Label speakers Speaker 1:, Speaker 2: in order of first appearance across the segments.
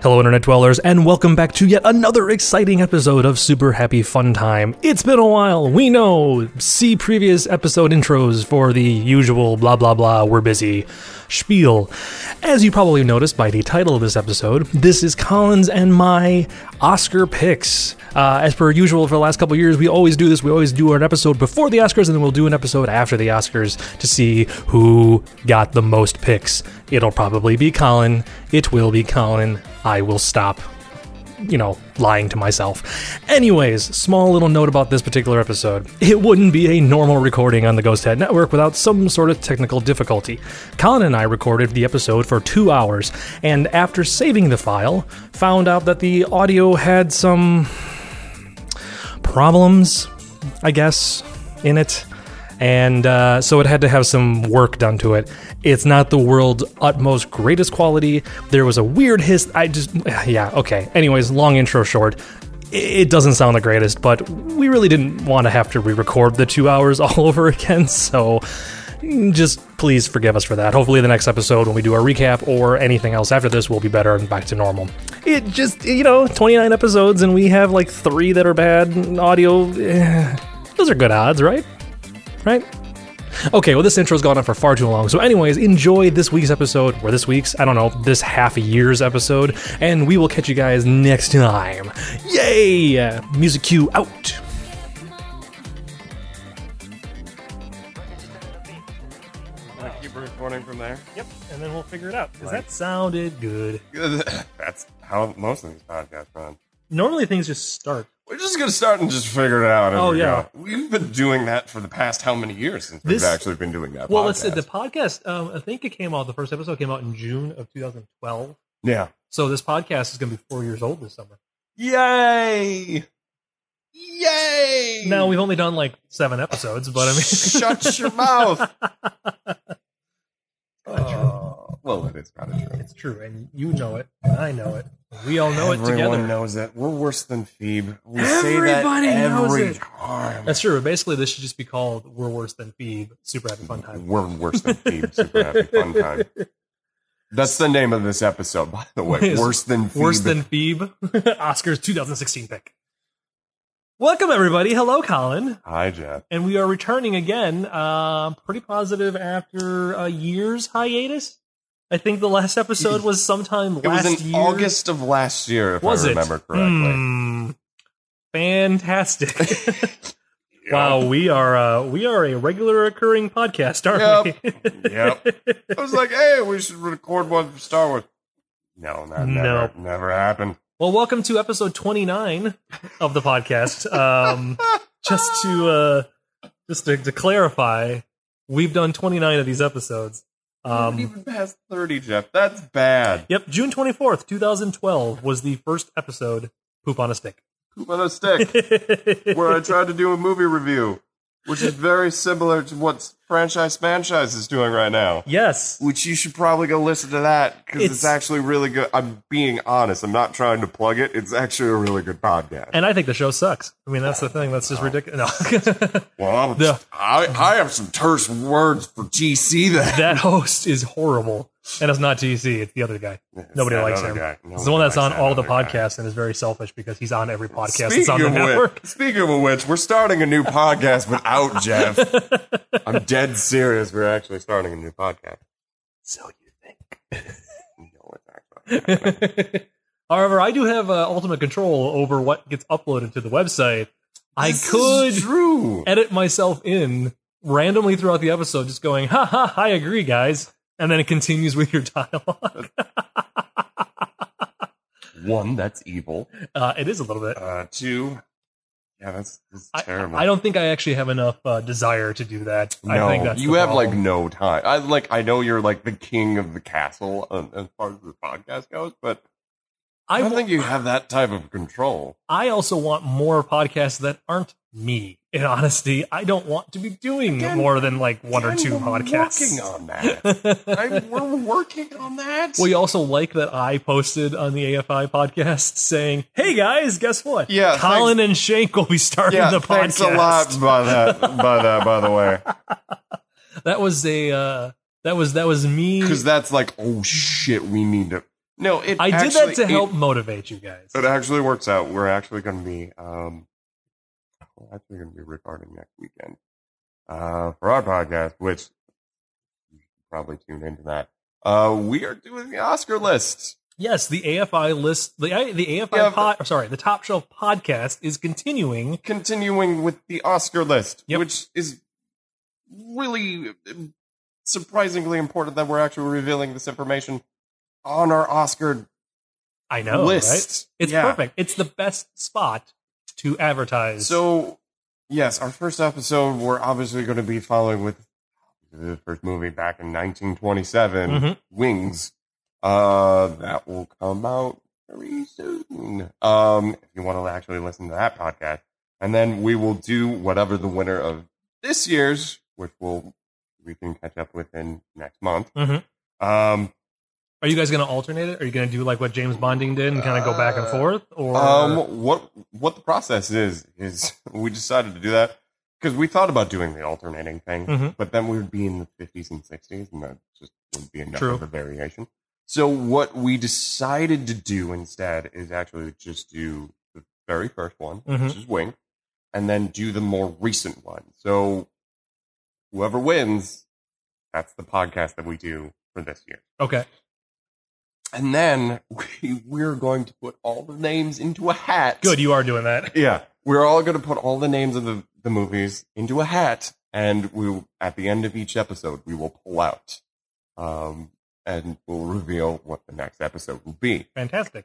Speaker 1: Hello, Internet Dwellers, and welcome back to yet another exciting episode of Super Happy Fun Time. It's been a while, we know. See previous episode intros for the usual blah blah blah, we're busy spiel. As you probably noticed by the title of this episode, this is Collins and my Oscar picks. Uh, as per usual for the last couple years, we always do this. We always do an episode before the Oscars, and then we'll do an episode after the Oscars to see who got the most picks. It'll probably be Colin. It will be Colin. I will stop, you know, lying to myself. Anyways, small little note about this particular episode. It wouldn't be a normal recording on the Ghost Head Network without some sort of technical difficulty. Colin and I recorded the episode for two hours, and after saving the file, found out that the audio had some problems, I guess, in it. And uh, so it had to have some work done to it. It's not the world's utmost greatest quality. There was a weird hiss. I just, yeah, okay. Anyways, long intro short. I- It doesn't sound the greatest, but we really didn't want to have to re record the two hours all over again. So just please forgive us for that. Hopefully, the next episode, when we do our recap or anything else after this, will be better and back to normal. It just, you know, 29 episodes, and we have like three that are bad audio. eh, Those are good odds, right? Right? Okay, well, this intro's gone on for far too long. So, anyways, enjoy this week's episode, or this week's, I don't know, this half a year's episode, and we will catch you guys next time. Yay! Music cue out.
Speaker 2: I keep recording from there.
Speaker 1: Yep, and then we'll figure it out.
Speaker 2: 'cause that Right.
Speaker 1: sounded good.
Speaker 2: That's how most of these podcasts run.
Speaker 1: Normally, things just start.
Speaker 2: We're just gonna start and just figure it out. as
Speaker 1: Oh,
Speaker 2: we go.
Speaker 1: yeah.
Speaker 2: we've been doing that for the past how many years since
Speaker 1: This-
Speaker 2: we've actually been doing that.
Speaker 1: Well,
Speaker 2: podcast?
Speaker 1: let's say the podcast. Um, I think it came out. The first episode came out in June of 2012.
Speaker 2: yeah.
Speaker 1: So this podcast is going to be four years old this summer.
Speaker 2: Yay! Yay!
Speaker 1: Now we've only done like seven episodes, but I mean,
Speaker 2: shut your mouth. Oh, well, it is kind of true.
Speaker 1: it's true, and you know it, and I know it, and we all know
Speaker 2: Everyone
Speaker 1: it together.
Speaker 2: knows it. We're worse than Phoebe. We
Speaker 1: Everybody
Speaker 2: say that
Speaker 1: knows
Speaker 2: every
Speaker 1: it.
Speaker 2: time.
Speaker 1: That's true. Basically, this should just be called "We're Worse Than Phoebe." Super happy fun time.
Speaker 2: We're worse than Phoebe. Super happy fun time. That's the name of this episode, by the way.
Speaker 1: Yes.
Speaker 2: Worse than Phoebe.
Speaker 1: Worse than Phoebe. Oscars 2016 pick. Welcome everybody. Hello, Colin.
Speaker 2: Hi, Jeff.
Speaker 1: and we are returning again. Uh, pretty positive after a year's hiatus. I think the last episode was sometime
Speaker 2: It
Speaker 1: last
Speaker 2: was in
Speaker 1: year.
Speaker 2: August of last year, if
Speaker 1: was
Speaker 2: I
Speaker 1: it?
Speaker 2: remember correctly.
Speaker 1: Hmm. fantastic! wow, we are uh, we are a regular occurring podcast, aren't
Speaker 2: Yep.
Speaker 1: we?
Speaker 2: I was like, hey, we should record one for Star Wars. No, that
Speaker 1: No.
Speaker 2: never, never happened.
Speaker 1: well, welcome to episode twenty nine of the podcast. Um, just to uh, just to, to clarify, we've done twenty nine of these episodes.
Speaker 2: Um, even past 30, Jeff. That's bad.
Speaker 1: Yep, June 24th, 2012 was the first episode, Poop on a Stick.
Speaker 2: Poop on a stick, where I tried to do a movie review, which is very similar to what Franchise Franchise is doing right now.
Speaker 1: yes.
Speaker 2: which you should probably go listen to that because
Speaker 1: It's-
Speaker 2: it's, actually really good. I'm being honest. I'm not trying to plug it. It's actually a really good podcast.
Speaker 1: And I think the show sucks. I mean, that's the thing. That's just ridiculous. No.
Speaker 2: well, I'm,
Speaker 1: The-
Speaker 2: I, I have some terse words for GC then.
Speaker 1: that host is horrible. And it's not GC, it's the other guy. Nobody
Speaker 2: that
Speaker 1: likes
Speaker 2: other
Speaker 1: him.
Speaker 2: guy.
Speaker 1: It's the one that's on
Speaker 2: Nobody likes
Speaker 1: all the
Speaker 2: that other guy.
Speaker 1: podcasts and is very selfish because he's on every podcast that's on
Speaker 2: Speaking
Speaker 1: the
Speaker 2: of,
Speaker 1: network.
Speaker 2: which, speaking of which, we're starting a new podcast without Jeff. I'm dead serious. We're actually starting a new podcast.
Speaker 1: So you think.
Speaker 2: No, it's actually not.
Speaker 1: However, I do have uh, ultimate control over what gets uploaded to the website. I
Speaker 2: This is
Speaker 1: could
Speaker 2: true.
Speaker 1: edit myself in randomly throughout the episode, just going, ha ha, I agree, guys. And then it continues with your dialogue.
Speaker 2: One, that's evil.
Speaker 1: Uh, it is a little bit.
Speaker 2: Uh, two, yeah, that's, that's
Speaker 1: I-
Speaker 2: terrible.
Speaker 1: I, don't think I actually have enough uh, desire to do that.
Speaker 2: no,
Speaker 1: I think that's
Speaker 2: you
Speaker 1: the
Speaker 2: have like
Speaker 1: problem.
Speaker 2: no time. I like. I know you're like the king of the castle um, as far as the podcast goes, but I,
Speaker 1: I,
Speaker 2: don't think you have that type of control.
Speaker 1: I also want more podcasts that aren't me. In honesty, I don't want to be doing
Speaker 2: Again,
Speaker 1: more than like one or
Speaker 2: And
Speaker 1: two
Speaker 2: we're
Speaker 1: podcasts.
Speaker 2: Working on that. I, we're working on that.
Speaker 1: well, you also like that I posted on the AFI podcast saying, "Hey guys, guess what?
Speaker 2: Yeah,
Speaker 1: Colin and Shank will be starting
Speaker 2: yeah,
Speaker 1: the podcast."
Speaker 2: thanks a lot by that. By that, by the way,
Speaker 1: That was a uh, that was that was me.
Speaker 2: because that's like, oh shit, we need to No, it.
Speaker 1: I did
Speaker 2: actually-
Speaker 1: that to
Speaker 2: it-
Speaker 1: help motivate you guys.
Speaker 2: It actually works out. We're actually going to be um, we're actually going to be recording next weekend uh, for our podcast, which you should probably tune into that. Uh, we are doing the Oscar list.
Speaker 1: Yes, the AFI list, the I- the AFI
Speaker 2: Yeah,
Speaker 1: pod, or sorry, the Top Shelf podcast is continuing.
Speaker 2: Continuing with the Oscar list,
Speaker 1: Yep.
Speaker 2: which is really um, surprisingly important that we're actually revealing this information on our Oscar
Speaker 1: I know, right?
Speaker 2: list.
Speaker 1: It's
Speaker 2: Yeah.
Speaker 1: perfect. It's the best spot to advertise.
Speaker 2: So, yes, our first episode, we're obviously going to be following with the first movie back in 1927,
Speaker 1: Mhm.
Speaker 2: Wings. Uh, that will come out very soon. Um, if you want to actually listen to that podcast, and then we will do whatever the winner of this year's, which will we can catch up with in next month.
Speaker 1: Mhm.
Speaker 2: Um,
Speaker 1: are you guys going to alternate it? Are you going to do like what James Bonding did and kind of go back and
Speaker 2: Uh,
Speaker 1: forth? Or
Speaker 2: Um, what what the process is is we decided to do that because we thought about doing the alternating thing,
Speaker 1: Mhm.
Speaker 2: but then we would be in the fifties and sixties, and that just would be enough
Speaker 1: True.
Speaker 2: of a variation. So what we decided to do instead is actually just do the very first one, which
Speaker 1: Mhm.
Speaker 2: is Wing, and then do the more recent one. So whoever wins, that's the podcast that we do for this year.
Speaker 1: okay,
Speaker 2: And then we, we're going to put all the names into a hat.
Speaker 1: good, you are doing that.
Speaker 2: Yeah, we're all going to put all the names of the, the movies into a hat, and we at the end of each episode we will pull out, um, and we'll reveal what the next episode will be.
Speaker 1: Fantastic.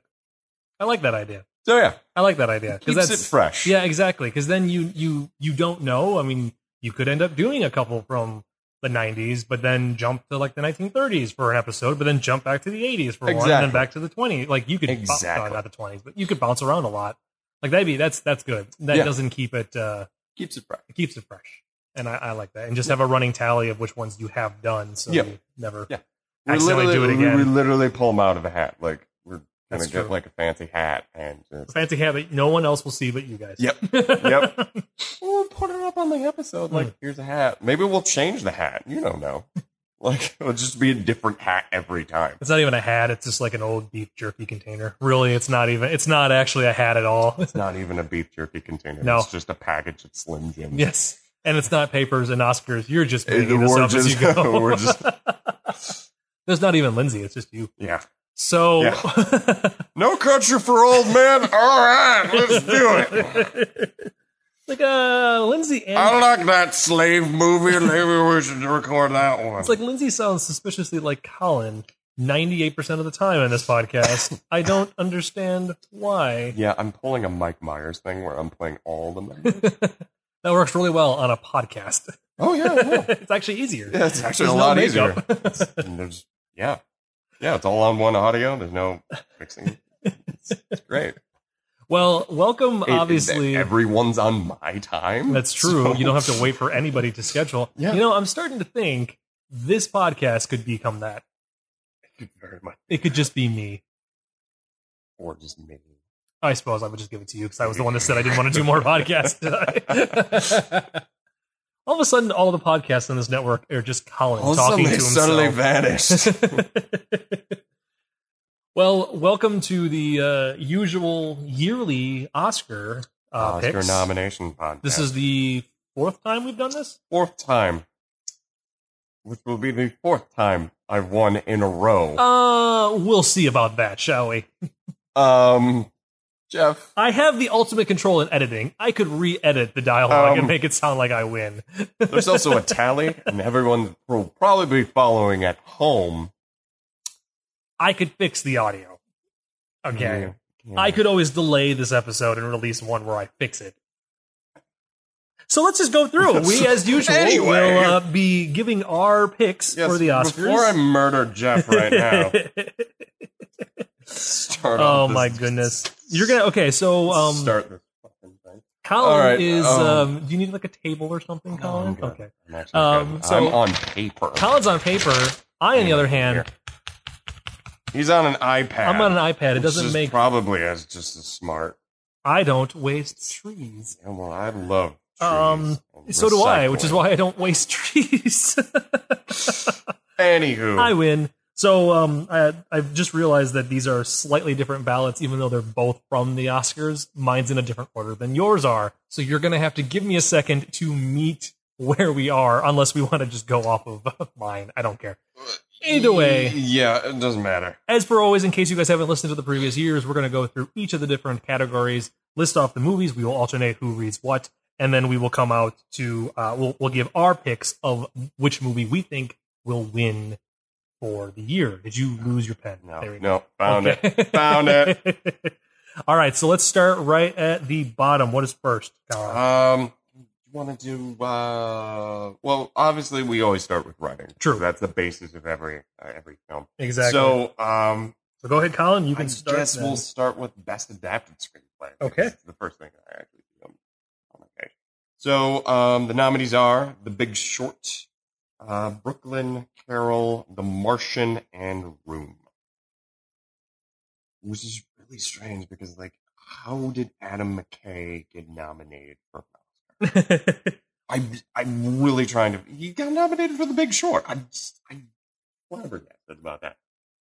Speaker 1: I like that idea.
Speaker 2: So yeah,
Speaker 1: I like that idea
Speaker 2: keeps it
Speaker 1: that's
Speaker 2: fresh.
Speaker 1: yeah, exactly. Because then you you you don't know. I mean, you could end up doing a couple from the 90s, but then jump to like the 1930s for an episode, but then jump back to the 80s for one, and
Speaker 2: Exactly.
Speaker 1: then back to the 20s. Like you could bo-
Speaker 2: Exactly.
Speaker 1: uh, not the 20s, but you could bounce around a lot. Like that'd be that's that's good. That
Speaker 2: Yeah.
Speaker 1: doesn't keep it. uh
Speaker 2: keeps it fresh.
Speaker 1: It keeps it fresh, and I, I like that. And just have a running tally of which ones you have done, so
Speaker 2: Yeah.
Speaker 1: you never.
Speaker 2: Yeah. We
Speaker 1: Accidentally
Speaker 2: literally,
Speaker 1: do it
Speaker 2: we-
Speaker 1: again.
Speaker 2: we literally pull them out of a hat. Like we're gonna
Speaker 1: That's
Speaker 2: get
Speaker 1: true.
Speaker 2: like a fancy hat and
Speaker 1: A
Speaker 2: just,
Speaker 1: fancy habit no one else will see but you guys.
Speaker 2: Yep. Yep. we'll put it up on the episode.
Speaker 1: Hmm.
Speaker 2: Like here's a hat. Maybe we'll change the hat. You don't know. Like it'll just be a different hat every time.
Speaker 1: It's not even a hat. It's just like an old beef jerky container. Really, it's not even. It's not actually a hat at all.
Speaker 2: It's not even a beef jerky container.
Speaker 1: No.
Speaker 2: It's just a package of Slim Jim.
Speaker 1: yes, and it's not papers and Oscars. You're just
Speaker 2: Hey,
Speaker 1: making
Speaker 2: the
Speaker 1: this
Speaker 2: we're
Speaker 1: up as you
Speaker 2: just-
Speaker 1: go.
Speaker 2: we're just-
Speaker 1: There's not even Lindsay. It's just you.
Speaker 2: Yeah.
Speaker 1: So.
Speaker 2: No country for old men. All right, let's do it.
Speaker 1: like uh, Lindsay and
Speaker 2: I like that slave movie. Maybe we should record that one.
Speaker 1: It's like Lindsay sounds suspiciously like Colin 98% of the time in this podcast. I don't understand why.
Speaker 2: yeah, I'm pulling a Mike Myers thing where I'm playing all the men.
Speaker 1: That works really well on a podcast.
Speaker 2: oh yeah, yeah.
Speaker 1: it's actually easier.
Speaker 2: yeah it's actually
Speaker 1: There's
Speaker 2: a
Speaker 1: no
Speaker 2: lot easier.
Speaker 1: makeup.
Speaker 2: And there's, yeah, yeah, it's all on one audio. There's no mixing. It's, it's great.
Speaker 1: well, welcome,
Speaker 2: It-
Speaker 1: obviously.
Speaker 2: everyone's on my time.
Speaker 1: That's true.
Speaker 2: So-
Speaker 1: You don't have to wait for anybody to schedule.
Speaker 2: Yeah.
Speaker 1: You know, I'm starting to think this podcast could become that.
Speaker 2: very much,
Speaker 1: It could just be me.
Speaker 2: or just me.
Speaker 1: I suppose I would just give it to you because I was the one that said I didn't want to do more podcasts. today. all of a sudden, all the podcasts on this network are just Colin
Speaker 2: All of a
Speaker 1: talking
Speaker 2: sudden,
Speaker 1: to
Speaker 2: they
Speaker 1: himself.
Speaker 2: suddenly vanished.
Speaker 1: well, welcome to the uh, usual yearly Oscar, uh,
Speaker 2: Oscar
Speaker 1: picks.
Speaker 2: nomination podcast.
Speaker 1: This is the fourth time we've done this.
Speaker 2: fourth time, which will be the fourth time I've won in a row.
Speaker 1: Uh, we'll see about that, shall we?
Speaker 2: um, Jeff,
Speaker 1: I have the ultimate control in editing. I could re-edit the dialogue
Speaker 2: Um,
Speaker 1: and make it sound like I win.
Speaker 2: there's also a tally, and everyone will probably be following at home.
Speaker 1: I could fix the audio. Okay.
Speaker 2: Yeah.
Speaker 1: I could always delay this episode and release one where I fix it. So let's just go through. We, as usual,
Speaker 2: Anyway.
Speaker 1: will uh, be giving our picks
Speaker 2: Yes,
Speaker 1: for the Oscars.
Speaker 2: Before I murder Jeff right now, start
Speaker 1: oh
Speaker 2: off
Speaker 1: my
Speaker 2: this-
Speaker 1: goodness! You're gonna okay. So um,
Speaker 2: start this fucking thing. All
Speaker 1: Colin
Speaker 2: right,
Speaker 1: is.
Speaker 2: um,
Speaker 1: um, do you need like a table or something,
Speaker 2: No, I'm
Speaker 1: Colin?
Speaker 2: good.
Speaker 1: okay.
Speaker 2: I'm, actually
Speaker 1: Um,
Speaker 2: good.
Speaker 1: so-
Speaker 2: I'm on paper.
Speaker 1: Colin's on paper. I, on the other hand,
Speaker 2: He's on an iPad.
Speaker 1: I'm on an iPad. It
Speaker 2: which
Speaker 1: doesn't
Speaker 2: is
Speaker 1: make.
Speaker 2: probably as just as smart.
Speaker 1: I don't waste trees.
Speaker 2: Yeah, well, I love trees
Speaker 1: Um,
Speaker 2: and
Speaker 1: So do I,
Speaker 2: recycling.
Speaker 1: which is why I don't waste trees.
Speaker 2: Anywho,
Speaker 1: I win. So um, I, I've just realized that these are slightly different ballots, even though they're both from the Oscars. Mine's in a different order than yours are. So you're going to have to give me a second to meet where we are, unless we want to just go off of mine. I don't care. Either way,
Speaker 2: Yeah, it doesn't matter.
Speaker 1: as per always, in case you guys haven't listened to the previous years, we're going to go through each of the different categories, list off the movies. We will alternate who reads what, and then we will come out to uh, we'll we'll give our picks of which movie we think will win for the year. Did you lose your pen?
Speaker 2: No,
Speaker 1: There we go.
Speaker 2: no, found it.
Speaker 1: Okay.
Speaker 2: Found
Speaker 1: All right, so let's start right at the bottom. What is first? Colin?
Speaker 2: Um, you want to do? Uh, well, obviously, we always start with writing.
Speaker 1: True.
Speaker 2: that's the basis of every uh, every film.
Speaker 1: exactly. So,
Speaker 2: So, um,
Speaker 1: go ahead, Colin. You can
Speaker 2: I
Speaker 1: start.
Speaker 2: guess
Speaker 1: then.
Speaker 2: we'll start with best adapted screenplay.
Speaker 1: Okay.
Speaker 2: It's the first thing I actually do. on my page. So um, the nominees are The Big Short, uh, Brooklyn Carol, The Martian, and Room. Which is really strange because, like, how did Adam McKay get nominated for an Oscar? I, I'm really trying to. He got nominated for The Big Short. I just, I flabbergasted about that.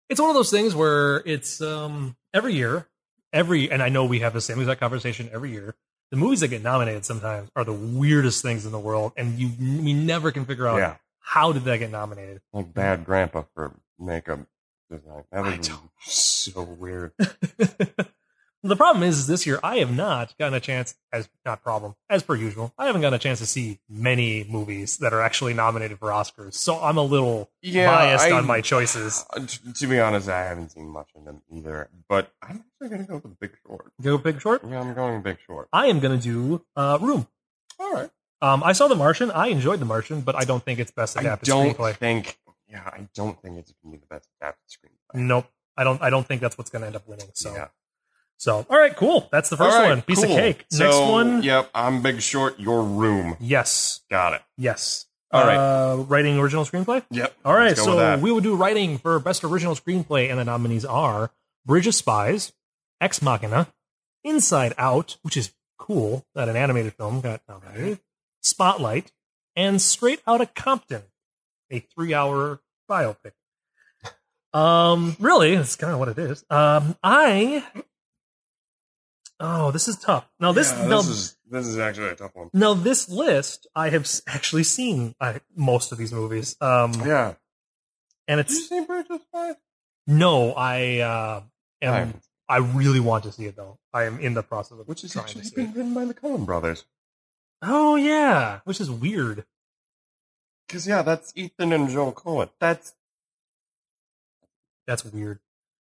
Speaker 1: it's one of those things where it's um every year every and i know we have the same exact conversation every year the movies that get nominated sometimes are the weirdest things in the world and you we never can figure out
Speaker 2: Yeah.
Speaker 1: how did that get nominated
Speaker 2: like bad grandpa for makeup design. That
Speaker 1: I
Speaker 2: was
Speaker 1: don't-
Speaker 2: so weird.
Speaker 1: the problem is, is this year i have not gotten a chance as not problem as per usual i haven't gotten a chance to see many movies that are actually nominated for oscars so i'm a little biased
Speaker 2: I-
Speaker 1: on my choices
Speaker 2: Uh, t- to be honest, I haven't seen much of them either. But I'm actually gonna go with the Big Short.
Speaker 1: go big short
Speaker 2: Yeah, I'm going Big Short.
Speaker 1: i am going to do uh room
Speaker 2: All right.
Speaker 1: um, I saw The Martian. I enjoyed The Martian, but I don't think it's best
Speaker 2: I
Speaker 1: adapted
Speaker 2: don't
Speaker 1: screenplay.
Speaker 2: think. Yeah, I don't think it's gonna be the best adapted screenplay.
Speaker 1: Nope. I don't I don't think that's what's gonna end up winning. So
Speaker 2: Yeah.
Speaker 1: so all right, cool. That's the first
Speaker 2: All right,
Speaker 1: one. Piece
Speaker 2: cool.
Speaker 1: of cake.
Speaker 2: So,
Speaker 1: Next one.
Speaker 2: Yep, I'm Big Short. Your room.
Speaker 1: Yes.
Speaker 2: Got it.
Speaker 1: Yes.
Speaker 2: All right.
Speaker 1: uh, writing original screenplay?
Speaker 2: Yep.
Speaker 1: All right,
Speaker 2: let's go with
Speaker 1: so
Speaker 2: that.
Speaker 1: we will do writing for best original screenplay, and the nominees are Bridge of Spies, Ex Machina, Inside Out, which is cool that an animated film got nominated, Spotlight, and Straight Outta Compton, a three-hour biopic. Um, really, that's kind of what it is. Um, I. Oh, this is tough. Now this,
Speaker 2: Yeah,
Speaker 1: now,
Speaker 2: this is this is actually a tough one.
Speaker 1: now this list, I have s- actually seen I, most of these movies. Um,
Speaker 2: Yeah.
Speaker 1: and
Speaker 2: Did you
Speaker 1: it's
Speaker 2: see Bridge of Spies?
Speaker 1: No, I uh, am.
Speaker 2: I haven't.
Speaker 1: I really want to see it though. I am in the process of
Speaker 2: Which is
Speaker 1: trying
Speaker 2: actually
Speaker 1: to see
Speaker 2: been
Speaker 1: it.
Speaker 2: written by the Coen brothers.
Speaker 1: Oh yeah, which is weird.
Speaker 2: Because yeah, that's Ethan and Joel Cohen. That's
Speaker 1: That's weird.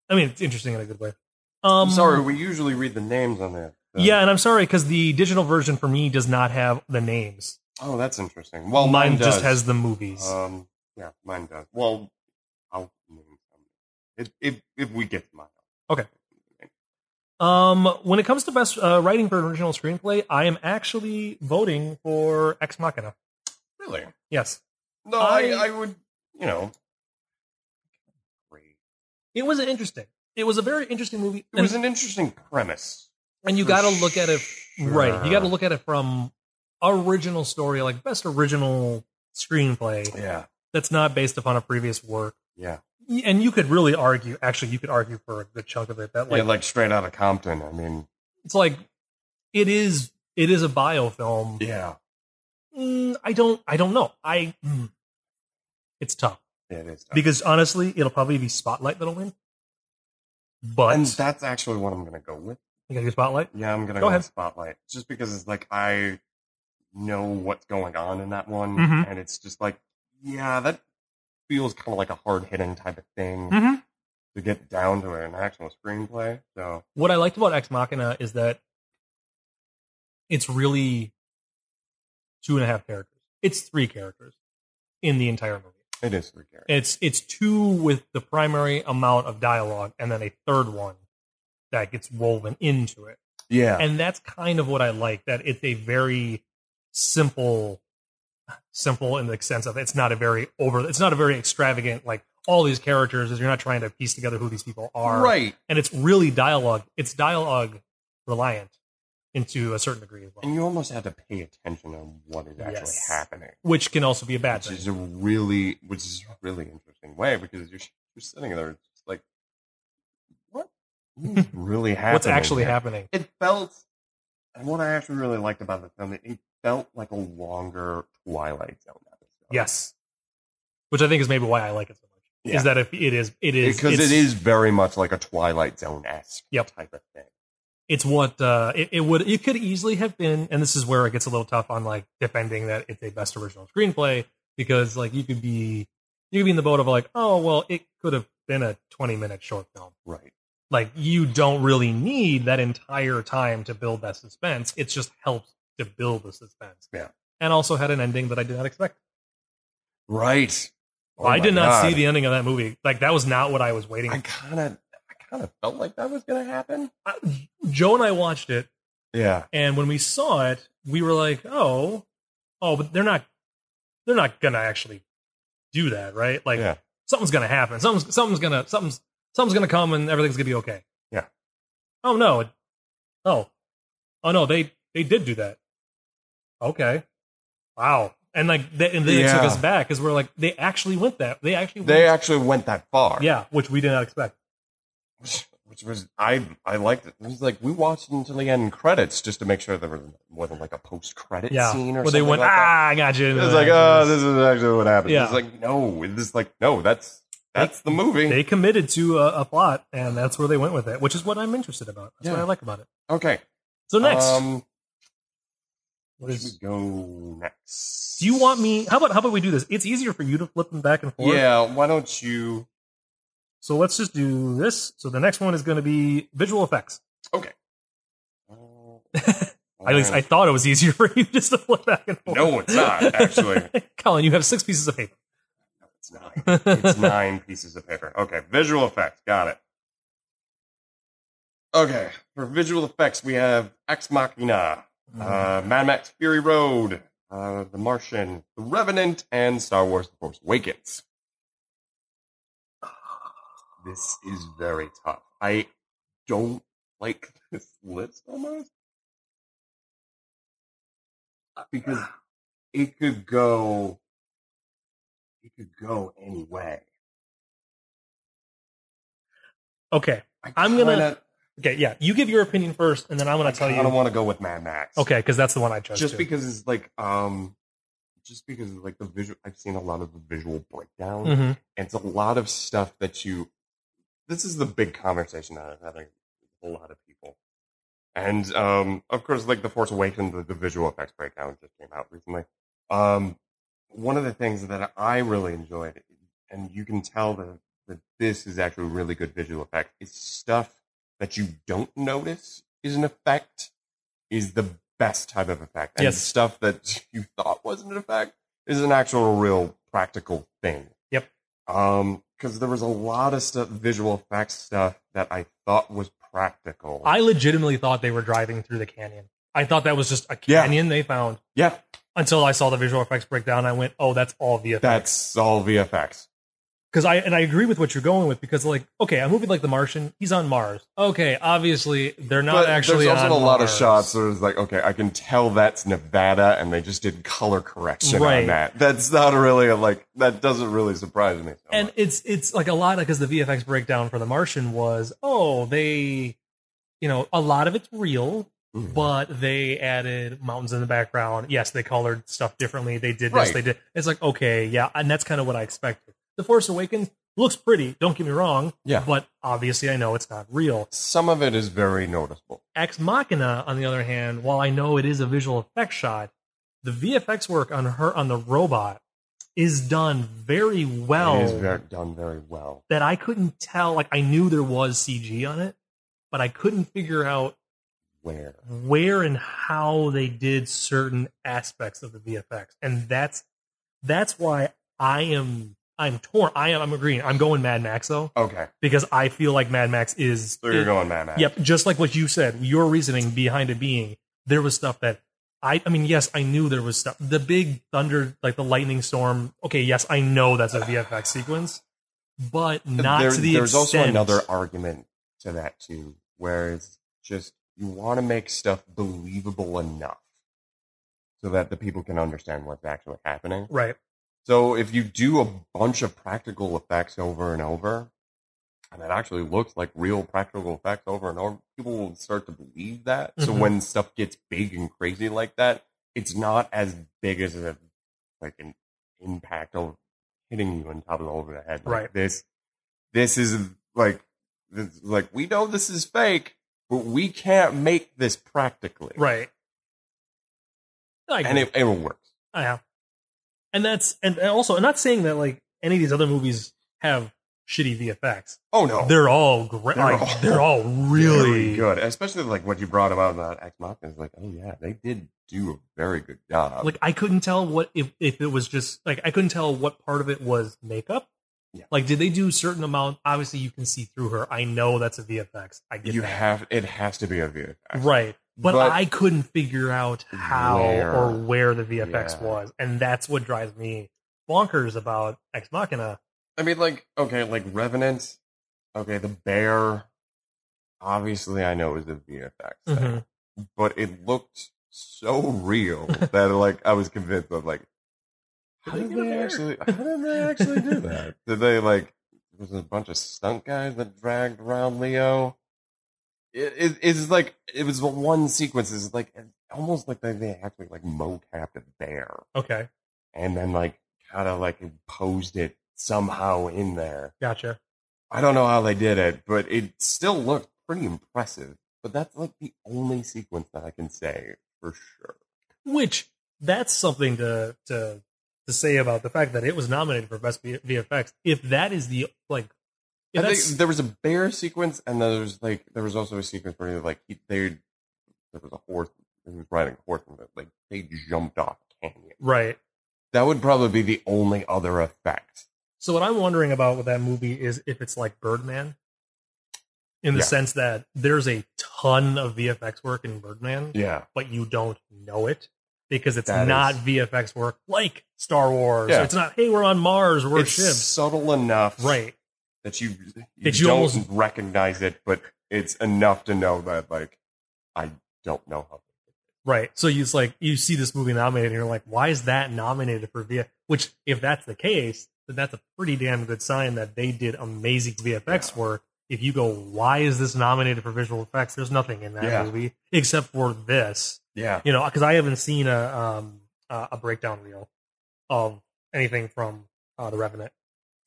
Speaker 1: I mean, it's interesting in a good way. Um,
Speaker 2: I'm sorry, we usually read the names on there. so-
Speaker 1: Yeah, and I'm sorry because the digital version for me does not have the names.
Speaker 2: Oh, that's interesting. Well,
Speaker 1: mine,
Speaker 2: mine,
Speaker 1: just
Speaker 2: does.
Speaker 1: has the movies.
Speaker 2: Um, yeah, mine does. Well, I'll name some. If if if we get to mine.
Speaker 1: um, when it comes to best uh, writing for original screenplay, I am actually voting for Ex Machina.
Speaker 2: Really?
Speaker 1: Yes,
Speaker 2: No, I
Speaker 1: I-
Speaker 2: I, would. You know. Great.
Speaker 1: it was interesting. It was a very interesting movie.
Speaker 2: It was an interesting premise.
Speaker 1: and you
Speaker 2: for
Speaker 1: got to look at it right you got to
Speaker 2: sure.
Speaker 1: look at it from original story like best original screenplay
Speaker 2: Yeah.
Speaker 1: that's not based upon a previous work
Speaker 2: Yeah.
Speaker 1: Y- and you could really argue actually you could argue for a good chunk of it that like
Speaker 2: yeah, like straight out of Compton. I mean.
Speaker 1: it's like it is it is a biofilm
Speaker 2: Yeah.
Speaker 1: mm, i don't i don't know i mm, it's tough
Speaker 2: It is. tough.
Speaker 1: because honestly it'll probably be spotlight that'll win but
Speaker 2: and that's actually what I'm gonna go with.
Speaker 1: you gotta do spotlight
Speaker 2: Yeah, I'm gonna
Speaker 1: Go
Speaker 2: go,
Speaker 1: ahead.
Speaker 2: with Spotlight. Just because it's like I know what's going on in that one,
Speaker 1: Mhm.
Speaker 2: and it's just like, yeah, that feels kind of like a hard hitting type of thing
Speaker 1: mm-hmm.
Speaker 2: to get down to an actual screenplay. So
Speaker 1: what I liked about Ex Machina is that it's really two and a half characters. It's three characters in the entire movie.
Speaker 2: it is for Gary.
Speaker 1: It's it's two with the primary amount of dialogue, and then a third one that gets woven into it.
Speaker 2: Yeah,
Speaker 1: And that's kind of what I like. That it's a very simple, simple in the sense of it's not a very over. It's not a very extravagant like all these characters. Is you're not trying to piece together who these people are
Speaker 2: right.
Speaker 1: and it's really dialogue. It's dialogue reliant into a certain degree as well,
Speaker 2: And you almost have to pay attention to what is actually
Speaker 1: Yes.
Speaker 2: happening,
Speaker 1: which can also be a bad
Speaker 2: which
Speaker 1: thing.
Speaker 2: is a really, which is a really interesting way because you're You're sitting there, just like, what is really happening?
Speaker 1: What's actually
Speaker 2: here?
Speaker 1: happening?
Speaker 2: It felt, and what I actually really liked about the film, it felt like a longer Twilight Zone episode.
Speaker 1: Yes, which I think is maybe why I like it so much.
Speaker 2: Yeah.
Speaker 1: Is that if it is it is
Speaker 2: because
Speaker 1: it's-
Speaker 2: it is very much like a Twilight Zone esque
Speaker 1: Yep.
Speaker 2: type of thing.
Speaker 1: it's what uh, it, it would it could easily have been and this is where it gets a little tough on like defending that it's a best original screenplay because like you could be you could be in the boat of like oh well it could have been a 20 minute short film
Speaker 2: Right.
Speaker 1: like you don't really need that entire time to build that suspense it just helps to build the suspense
Speaker 2: Yeah.
Speaker 1: and also had an ending that i did not expect
Speaker 2: Right. Oh
Speaker 1: i
Speaker 2: my
Speaker 1: did not
Speaker 2: God.
Speaker 1: see the ending of that movie like that was not what i was waiting
Speaker 2: I
Speaker 1: for
Speaker 2: kind of, I kind of felt like that was going to happen.
Speaker 1: joe and i watched it
Speaker 2: Yeah.
Speaker 1: And when we saw it, we were like, "Oh, oh, but they're not, they're not gonna actually do that, right? Like,
Speaker 2: Yeah.
Speaker 1: something's gonna happen. Something's, something's gonna, something's, something's gonna come, and everything's gonna be okay."
Speaker 2: Yeah.
Speaker 1: Oh no! It, oh, oh no! They they did do that. Okay. Wow. And like, they, and then it took
Speaker 2: Yeah.
Speaker 1: us back because we're like, they actually went that. They actually,
Speaker 2: They
Speaker 1: went,
Speaker 2: actually went that far.
Speaker 1: yeah, which we did not expect.
Speaker 2: Which, which was I I liked it. It was like we watched until the end credits just to make sure there was, wasn't like a post credit
Speaker 1: Yeah.
Speaker 2: scene or
Speaker 1: Where
Speaker 2: something.
Speaker 1: they went,
Speaker 2: like that.
Speaker 1: ah, I got you.
Speaker 2: It was like, oh, this is actually what happened.
Speaker 1: Yeah.
Speaker 2: It's like, no, it's just like, no, that's that's the movie.
Speaker 1: they committed to a, a plot and that's where they went with it which is what i'm interested about that's what
Speaker 2: Yeah.
Speaker 1: i like about it
Speaker 2: okay.
Speaker 1: so next
Speaker 2: Um,
Speaker 1: what is,
Speaker 2: should we go next?
Speaker 1: do you want me how about how about we do this it's easier for you to flip them back and forth
Speaker 2: Yeah. Why don't you?
Speaker 1: so let's just do this so the next one is going to be visual effects
Speaker 2: uh,
Speaker 1: at least i thought it was easier for you just to flip back and forth
Speaker 2: No, it's not, actually.
Speaker 1: colin you have six pieces of paper
Speaker 2: It's nine. It's nine pieces of paper. Okay, visual effects. Got it. Okay, for visual effects, we have Ex Machina, uh, Mad Max Fury Road, uh, The Martian, The Revenant, and Star Wars The Force Awakens. This is very tough. I don't like this list almost. Because it could go it could go any way.
Speaker 1: okay
Speaker 2: I
Speaker 1: I'm gonna-
Speaker 2: kinda-
Speaker 1: okay yeah you give your opinion first and then i'm going to tell
Speaker 2: I
Speaker 1: you
Speaker 2: kinda want to go with Mad Max.
Speaker 1: okay because that's the one i chose
Speaker 2: just
Speaker 1: too.
Speaker 2: because it's like um, just because it's like the visual. I've seen a lot of the visual breakdown.
Speaker 1: Mhm.
Speaker 2: And it's a lot of stuff that you. This is the big conversation that I'm having with a lot of people, and um, of course, like the Force Awakens, the, the visual effects breakdown just came out recently. Um, one of the things that I really enjoyed, and you can tell that that this is actually really good visual effect, is stuff that you don't notice is an effect is the best type of effect, and
Speaker 1: Yes.
Speaker 2: stuff that you thought wasn't an effect is an actual real practical thing um because there was a lot of stuff visual effects stuff that i thought was practical
Speaker 1: i legitimately thought they were driving through the canyon i thought that was just a
Speaker 2: Yeah.
Speaker 1: canyon they found
Speaker 2: yeah
Speaker 1: until I saw the visual effects breakdown. I went, oh, that's all VFX.
Speaker 2: that's all vfx
Speaker 1: Because I and I agree with what you're going with because like, okay, a movie like The Martian, he's on Mars. Okay, obviously they're not
Speaker 2: but
Speaker 1: actually.
Speaker 2: there's also
Speaker 1: on
Speaker 2: a lot
Speaker 1: Mars.
Speaker 2: of shots where it's like okay i can tell that's nevada and they just did color correction
Speaker 1: Right.
Speaker 2: on that that's not really a, like that doesn't really surprise me so
Speaker 1: and
Speaker 2: much.
Speaker 1: it's it's like a lot because the VFX breakdown for The Martian was, oh, they, you know, a lot of it's real,
Speaker 2: Mhm.
Speaker 1: but they added mountains in the background. Yes, they colored stuff differently. They did this.
Speaker 2: Right.
Speaker 1: They did. It's like okay, yeah, and that's kind of what I expected. The Force Awakens looks pretty. Don't get me wrong.
Speaker 2: Yeah.
Speaker 1: But obviously, I know it's not real.
Speaker 2: some of it is very noticeable
Speaker 1: Ex Machina, on the other hand, while I know it is a visual effects shot, the VFX work on her on the robot is done very well.
Speaker 2: it is very, done very well
Speaker 1: that I couldn't tell. Like I knew there was CG on it, but I couldn't figure out
Speaker 2: where
Speaker 1: where and how they did certain aspects of the VFX, and that's that's why I am I'm torn. I am I'm agreeing. I'm going Mad Max though
Speaker 2: okay
Speaker 1: because I feel like Mad Max is
Speaker 2: so you're going mad Max.
Speaker 1: Yep, just like what you said, your reasoning behind it being there was stuff that I I mean, yes, I knew there was stuff. The big thunder, like the lightning storm. Okay, yes, I know that's a VFX sequence, but not
Speaker 2: There-
Speaker 1: to the
Speaker 2: there's also
Speaker 1: extent-
Speaker 2: another argument to that too where it's just you want to make stuff believable enough so that the people can understand what's actually happening
Speaker 1: right.
Speaker 2: So if you do a bunch of practical effects over and over, and it actually looks like real practical effects over and over, people will start to believe that. So
Speaker 1: Mhm.
Speaker 2: when stuff gets big and crazy like that, it's not as big as a like an impact of hitting you on top of the over the head. Like
Speaker 1: Right.
Speaker 2: This this is like this, like we know this is fake, but we can't make this practically.
Speaker 1: Right. I agree.
Speaker 2: And it, it works.
Speaker 1: Oh, yeah. And that's and and also I'm not saying that like any of these other movies have shitty VFX.
Speaker 2: Oh no.
Speaker 1: They're all great.
Speaker 2: They're
Speaker 1: They're,
Speaker 2: all-
Speaker 1: they're all really
Speaker 2: Very good, especially like what you brought about that Ex Machina is like, oh yeah, they did do a very good job.
Speaker 1: Like I couldn't tell what if if it was just like I couldn't tell what part of it was makeup.
Speaker 2: Yeah.
Speaker 1: Like did they do a certain amount? Obviously you can see through her. I know that's a VFX. I get
Speaker 2: you
Speaker 1: that.
Speaker 2: have it has to be a VFX,
Speaker 1: right. But,
Speaker 2: But-
Speaker 1: I couldn't figure out how
Speaker 2: Where.
Speaker 1: or where the VFX
Speaker 2: Yeah.
Speaker 1: was, and that's what drives me bonkers about Ex Machina.
Speaker 2: I mean, like okay, like Revenant, okay, the bear. Obviously, I know it was a VFX, thing,
Speaker 1: Mhm.
Speaker 2: but it looked so real that like I was convinced of like, how
Speaker 1: Did they get
Speaker 2: did
Speaker 1: a
Speaker 2: they
Speaker 1: bear?
Speaker 2: actually? How did they actually do that? Did they like? Was it a bunch of stunt guys that dragged around Leo? It, it, it's like it was the one sequence. Is like almost like they, they actually like mocapped a bear
Speaker 1: Okay,
Speaker 2: and then like kind of like imposed it somehow in there.
Speaker 1: gotcha.
Speaker 2: I don't know how they did it, but it still looked pretty impressive. But that's like the only sequence that I can say for sure.
Speaker 1: which that's something to to to say about the fact that it was nominated for best V- VFX. If that is the like, if
Speaker 2: I
Speaker 1: that's
Speaker 2: think there was a bear sequence, and there was like there was also a sequence where like he, they there was a horse who was riding a horse, and like they jumped off a canyon.
Speaker 1: right.
Speaker 2: That would probably be the only other effect.
Speaker 1: So what I'm wondering about with that movie is if it's like Birdman, in the
Speaker 2: Yeah.
Speaker 1: sense that there's a ton of VFX work in Birdman,
Speaker 2: Yeah,
Speaker 1: but you don't know it because it's
Speaker 2: That
Speaker 1: not
Speaker 2: is-
Speaker 1: VFX work like Star Wars.
Speaker 2: Yeah.
Speaker 1: It's not hey we're on Mars, we're
Speaker 2: it's
Speaker 1: ships,
Speaker 2: subtle enough,
Speaker 1: right?
Speaker 2: that you you
Speaker 1: That you
Speaker 2: don't
Speaker 1: almost-
Speaker 2: recognize it, but it's enough to know that like I don't know how.
Speaker 1: Right. So you just like you see this movie nominated, and you're like, why is that nominated for VFX? Which, if that's the case, then that's a pretty damn good sign that they did amazing VFX
Speaker 2: Yeah.
Speaker 1: work. If you go, why is this nominated for visual effects? There's nothing in that
Speaker 2: Yeah.
Speaker 1: movie except for this.
Speaker 2: Yeah,
Speaker 1: You know, because I haven't seen a um uh, a breakdown reel of anything from uh, the Revenant.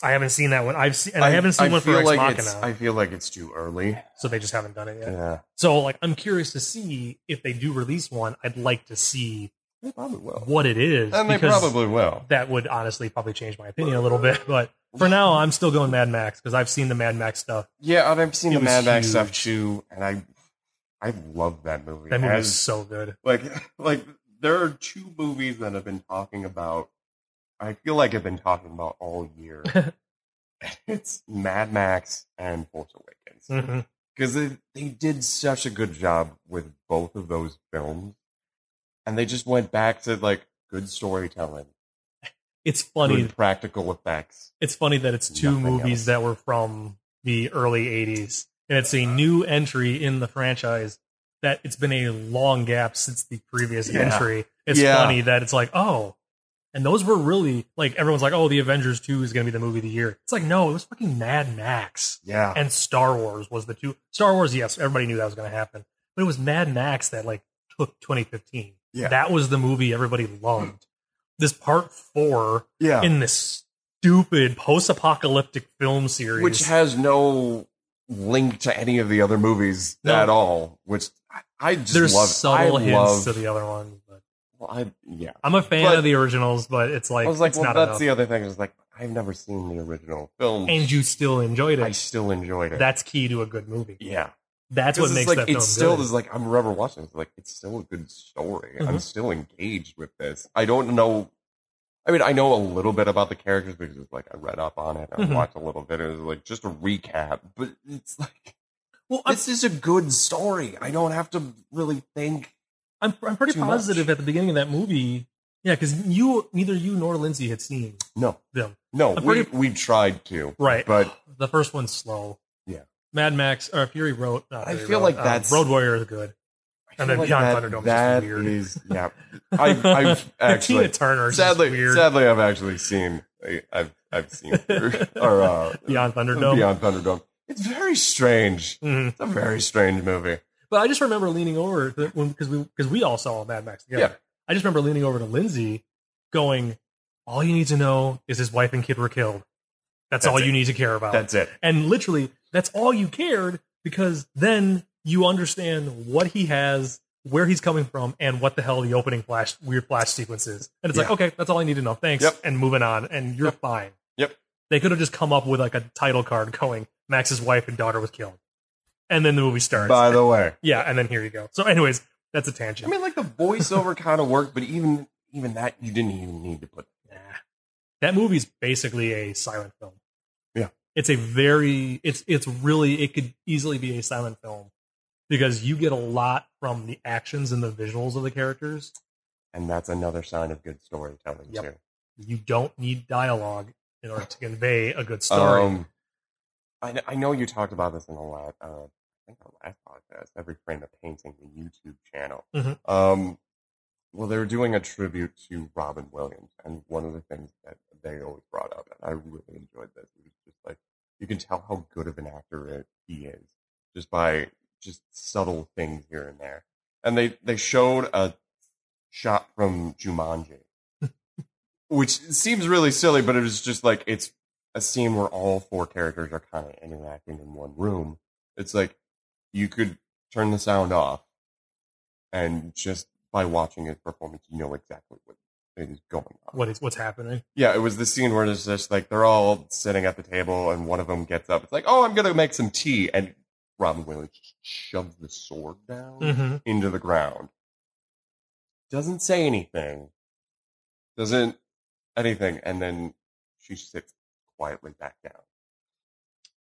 Speaker 1: I haven't seen that one. I've seen, and I, haven't seen one for
Speaker 2: feel
Speaker 1: Ex
Speaker 2: like
Speaker 1: Machina,
Speaker 2: it's- I feel like it's too early.
Speaker 1: so they just haven't done it yet.
Speaker 2: Yeah,
Speaker 1: So, like, I'm curious to see if they do release one. I'd like to see
Speaker 2: they probably will,
Speaker 1: what it is.
Speaker 2: and they
Speaker 1: because
Speaker 2: probably will.
Speaker 1: that would honestly probably change my opinion a little bit. But for now, I'm still going Mad Max because I've seen the Mad Max stuff.
Speaker 2: Yeah, and I've seen
Speaker 1: It
Speaker 2: the
Speaker 1: was
Speaker 2: Mad Max
Speaker 1: huge.
Speaker 2: stuff too, and I I love that movie.
Speaker 1: That movie
Speaker 2: As-
Speaker 1: is so good.
Speaker 2: like like there are two movies that I've been talking about. I feel like I've been talking about all year. it's Mad Max and Force Awakens.
Speaker 1: Mhm.
Speaker 2: because they, they did such a good job with both of those films and they just went back to like good storytelling
Speaker 1: It's funny.
Speaker 2: good practical effects
Speaker 1: It's funny that it's two
Speaker 2: Nothing
Speaker 1: movies
Speaker 2: else.
Speaker 1: that were from the early '80s, and it's a new entry in the franchise. That it's been a long gap since the previous
Speaker 2: Yeah.
Speaker 1: entry. It's
Speaker 2: Yeah.
Speaker 1: funny that it's like, oh, and those were really like everyone's like, oh, the Avengers Two is going to be the movie of the year. It's like, no, it was fucking Mad Max.
Speaker 2: yeah
Speaker 1: and Star Wars was the two. Star Wars, yes, everybody knew that was going to happen, but it was Mad Max that like took 2015.
Speaker 2: Yeah.
Speaker 1: that was the movie everybody loved. This part four
Speaker 2: yeah
Speaker 1: in this stupid post-apocalyptic film series,
Speaker 2: which has no link to any of the other movies
Speaker 1: No.
Speaker 2: at all which i, I just
Speaker 1: there's
Speaker 2: love
Speaker 1: subtle
Speaker 2: I
Speaker 1: hints
Speaker 2: love,
Speaker 1: to the other ones. But
Speaker 2: well, I, yeah
Speaker 1: I'm a fan
Speaker 2: But-
Speaker 1: of the originals, but it's like
Speaker 2: i was like
Speaker 1: it's
Speaker 2: well
Speaker 1: not
Speaker 2: that's
Speaker 1: enough.
Speaker 2: the other thing is like i've never seen the original film
Speaker 1: and you still enjoyed
Speaker 2: i
Speaker 1: it.
Speaker 2: still enjoyed it
Speaker 1: That's key to a good movie.
Speaker 2: yeah
Speaker 1: That's what
Speaker 2: Because
Speaker 1: makes
Speaker 2: it's like,
Speaker 1: that film
Speaker 2: it's still
Speaker 1: good.
Speaker 2: is like I remember watching it. Like it's still a good story. I'm
Speaker 1: Mhm.
Speaker 2: still engaged with this. I don't know. I mean, I know a little bit about the characters because it's like I read up on it. I
Speaker 1: Mhm.
Speaker 2: watched a little bit. It was like just a recap, but it's like
Speaker 1: well, I'm
Speaker 2: this is a good story. I don't have to really think.
Speaker 1: I'm I'm pretty
Speaker 2: Too much.
Speaker 1: positive at the beginning of that movie. Yeah, because you neither you nor Lindsay had seen
Speaker 2: No,
Speaker 1: them.
Speaker 2: no,
Speaker 1: I'm
Speaker 2: we
Speaker 1: pretty-
Speaker 2: we tried to,
Speaker 1: Right.
Speaker 2: but
Speaker 1: the first one's slow.
Speaker 2: Yeah.
Speaker 1: Mad Max or Fury Road. not
Speaker 2: I
Speaker 1: Fury
Speaker 2: feel
Speaker 1: Road,
Speaker 2: like
Speaker 1: uh,
Speaker 2: that's-
Speaker 1: Road Warrior is good.
Speaker 2: I
Speaker 1: And
Speaker 2: feel
Speaker 1: then
Speaker 2: like
Speaker 1: John
Speaker 2: that-
Speaker 1: Thunderdome is just
Speaker 2: that
Speaker 1: weird.
Speaker 2: is- yeah. I've, I've actually
Speaker 1: Tina Turner's
Speaker 2: sadly,
Speaker 1: just weird.
Speaker 2: sadly, I've actually seen. I- I've I've seen her, or uh,
Speaker 1: Beyond Thunderdome.
Speaker 2: Beyond Thunderdome. It's very strange.
Speaker 1: Mhm.
Speaker 2: It's a very strange movie.
Speaker 1: But I just remember leaning over because we because we all saw Mad Max together.
Speaker 2: Yeah.
Speaker 1: I just remember leaning over to Lindsay, going, "All you need to know is his wife and kid were killed. That's,
Speaker 2: That's
Speaker 1: all
Speaker 2: it.
Speaker 1: you need to care about."
Speaker 2: That's it.
Speaker 1: and literally, that's all you cared because then you understand what he has, where he's coming from, and what the hell the opening flash weird flash sequence is. And it's like,
Speaker 2: Yeah.
Speaker 1: okay, that's all I need to know. Thanks,
Speaker 2: Yep.
Speaker 1: and moving on, and you're fine.
Speaker 2: Yep.
Speaker 1: They could have just come up with like a title card going, "Max's wife and daughter was killed," and then the movie starts.
Speaker 2: By the way,
Speaker 1: Yeah, and then here you go. So, anyways, that's a
Speaker 2: I
Speaker 1: tangent.
Speaker 2: mean, like the voiceover kind of worked, but even even that you didn't even need to put.
Speaker 1: Nah. That movie's basically a silent film.
Speaker 2: Yeah.
Speaker 1: It's a very it's it's really it could easily be a silent film because you get a lot from the actions and the visuals of the characters.
Speaker 2: And that's another sign of good storytelling
Speaker 1: Yep.
Speaker 2: too.
Speaker 1: You don't need dialogue in order to convey a good story.
Speaker 2: Um, I, kn- I know you talked about this in the last, uh, I think our last podcast, Every Frame of Painting, the YouTube channel.
Speaker 1: Mhm.
Speaker 2: Um, well, they were doing a tribute to Robin Williams, and one of the things that they always brought up, and I really enjoyed this, it was just like you can tell how good of an actor it, he is just by just subtle things here and there. And they they showed a shot from Jumanji, which seems really silly, but it was just like it's a scene where all four characters are kind of interacting in one room. It's like you could turn the sound off, and just by watching his performance, you know exactly what is going on.
Speaker 1: what is what's happening?
Speaker 2: Yeah, it was the scene where it's just like they're all sitting at the table and one of them gets up. It's like, oh, I'm going to make some tea. And Robin Williams shoves the sword down
Speaker 1: Mm-hmm.
Speaker 2: into the ground. Doesn't say anything. Doesn't anything. And then she sits quietly back down.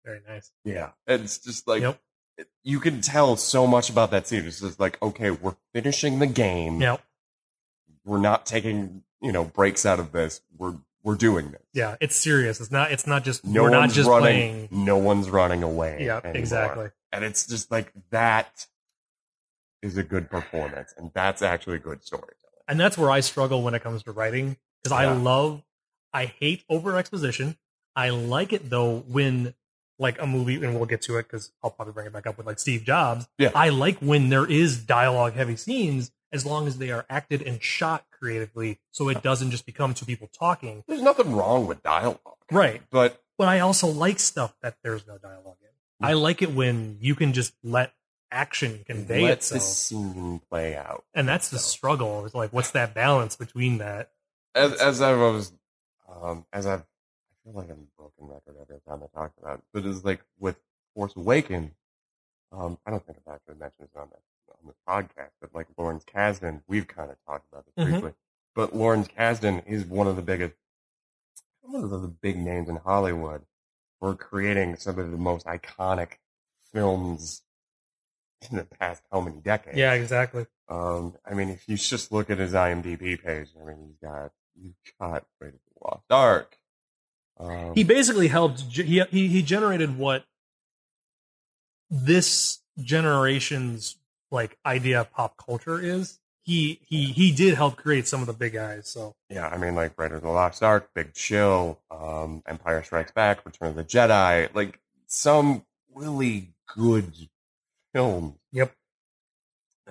Speaker 1: Very nice.
Speaker 2: Yeah. It's just like,
Speaker 1: Yep.
Speaker 2: you can tell so much about that scene. It's just like, okay, we're finishing the game.
Speaker 1: Now,
Speaker 2: We're not taking, you know, breaks out of this. We're, we're doing this.
Speaker 1: yeah, it's serious. It's not it's not just
Speaker 2: no
Speaker 1: we're not
Speaker 2: one's
Speaker 1: just playing.
Speaker 2: running. No one's running away.
Speaker 1: Yeah,
Speaker 2: anymore.
Speaker 1: exactly.
Speaker 2: And it's just like that is a good performance, and that's actually a good story.
Speaker 1: and that's where I struggle when it comes to writing because I
Speaker 2: Yeah.
Speaker 1: love, I hate over exposition. I like it though when like a movie, and we'll get to it because I'll probably bring it back up with like Steve Jobs.
Speaker 2: Yeah.
Speaker 1: I like when there is dialogue heavy scenes as long as they are acted and shot creatively, so it doesn't just become two people talking.
Speaker 2: There's nothing wrong with dialogue,
Speaker 1: Right
Speaker 2: but
Speaker 1: but I also like stuff that there's no dialogue in. I like it when you can just let action convey
Speaker 2: let the
Speaker 1: itself,
Speaker 2: scene play out.
Speaker 1: and that's the struggle. It's like, what's that balance between that?
Speaker 2: As as I was, um, as I've, I feel like I'm a broken record every time I talk about it, but it's like with Force Awakens. Um, I don't think I've actually mentioned this on the on the podcast, but like Lawrence Kasdan, we've kind of talked about this
Speaker 1: Mhm.
Speaker 2: briefly. But Lawrence Kasdan is one of the biggest, one of the big names in Hollywood for creating some of the most iconic films in the past how many decades.
Speaker 1: Yeah, exactly.
Speaker 2: Um, I mean, if you just look at his IMDb page, I mean, he's got you've got Raiders of the Lost Ark. Um,
Speaker 1: he basically helped ge- he he, he generated what this generation's like idea of pop culture is he he he did help create some of the big guys so
Speaker 2: yeah, I mean, like Raiders of the Lost Ark, Big Chill, um, Empire Strikes Back, Return of the Jedi, like some really good films.
Speaker 1: Yep.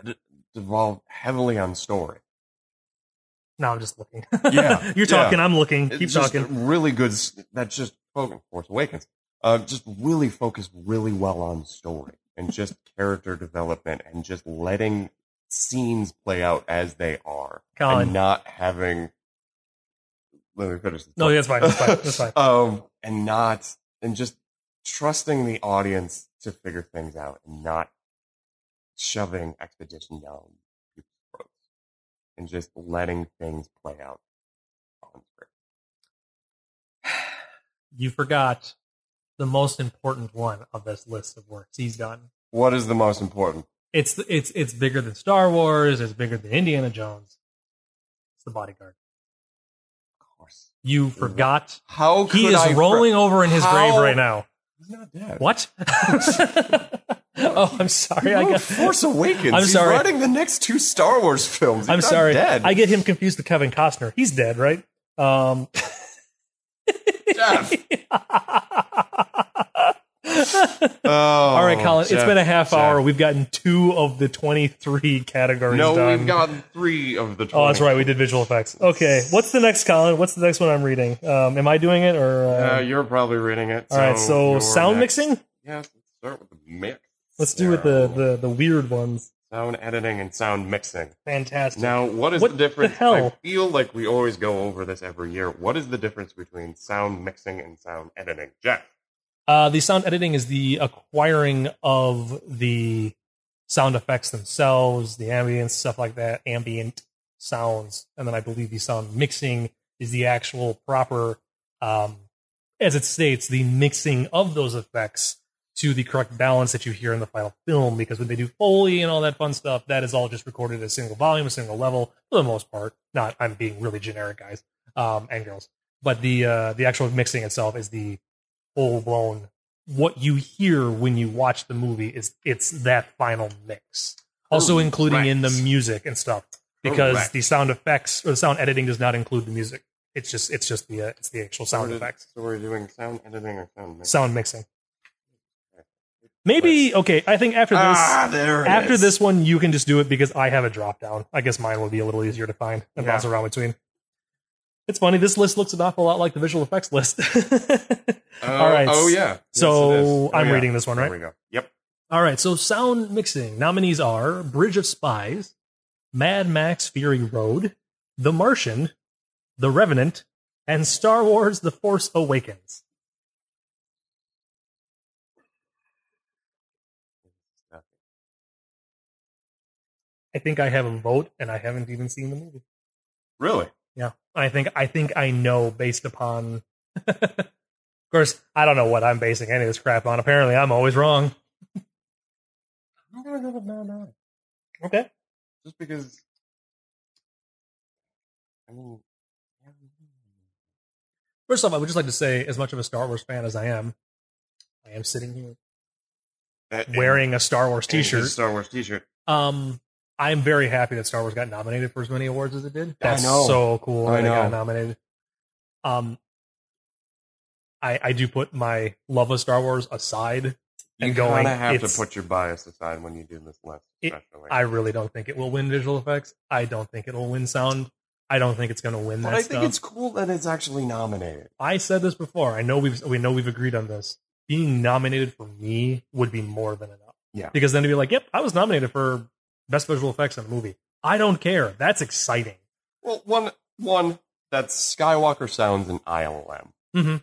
Speaker 2: That devolve heavily on story.
Speaker 1: now i'm just looking
Speaker 2: Yeah,
Speaker 1: you're talking i'm looking
Speaker 2: It's
Speaker 1: keep
Speaker 2: just
Speaker 1: talking
Speaker 2: Really good. s- That's just focus. Force Awakens. Uh, just really focused really well on story and just character development and just letting scenes play out as they are
Speaker 1: colin
Speaker 2: and not having. oh, Let me finish. This
Speaker 1: no that's fine that's fine that's fine
Speaker 2: um, and not and just trusting the audience to figure things out and not shoving expedition down people's throats and just letting things play out on screen.
Speaker 1: you forgot the most important one of this list of works he's done
Speaker 2: What is the most important?
Speaker 1: it's it's it's bigger than star wars it's bigger than indiana jones it's the bodyguard
Speaker 2: Of course.
Speaker 1: you forgot
Speaker 2: How could
Speaker 1: he is
Speaker 2: I fr-
Speaker 1: rolling over in his
Speaker 2: How-
Speaker 1: grave right now
Speaker 2: He's not dead.
Speaker 1: What? I
Speaker 3: Oh, I'm sorry. I
Speaker 2: Oh,
Speaker 3: got,
Speaker 2: Force Awakens.
Speaker 3: I'm
Speaker 2: He's
Speaker 3: sorry.
Speaker 2: writing the next two Star Wars films. He's
Speaker 1: I'm
Speaker 2: not
Speaker 1: sorry.
Speaker 2: Dead.
Speaker 1: I get him confused with Kevin Costner. He's dead, right? Um,
Speaker 2: Jeff. All
Speaker 1: all
Speaker 2: Oh,
Speaker 1: right, Colin. it's been a half hour. We've gotten two of the 23 categories
Speaker 2: No,
Speaker 1: done.
Speaker 2: we've gotten three of the. 20.
Speaker 1: Oh, that's right. We did visual effects. Okay. What's the next, Colin? What's the next one I'm reading? Um, am I doing it or? Uh,
Speaker 2: Uh, you're probably reading it.
Speaker 1: all right. So
Speaker 2: you're
Speaker 1: sound
Speaker 2: next.
Speaker 1: mixing.
Speaker 2: Yeah, let's start with the mix.
Speaker 1: Let's do with the, the the weird ones.
Speaker 2: sound editing and sound mixing.
Speaker 1: Fantastic.
Speaker 2: Now, what is
Speaker 1: What
Speaker 2: the difference?
Speaker 1: the hell?
Speaker 2: I feel like we always go over this every year. What is the difference between sound mixing and sound editing, Jeff?
Speaker 1: Uh, the sound editing is the acquiring of the sound effects themselves, the ambience, stuff like that, ambient sounds. And then I believe the sound mixing is the actual proper, um, as it states, the mixing of those effects to the correct balance that you hear in the final film. Because when they do Foley and all that fun stuff, that is all just recorded at a single volume, a single level, for the most part. Not, I'm being really generic, guys um, and girls. But the uh, the actual mixing itself is the full blown what you hear when you watch the movie is it's that final mix. Also including in the
Speaker 2: Correct.
Speaker 1: music and stuff because
Speaker 2: Correct.
Speaker 1: the sound effects or the sound editing does not include the music. It's just it's just the uh, it's the actual sound
Speaker 2: We're-
Speaker 1: effects,
Speaker 2: So we're doing sound editing or sound mixing.
Speaker 1: sound mixing. Maybe okay. I think after this
Speaker 2: ah, there it
Speaker 1: after
Speaker 2: is.
Speaker 1: this one you can just do it because I have a drop down. I guess mine will be a little easier to find and
Speaker 2: Yeah.
Speaker 1: bounce around between. It's funny. This list looks an awful lot like the visual effects list.
Speaker 2: Oh,
Speaker 1: all right.
Speaker 2: Oh yeah. Yes,
Speaker 1: So,
Speaker 2: it is. Oh,
Speaker 1: I'm
Speaker 2: yeah.
Speaker 1: reading this one,
Speaker 2: There
Speaker 1: right?
Speaker 2: we go. Yep.
Speaker 1: All right, so sound mixing nominees are Bridge of Spies, Mad Max Fury Road, The Martian, The Revenant, and Star Wars The Force Awakens. I think I have a vote and I haven't even seen the movie.
Speaker 2: Really?
Speaker 1: Yeah. I think I think I know based upon Of course, I don't know what I'm basing any of this crap on. Apparently, I'm always wrong.
Speaker 2: I'm gonna go with Mad Max.
Speaker 1: Okay.
Speaker 2: just because. I mean,
Speaker 1: First off, I would just like to say as much of a Star Wars fan as I am, I am sitting here
Speaker 2: that
Speaker 1: wearing a Star Wars
Speaker 2: and- and his
Speaker 1: t-shirt.
Speaker 2: Star Wars T-shirt.
Speaker 1: Um, I'm very happy that Star Wars got nominated for as many awards as it did.
Speaker 2: I
Speaker 1: That's
Speaker 2: know.
Speaker 1: so cool. that
Speaker 2: I
Speaker 1: it
Speaker 2: know.
Speaker 1: Got nominated. Um, I I do put my love of Star Wars aside.
Speaker 2: You
Speaker 1: And going,
Speaker 2: kind of have to
Speaker 1: it's-
Speaker 2: put your bias aside when you do this list,
Speaker 1: It-
Speaker 2: especially.
Speaker 1: I really don't think it will win visual effects. I don't think it'll win sound. I don't think it's going to win
Speaker 2: but
Speaker 1: that
Speaker 2: I
Speaker 1: stuff.
Speaker 2: think it's cool that it's actually nominated.
Speaker 1: I said this before. I know we've we know we've agreed on this. Being nominated for me would be more than enough.
Speaker 2: Yeah.
Speaker 1: Because then to be like, yep, I was nominated for best visual effects in a movie. I don't care. That's exciting.
Speaker 2: Well, one one that's Skywalker sounds and ILM.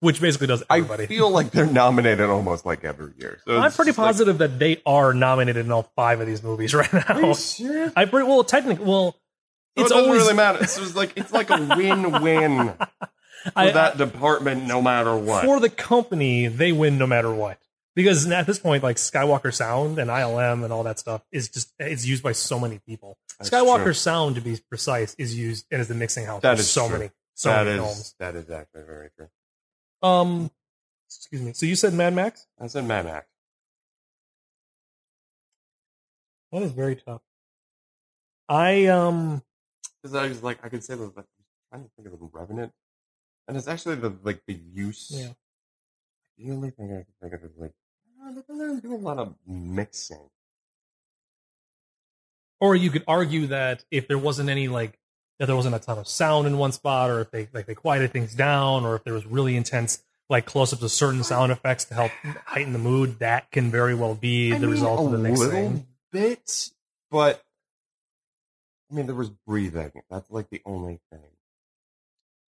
Speaker 1: Which basically does
Speaker 2: I
Speaker 1: everybody.
Speaker 2: feel like they're nominated almost like every year. So
Speaker 1: I'm
Speaker 2: it's
Speaker 1: pretty
Speaker 2: just like-
Speaker 1: positive that they are nominated in all five of these movies right
Speaker 2: Are you
Speaker 1: now.
Speaker 2: serious?
Speaker 1: I pretty well technically well
Speaker 2: So
Speaker 1: it's
Speaker 2: it doesn't
Speaker 1: always
Speaker 2: really matter. It's just like it's like a win-win for
Speaker 1: I-
Speaker 2: that department, no matter what.
Speaker 1: for the company, they win no matter what. Because at this point, like Skywalker Sound and ILM and all that stuff is just it's used by so many people.
Speaker 2: That's
Speaker 1: Skywalker
Speaker 2: true.
Speaker 1: Sound, to be precise, is used and is the mixing house.
Speaker 2: That
Speaker 1: for
Speaker 2: is
Speaker 1: so
Speaker 2: true.
Speaker 1: many, so
Speaker 2: That
Speaker 1: many
Speaker 2: is
Speaker 1: films.
Speaker 2: that is actually very true.
Speaker 1: Um, excuse me. So you said Mad Max?
Speaker 2: I said Mad Max.
Speaker 1: That is very tough. I um
Speaker 2: because I was like, I could say that like, I'm trying to think of the Revenant, and it's actually the like the use.
Speaker 1: Yeah.
Speaker 2: The only thing I can think of is like, I don't do a lot of mixing.
Speaker 1: or you could argue that if there wasn't any like that there wasn't a ton of sound in one spot or if they like they quieted things down or if there was really intense like close-ups of certain sound effects to help heighten the mood that can very well be
Speaker 2: I
Speaker 1: the
Speaker 2: mean,
Speaker 1: result of the
Speaker 2: a
Speaker 1: mixing.
Speaker 2: little bit, but I mean, there was breathing. That's like the only thing.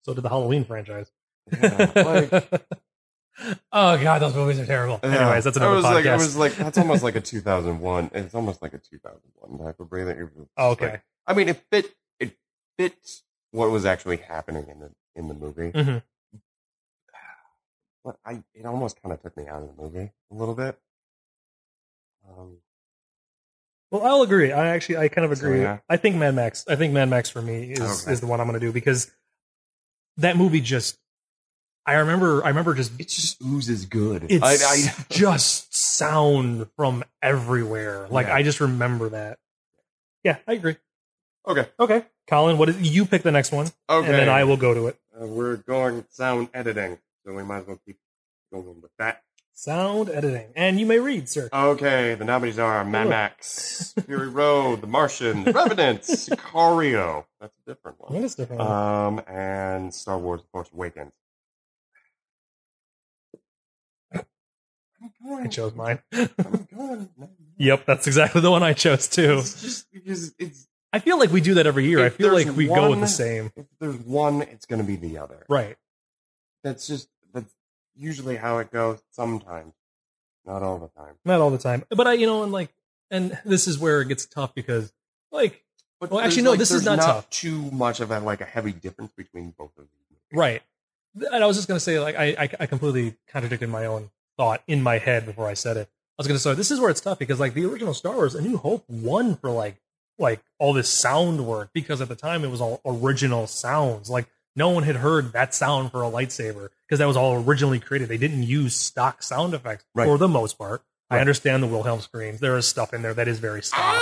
Speaker 1: so did the halloween franchise
Speaker 2: Yeah, like,
Speaker 1: oh god those movies are terrible anyways that's
Speaker 2: I
Speaker 1: another
Speaker 2: was
Speaker 1: podcast
Speaker 2: Like, I was like, that's almost like a 2001. It's almost like a 2001 type of breathing. It was just
Speaker 1: okay
Speaker 2: like- I mean, it fit. It fit what was actually happening in the in the movie.
Speaker 1: Mhm.
Speaker 2: But I, it almost kind of took me out of the movie a little bit. Um,
Speaker 1: Well, I'll agree. I actually, I kind of
Speaker 2: So,
Speaker 1: agree.
Speaker 2: yeah.
Speaker 1: I think Mad Max. I think Mad Max for me is
Speaker 2: Okay.
Speaker 1: is the one I'm going to do because that movie just I remember I remember just
Speaker 2: It just oozes good.
Speaker 1: it's
Speaker 2: I, I,
Speaker 1: just sound from everywhere. Like
Speaker 2: Yeah.
Speaker 1: I just remember that. Yeah, I agree.
Speaker 2: okay.
Speaker 1: Okay, Colin, what is you pick the next one,
Speaker 2: Okay.
Speaker 1: and then I will go to it.
Speaker 2: Uh, we're going sound editing, so we might as well keep going with that.
Speaker 1: Sound editing, and you may read, sir.
Speaker 2: Okay, the nominees are Mad
Speaker 1: Cool.
Speaker 2: Max, Fury Road, The Martian, The Revenant, Sicario. That's a different
Speaker 1: What
Speaker 2: one.
Speaker 1: is different?
Speaker 2: Um, and Star Wars: The Force Awakens. I'm going.
Speaker 1: I chose mine.
Speaker 2: I'm going.
Speaker 1: yep, that's exactly the one I chose too.
Speaker 2: It's just because it's
Speaker 1: I feel like we do that every year. I
Speaker 2: If
Speaker 1: feel
Speaker 2: there's
Speaker 1: like we go with the
Speaker 2: one-
Speaker 1: same.
Speaker 2: if there's one, it's going to be the other.
Speaker 1: Right.
Speaker 2: That's just that's usually how it goes. Sometimes, not all the time.
Speaker 1: Not all the time, but I, you know, and like, and this is where it gets tough because, like,
Speaker 2: But
Speaker 1: Well,
Speaker 2: there's,
Speaker 1: actually, no,
Speaker 2: like,
Speaker 1: this is
Speaker 2: there's
Speaker 1: not tough.
Speaker 2: Too much of a like a heavy difference between both of these.
Speaker 1: right. And I was just gonna say, like, I, I, I completely contradicted my own thought in my head before I said it. I was gonna say this is where it's tough because, like, the original Star Wars, A New Hope, won for like, like all this sound work because at the time it was all original sounds. Like, no one had heard that sound for a lightsaber because that was all originally created. They didn't use stock sound effects
Speaker 2: Right.
Speaker 1: for the most part. I
Speaker 2: Right.
Speaker 1: understand the Wilhelm screams. There is stuff in there that is very stock.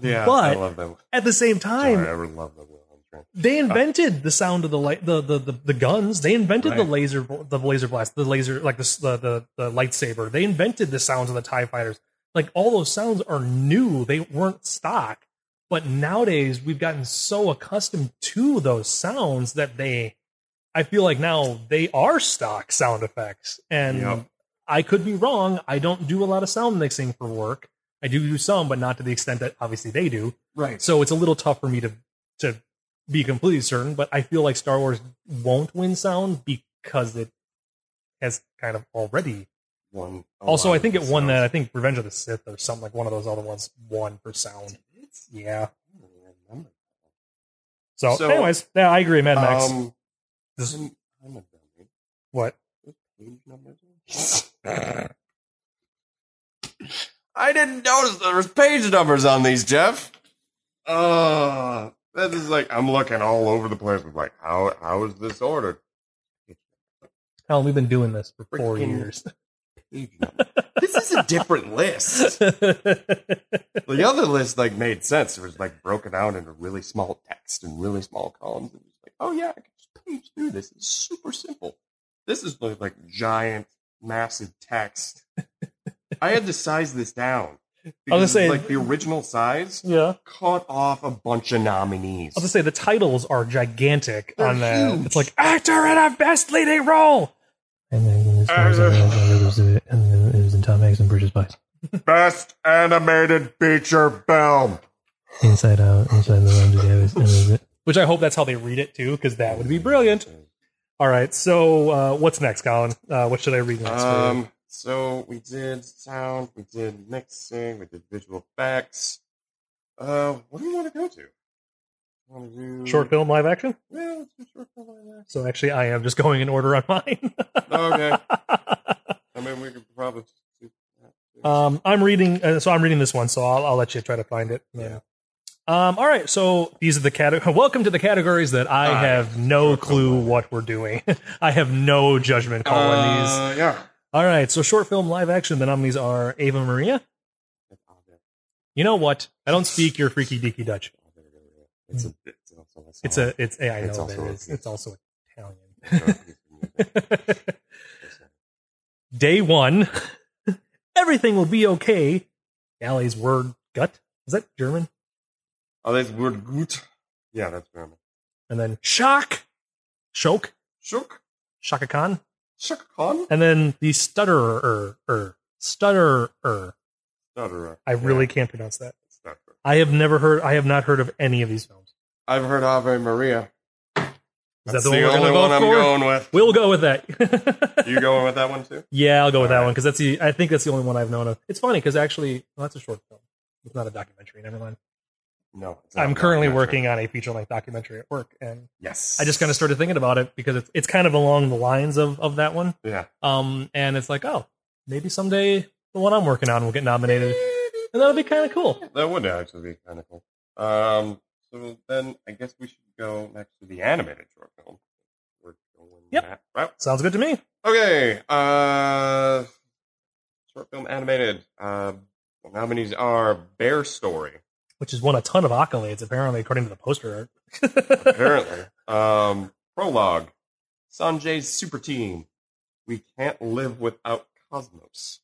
Speaker 2: Yeah,
Speaker 1: But-
Speaker 2: I love them.
Speaker 1: At the same time,
Speaker 2: Sorry, I really love the Wilhelm scream.
Speaker 1: they invented the sound of the la- the, the the the guns. They invented the
Speaker 2: Right.
Speaker 1: laser the laser blast, the laser like the s- the, the the lightsaber. They invented the sounds of the Tie fighters. Like all those sounds are new. They weren't stock. But nowadays we've gotten so accustomed to those sounds that they, I feel like now they are stock sound effects. And
Speaker 2: Yep.
Speaker 1: I could be wrong. I don't do a lot of sound mixing for work. I do do some, but not to the extent that obviously they do.
Speaker 2: Right.
Speaker 1: So it's a little tough for me to to be completely certain, but I feel like Star Wars won't win sound because it has kind of already.
Speaker 2: One. a
Speaker 1: also,
Speaker 2: lot
Speaker 1: I
Speaker 2: of
Speaker 1: think it
Speaker 2: these
Speaker 1: won that. I
Speaker 2: sounds.
Speaker 1: think Revenge of the Sith or something like one of those other ones won for sound. Yeah.
Speaker 2: I don't even remember.
Speaker 1: So,
Speaker 2: So-
Speaker 1: anyways, yeah, I agree, Mad Max.
Speaker 2: Um,
Speaker 1: This-
Speaker 2: I'm, I'm a dummy.
Speaker 1: what?
Speaker 2: What page number is it? I didn't notice there was page numbers on these, Jeff. Uh that is like I'm looking all over the place. I'm like, how how is this ordered?
Speaker 1: Hell, we've been doing this for four
Speaker 2: Freaking-
Speaker 1: years.
Speaker 2: Page number. this is a different list. The other list like made sense. It was like broken out into really small text and really small columns. It was like, oh yeah, I can just page through this. It's super simple. This is like, like giant, massive text. I had to size this down. Because,
Speaker 1: say-
Speaker 2: like the original size
Speaker 1: yeah.
Speaker 2: cut off a bunch of nominees.
Speaker 1: I'll just say the titles are gigantic
Speaker 2: They're
Speaker 1: on that.
Speaker 2: huge.
Speaker 1: It's like actor in a best leading role. And then this
Speaker 2: Uh, was- uh,
Speaker 1: and it was in Tom Hanks and Bridges Spice.
Speaker 2: Best animated feature film.
Speaker 1: Inside Out, Inside the Ramsey Davis, and is it? Which I hope that's how they read it too, because that would be brilliant. All right, so uh, what's next, Colin? Uh, what should I read next? for you?
Speaker 2: Um, so we did sound, we did mixing, we did visual effects. Uh, what do you want to go to? Want to do
Speaker 1: Uh, Short film, live action.
Speaker 2: Well, let's do short film. why
Speaker 1: So actually, I am just going in order on mine.
Speaker 2: not? okay. I mean, we could probably just do that. too.
Speaker 1: Um, I'm reading, uh, so I'm reading this one, so I'll, I'll let you try to find it.
Speaker 2: Yeah.
Speaker 1: Um, all right, so these are the categories. Welcome to the categories that I
Speaker 2: Ah,
Speaker 1: have no
Speaker 2: sure,
Speaker 1: clue
Speaker 2: cool.
Speaker 1: what we're doing. I have no judgment call on these.
Speaker 2: uh, yeah.
Speaker 1: All right, so short film, live action. The nominees are Ava Maria.
Speaker 2: That's all there.
Speaker 1: You know what? I don't speak your freaky deaky Dutch. Mm.
Speaker 2: All there, there, there. It's a. It's also a.
Speaker 1: It's a, it's a, I
Speaker 2: It's
Speaker 1: know
Speaker 2: also
Speaker 1: there is.
Speaker 2: okay.
Speaker 1: It's also Italian.
Speaker 2: song.
Speaker 1: Day one, everything will be okay. Galley's word gut is that German?
Speaker 2: oh, that's word gut. Yeah, that's German.
Speaker 1: And then shock, shock,
Speaker 2: Shook.
Speaker 1: Shaka Khan,
Speaker 2: Shook Khan.
Speaker 1: and then the stutterer, er, stutterer.
Speaker 2: Stutterer.
Speaker 1: I really can't pronounce that.
Speaker 2: Yeah, stutterer.
Speaker 1: I have never heard. I have not heard of any of these films.
Speaker 2: I've heard Ave Maria.
Speaker 1: Is
Speaker 2: That's
Speaker 1: that the, one we're going to
Speaker 2: only
Speaker 1: vote
Speaker 2: one I'm
Speaker 1: for?
Speaker 2: going with.
Speaker 1: We'll go with that.
Speaker 2: You going with that one too?
Speaker 1: Yeah, I'll go with
Speaker 2: All
Speaker 1: that
Speaker 2: right.
Speaker 1: one because that's the. I think that's the only one I've known of. It's funny because actually, well, that's a short film. It's not a documentary. Never mind.
Speaker 2: No. it's not
Speaker 1: I'm
Speaker 2: a
Speaker 1: currently
Speaker 2: documentary.
Speaker 1: working on a feature length documentary at work, and
Speaker 2: Yes.
Speaker 1: I just kind of started thinking about it because it's it's kind of along the lines of of that one.
Speaker 2: Yeah.
Speaker 1: Um, and it's like, oh, maybe someday the one I'm working on will get nominated, and that'll be kind of cool.
Speaker 2: That would actually be kind of cool. Um. So then I guess we should go next to the animated short film. We're going
Speaker 1: Yep.
Speaker 2: Wow.
Speaker 1: Sounds good to me.
Speaker 2: Okay. Uh, short film animated. Uh, the nominees are Bear Story,
Speaker 1: Which has won a ton of accolades, apparently, according to the poster art.
Speaker 2: apparently. um, Prologue, Sanjay's Super Team, We Can't Live Without Cosmos,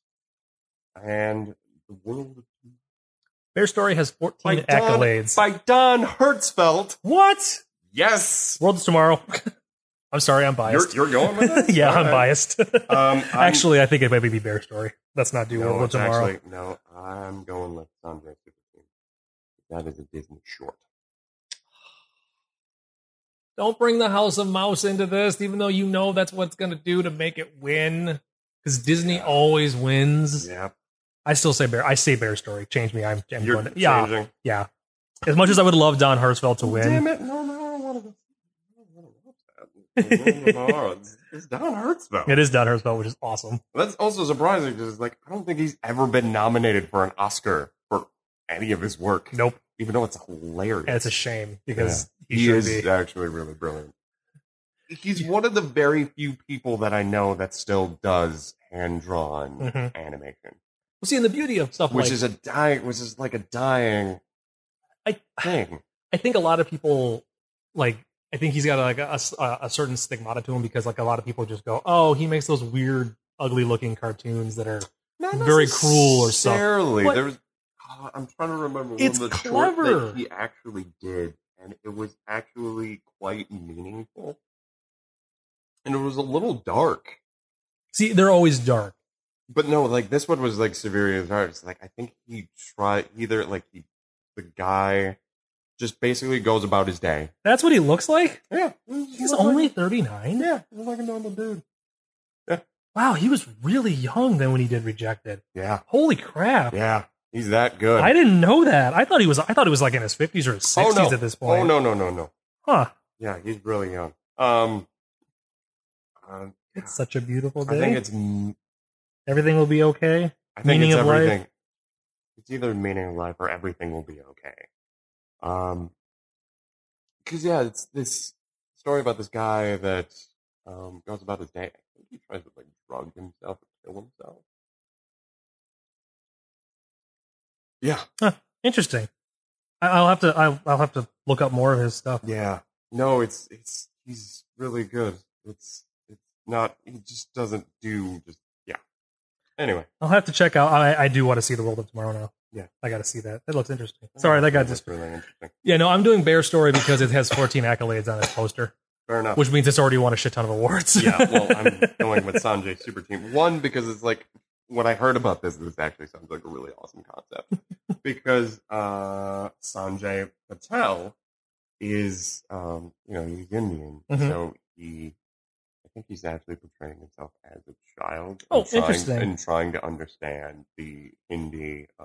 Speaker 2: and The World
Speaker 1: Bear Story has 14
Speaker 2: by Don,
Speaker 1: accolades.
Speaker 2: by Don Hertzfeldt.
Speaker 1: what?
Speaker 2: Yes.
Speaker 1: World is tomorrow. I'm sorry, I'm biased.
Speaker 2: You're, you're going with it?
Speaker 1: yeah, I'm
Speaker 2: Alright.
Speaker 1: biased.
Speaker 2: Um, I'm-
Speaker 1: actually, I think it might be Bear Story. Let's not do
Speaker 2: no,
Speaker 1: World of
Speaker 2: it's
Speaker 1: Tomorrow.
Speaker 2: actually- no, I'm going with Sanjay's Super Team. That is a Disney short.
Speaker 1: Don't bring the House of Mouse into this, even though you know that's what's going to do to make it win. Because Disney
Speaker 2: Yeah.
Speaker 1: always wins.
Speaker 2: Yeah.
Speaker 1: I still say Bear. I say Bear Story. Change me. I'm, I'm
Speaker 2: You're
Speaker 1: going to, yeah,
Speaker 2: changing.
Speaker 1: yeah. As much as I would love Don Hertzfeld to win,
Speaker 2: Oh, Damn it! No, no, I don't want to. I don't want to watch that. it's Don Hertzfeld.
Speaker 1: it is Don Hertzfeld, which is awesome.
Speaker 2: That's also surprising because, like, I don't think he's ever been nominated for an Oscar for any of his work,
Speaker 1: Nope.
Speaker 2: even though it's hilarious.
Speaker 1: And it's a shame because he,
Speaker 2: he
Speaker 1: should
Speaker 2: is
Speaker 1: be.
Speaker 2: actually really brilliant. He's one of the very few people that I know that still does hand drawn
Speaker 1: Mhm.
Speaker 2: animation,
Speaker 1: Well, see, and the beauty of stuff
Speaker 2: which
Speaker 1: like
Speaker 2: is a dying, which is like a dying
Speaker 1: I-
Speaker 2: thing.
Speaker 1: I think a lot of people like. I think he's got like a, a- a certain stigmata to him because like a lot of people just go, "Oh, he makes those weird, ugly-looking cartoons that are."
Speaker 2: Not
Speaker 1: Very cruel or something.
Speaker 2: necessarily.
Speaker 1: What?
Speaker 2: There was, oh, I'm trying to remember.
Speaker 1: It's
Speaker 2: one of the Short
Speaker 1: clever.
Speaker 2: that he actually did, and it was actually quite meaningful, and it was a little dark.
Speaker 1: See, they're always dark.
Speaker 2: But no, like this one was like severely dark. It's like I think he tried either like he, the guy just basically goes about his day.
Speaker 1: That's what he looks like.
Speaker 2: Yeah,
Speaker 1: He's only thirty-nine.
Speaker 2: yeah, he's like a normal dude.
Speaker 1: Wow, he was really young then when he did Rejected.
Speaker 2: Yeah,
Speaker 1: Holy crap!
Speaker 2: yeah, he's that good.
Speaker 1: I didn't know that. I thought he was. I thought he was like in his fifties or his
Speaker 2: Oh,
Speaker 1: sixties
Speaker 2: no.
Speaker 1: at this point.
Speaker 2: oh no, no, no, no.
Speaker 1: Huh?
Speaker 2: Yeah, he's really young. Um, um,
Speaker 1: It's such a beautiful
Speaker 2: I
Speaker 1: day.
Speaker 2: think it's m-
Speaker 1: Everything will be okay.
Speaker 2: I think
Speaker 1: Meaning
Speaker 2: it's
Speaker 1: of life?
Speaker 2: everything. It's either meaning of life or everything will be okay. Um, because yeah, it's this story about this guy that um goes about his day. I think he tries to like drug himself and kill himself. Yeah,
Speaker 1: Interesting. I, I'll have to. I'll, I'll have to look up more of his stuff.
Speaker 2: yeah. No, it's it's he's really good. It's it's not. He just doesn't do just yeah. Anyway,
Speaker 1: I'll have to check out. I, I do want to see the world of tomorrow now.
Speaker 2: Yeah.
Speaker 1: I got to see that. That looks interesting. Sorry, that got
Speaker 2: That's
Speaker 1: just.
Speaker 2: really interesting.
Speaker 1: Yeah, no, I'm doing Bear Story because it has 14 accolades on its poster,
Speaker 2: Fair enough.
Speaker 1: which means it's already won a shit ton of awards.
Speaker 2: Oh. yeah, well, I'm going with Sanjay Super Team. One, because it's like when I heard about this, this actually sounds like a really awesome concept. Because uh, Sanjay Patel is, um, you know, he's Indian,
Speaker 1: Mhm.
Speaker 2: so he, I think he's actually portraying himself as a child.
Speaker 1: Oh,
Speaker 2: and trying,
Speaker 1: interesting.
Speaker 2: And trying to understand the Hindi, uh,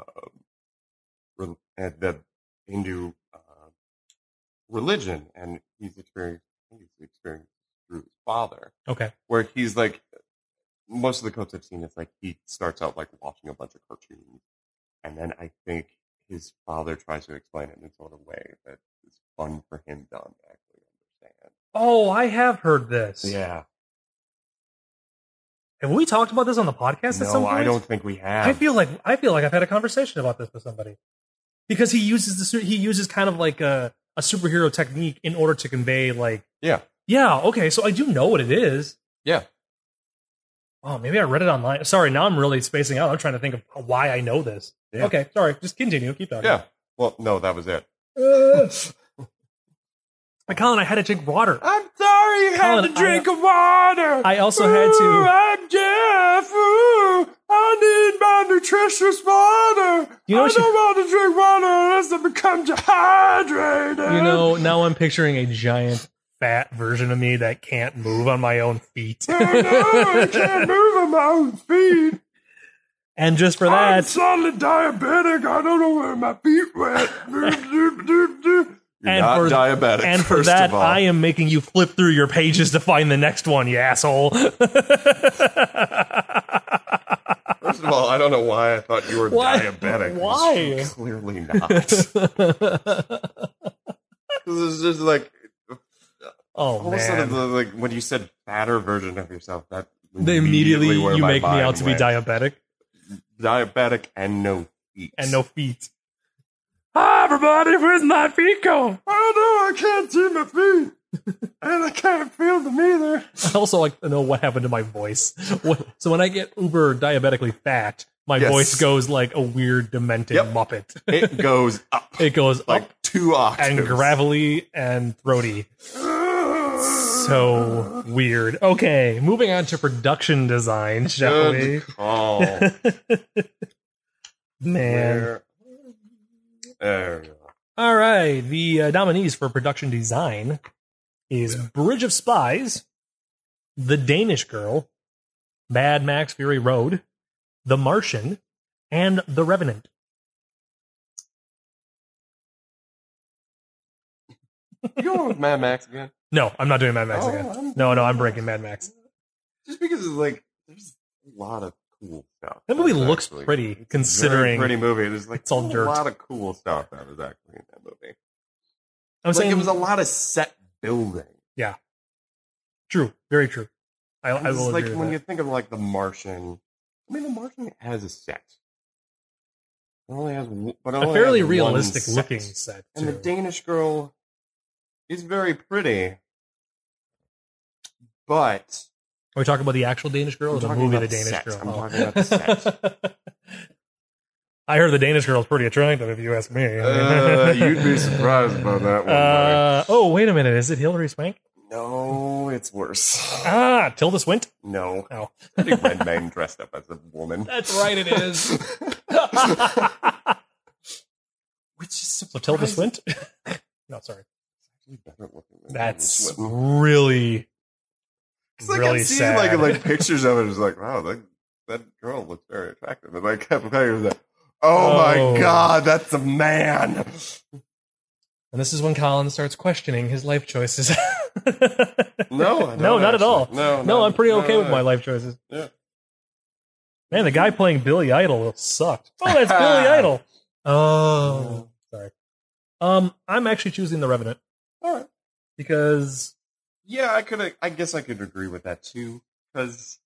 Speaker 2: re- uh, the Hindu uh, religion, and he's experienced, I think he's experienced through his father
Speaker 1: okay.
Speaker 2: where he's like most of the clips I've seen it's like he starts out like watching a bunch of cartoons and then I think his father tries to explain it in sort of way that is fun for him to actually
Speaker 1: Oh, I have heard this.
Speaker 2: understand.
Speaker 1: Have we talked about this on the podcast at some
Speaker 2: No,
Speaker 1: point?
Speaker 2: I don't think we have.
Speaker 1: I feel like I feel like I've had a conversation about this with somebody because he uses the su- he uses kind of like a a superhero technique in order to convey like
Speaker 2: Yeah.
Speaker 1: yeah okay so I do know what it is
Speaker 2: Yeah.
Speaker 1: oh maybe I read it online sorry now I'm really spacing out I'm trying to think of why I know this
Speaker 2: Yeah.
Speaker 1: okay sorry just continue keep talking
Speaker 2: yeah. Well, no, that was it.
Speaker 1: uh, but Colin I had to drink water
Speaker 2: I'm sorry you
Speaker 1: had Colin, to drink
Speaker 2: of water.
Speaker 1: I also had to
Speaker 2: I'm Jeff. Ooh, I need my nutritious water.
Speaker 1: You know I what you- don't
Speaker 2: want to drink water unless I become dehydrated.
Speaker 1: you know now I'm picturing a giant fat version of me that can't move on my own feet
Speaker 2: move on my own feet.
Speaker 1: and just for that
Speaker 2: suddenly diabetic. I don't know where my feet went. You're
Speaker 1: And
Speaker 2: not
Speaker 1: for-
Speaker 2: diabetic.
Speaker 1: And for
Speaker 2: first
Speaker 1: that,
Speaker 2: of all.
Speaker 1: I am making you flip through your pages to find the next one, you asshole.
Speaker 2: First of all, I don't know why I thought you were
Speaker 1: Why?
Speaker 2: diabetic.
Speaker 1: Why?
Speaker 2: You're Clearly not. This is just like
Speaker 1: Oh
Speaker 2: What was sort of
Speaker 1: man.
Speaker 2: the, like when you said fatter version of yourself? That
Speaker 3: They immediately,
Speaker 2: where
Speaker 3: you
Speaker 2: my
Speaker 3: make me
Speaker 2: mind
Speaker 3: out to
Speaker 2: went.
Speaker 3: be diabetic
Speaker 2: diabetic and no feet.
Speaker 1: and no feet.
Speaker 3: Hi everybody, where's my feet go?
Speaker 2: I don't know. I can't see my feet, and I can't feel them either.
Speaker 1: I also like to know what happened to my voice. What, so when I get uber diabetically fat, my
Speaker 2: Yes.
Speaker 1: voice goes like a weird demented
Speaker 2: Yep.
Speaker 1: muppet.
Speaker 2: It goes up
Speaker 1: It goes
Speaker 2: like
Speaker 1: up
Speaker 2: two octaves
Speaker 1: and gravelly and throaty. So weird. Okay, moving on to production design, shall
Speaker 2: Good call.
Speaker 1: we? Man.
Speaker 2: Where- There we go.
Speaker 1: All right, the uh, nominees for production design is Bridge of Spies, The Danish Girl, Mad Max Fury Road, The Martian, and The Revenant.
Speaker 2: You going with Mad Max again?
Speaker 1: No, I'm not doing Mad Max
Speaker 2: Oh,
Speaker 1: again.
Speaker 2: I'm-
Speaker 1: No, no, I'm breaking Mad Max.
Speaker 2: Just because it's like there's a lot of cool stuff.
Speaker 1: That movie
Speaker 2: that's
Speaker 1: looks
Speaker 2: actually-
Speaker 1: pretty,
Speaker 2: it's a very
Speaker 1: considering-
Speaker 2: pretty movie. There's like
Speaker 1: it's all
Speaker 2: a
Speaker 1: dirt.
Speaker 2: lot of cool stuff that was actually in that movie.
Speaker 1: I'm
Speaker 2: like
Speaker 1: saying
Speaker 2: it was a lot of set building.
Speaker 1: true, very true. I, I
Speaker 2: It's
Speaker 1: will
Speaker 2: like
Speaker 1: agree
Speaker 2: when
Speaker 1: with
Speaker 2: you
Speaker 1: that.
Speaker 2: think of like The Martian. I mean, The Martian has a set. It only has, w- but it only
Speaker 1: a fairly
Speaker 2: has one
Speaker 1: realistic
Speaker 2: set.
Speaker 1: looking set.
Speaker 2: And the
Speaker 1: too.
Speaker 2: Danish girl is very pretty, but
Speaker 1: Are we talking about the actual Danish girl
Speaker 2: I'm
Speaker 1: or the
Speaker 2: talking
Speaker 1: movie The
Speaker 2: about the
Speaker 1: Danish
Speaker 2: set.
Speaker 1: Girl?
Speaker 2: I'm
Speaker 1: Oh.
Speaker 2: talking about the set.
Speaker 1: I heard the Danish girl is pretty attractive, if you ask me.
Speaker 2: uh, you'd be surprised by that one. buddy.
Speaker 1: Uh, oh, wait a minute. Is it Hillary Swank?
Speaker 2: no, it's worse.
Speaker 1: Ah, Tilda Swint?
Speaker 2: No,
Speaker 1: Oh.
Speaker 2: Pretty red man dressed up as a woman,
Speaker 1: That's right, it is.
Speaker 2: which is
Speaker 1: so Tilda
Speaker 2: surprising.
Speaker 1: Swint? no, sorry.
Speaker 2: Better looking than
Speaker 1: That's
Speaker 2: Tilda Swinton.
Speaker 1: really,
Speaker 2: It's like
Speaker 1: really
Speaker 2: I've seen
Speaker 1: sad.
Speaker 2: like like pictures of it. It's like wow, that that girl looks very attractive. And I kept playing like, oh,
Speaker 1: Oh.
Speaker 2: my god, that's a man.
Speaker 1: and this is when Colin starts questioning his life choices.
Speaker 2: No, I
Speaker 1: No, not
Speaker 2: don't
Speaker 1: at
Speaker 2: actually.
Speaker 1: all.
Speaker 2: No,
Speaker 1: no,
Speaker 2: not-
Speaker 1: I'm pretty
Speaker 2: no,
Speaker 1: okay with
Speaker 2: no.
Speaker 1: my life choices.
Speaker 2: Yeah.
Speaker 1: Man, the guy playing Billy Idol sucked. Oh, that's Billy Idol. Oh, sorry. Um, I'm actually choosing The Revenant
Speaker 2: All right.
Speaker 1: because
Speaker 2: Yeah, I could. I guess I could agree with that too, because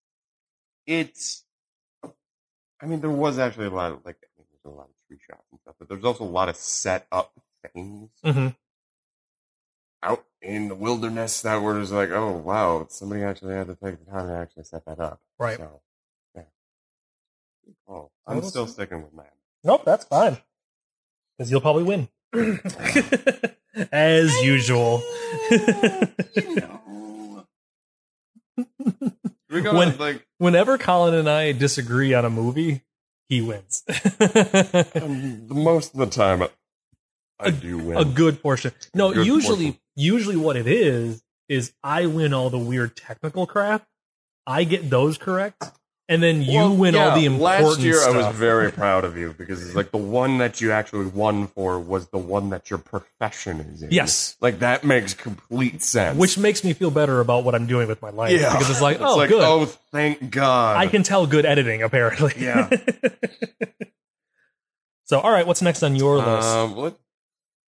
Speaker 2: it's. I mean, there was actually a lot of like I mean, there's a lot of tree shots and stuff, but there's also a lot of set up things
Speaker 1: Mhm.
Speaker 2: out in the wilderness that were just like, oh wow, somebody actually had to take the time to actually set that up.
Speaker 1: right.
Speaker 2: So, yeah. Good call.
Speaker 1: What
Speaker 2: I'm
Speaker 1: was
Speaker 2: still
Speaker 1: it?
Speaker 2: sticking with man.
Speaker 1: Nope, that's fine. Because you'll probably win. As usual.
Speaker 2: You know. We got
Speaker 1: When-
Speaker 2: like
Speaker 1: Whenever Colin and I disagree on a movie, he wins. a
Speaker 2: um, the most of the time. I do win.
Speaker 1: good portion. No,
Speaker 2: Good
Speaker 1: usually
Speaker 2: portion.
Speaker 1: usually what it is is I win all the weird technical crap. I get those correct. And then you
Speaker 2: Well,
Speaker 1: win all
Speaker 2: yeah,
Speaker 1: the important
Speaker 2: Last year,
Speaker 1: stuff.
Speaker 2: I was very proud of you because it's like the one that you actually won for was the one that your profession is in.
Speaker 1: Yes.
Speaker 2: like that makes complete sense.
Speaker 1: Which makes me feel better about what I'm doing with my life.
Speaker 2: yeah,
Speaker 1: Because it's like, oh, good.
Speaker 2: oh, thank God.
Speaker 1: I can tell good editing, apparently.
Speaker 2: Yeah.
Speaker 1: so, all right, what's next on your list?
Speaker 2: Um, what?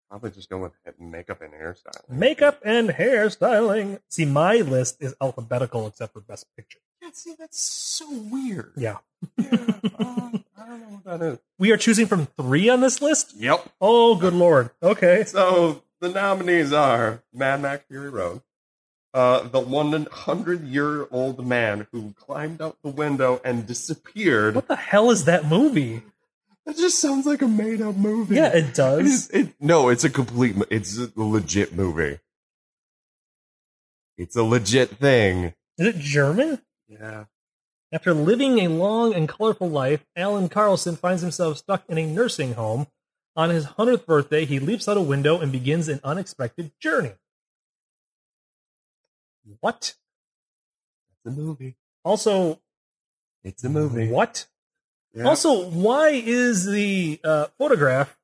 Speaker 2: Probably just go with makeup and hairstyle.
Speaker 1: Makeup and hairstyling. See, my list is alphabetical except for Best Picture.
Speaker 2: Yeah, see, that's so weird.
Speaker 1: Yeah.
Speaker 2: Yeah, uh, I don't know what that is.
Speaker 1: We are choosing from three on this list?
Speaker 2: Yep.
Speaker 1: Oh, good lord. Okay.
Speaker 2: So the nominees are Mad Max Fury Road, uh, the 100 year old man who climbed out the window and disappeared.
Speaker 1: What the hell is that movie?
Speaker 2: That just sounds like a made up movie.
Speaker 1: Yeah, it
Speaker 2: It
Speaker 1: does.
Speaker 2: is, it, no, it's a complete, mo- it's a legit movie. It's a legit thing.
Speaker 1: Is it German?
Speaker 2: Yeah.
Speaker 1: After living a long and colorful life, Alan Carlson finds himself stuck in a nursing home. On his 100th birthday, he leaps out a window and begins an unexpected journey. What?
Speaker 2: It's a movie.
Speaker 1: Also,
Speaker 2: It's a movie.
Speaker 1: What?
Speaker 2: Yeah.
Speaker 1: Also, why is the uh, photograph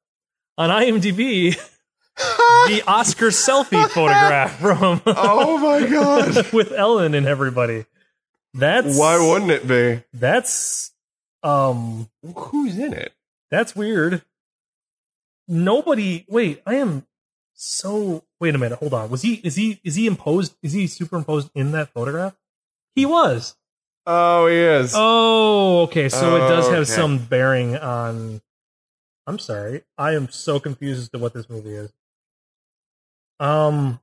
Speaker 1: on IMDb the Oscar selfie photograph from
Speaker 2: oh my god.
Speaker 1: with Ellen and everybody? That's
Speaker 2: Why wouldn't it be?
Speaker 1: that's um
Speaker 2: Who's in it?
Speaker 1: that's weird. Nobody. Wait, I am so wait a minute, hold on. Was he is he is he imposed is he superimposed in that photograph? He was.
Speaker 2: Oh, he is.
Speaker 1: Oh, okay. So it does have
Speaker 2: Okay.
Speaker 1: some bearing on I'm sorry. I am so confused as to what this movie is. Um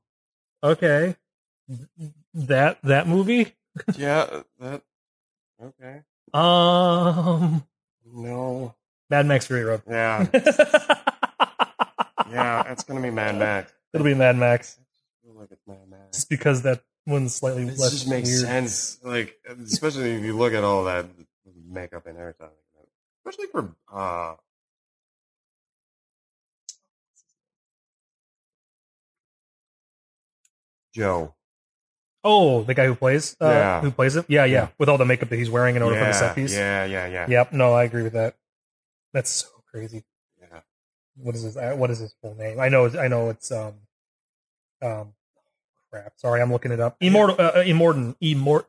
Speaker 1: okay. That that movie?
Speaker 2: Yeah. That. Okay.
Speaker 1: Um
Speaker 2: No.
Speaker 1: Mad Max Fury Road.
Speaker 2: Yeah.
Speaker 1: It'll
Speaker 2: Yeah. It's gonna be Mad Max.
Speaker 1: be Mad Max.
Speaker 2: I feel like it's Mad Max.
Speaker 1: Just because that one's slightly
Speaker 2: This
Speaker 1: less
Speaker 2: just makes
Speaker 1: weird.
Speaker 2: sense. Like, especially if you look at all that makeup and everything. Especially for uh, Joe.
Speaker 1: Oh, the guy who plays, uh,
Speaker 2: Yeah.
Speaker 1: who plays it? Yeah, yeah,
Speaker 2: Yeah.
Speaker 1: With all the makeup that he's wearing in order
Speaker 2: yeah,
Speaker 1: for the set piece.
Speaker 2: Yeah, yeah, yeah,
Speaker 1: Yep. No, I agree with that. That's so crazy.
Speaker 2: yeah.
Speaker 1: What is his? uh, What is his full name? I know. it's- I know it's um, um, crap. Sorry, I'm looking it up. Immortal, uh, uh, Immortan, Immort.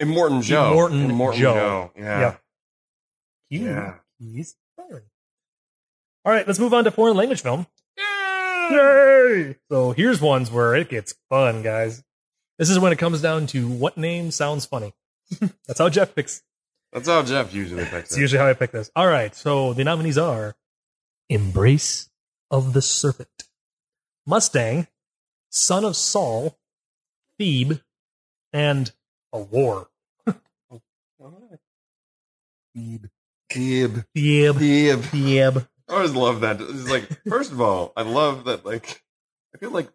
Speaker 2: Immortan Joe.
Speaker 1: Immortan Joe.
Speaker 2: Yeah.
Speaker 1: Yeah. Keys.
Speaker 2: Yeah.
Speaker 1: Keys. All right, let's move on to foreign language film. Yay! So here's ones where it gets fun, guys. This is when it comes down to what name sounds funny. That's how Jeff picks
Speaker 2: That's how Jeff usually picks
Speaker 1: It's
Speaker 2: it.
Speaker 1: usually how I pick this. All right, so the nominees are Embrace of the Serpent, Mustang, Son of Saul, Thebe, and A War.
Speaker 2: Beeb. Beeb.
Speaker 1: Thebe.
Speaker 2: Beeb.
Speaker 1: Thebe.
Speaker 2: I always love that. It's like, first of all, I love that. Like, I feel like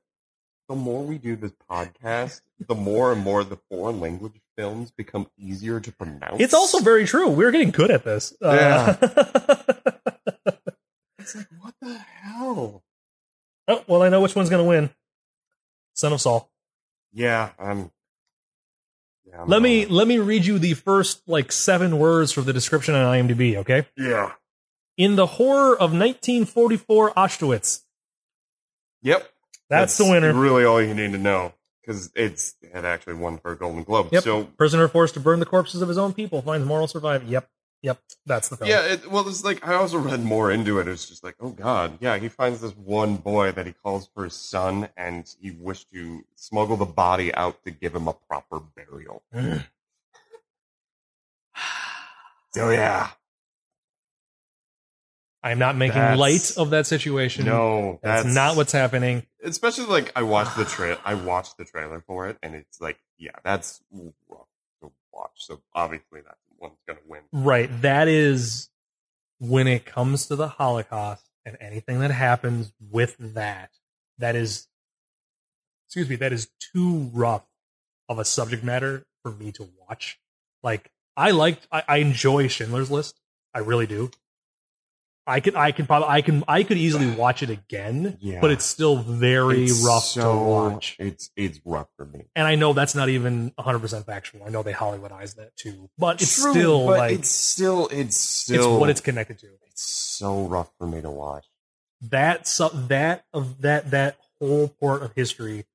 Speaker 2: the more we do this podcast, the more and more the foreign language films become easier to pronounce.
Speaker 1: It's also very true. We're getting good at this. Uh,
Speaker 2: It's like, what the hell?
Speaker 1: oh, well, I know which one's going to win. Son of Saul.
Speaker 2: Yeah, I'm. Yeah, I'm
Speaker 1: Let me
Speaker 2: not-
Speaker 1: let me read you the first like seven words from the description on IMDb, okay?
Speaker 2: Yeah.
Speaker 1: In the horror of 1944 Auschwitz.
Speaker 2: Yep.
Speaker 1: That's, the winner.
Speaker 2: Really, all you need to know because it's it actually won for a Golden Globe.
Speaker 1: Yep.
Speaker 2: So
Speaker 1: Prisoner forced to burn the corpses of his own people finds moral survivor. Yep, yep, that's the film.
Speaker 2: Yeah, it, well, it's like I also read more into it. It's just like, oh god, yeah, he finds this one boy that he calls for his son, and he wished to smuggle the body out to give him a proper burial. so yeah,
Speaker 1: I'm not making
Speaker 2: That's-
Speaker 1: light of that situation.
Speaker 2: no,
Speaker 1: that's,
Speaker 2: that's,
Speaker 1: not what's happening.
Speaker 2: Especially like I watched the tra- I watched the trailer for it, and it's like, yeah, that's rough to watch. So obviously, that one's gonna win.
Speaker 1: Right, that is when it comes to the Holocaust and anything that happens with that. That is, excuse me, that is too rough of a subject matter for me to watch. Like I liked, I, I enjoy Schindler's List. I really do. I could, I could probably, I can, I could easily watch it again.
Speaker 2: Yeah,
Speaker 1: but it's still very
Speaker 2: It's
Speaker 1: rough
Speaker 2: so-
Speaker 1: to watch.
Speaker 2: It's it's rough for me.
Speaker 1: And I know that's not even 100% factual. I know they Hollywoodized that too, but it's still
Speaker 2: but
Speaker 1: like
Speaker 2: it's
Speaker 1: it's,
Speaker 2: still it's still
Speaker 1: what it's connected to.
Speaker 2: it's so rough for me to watch.
Speaker 1: That so, that of that that whole part of history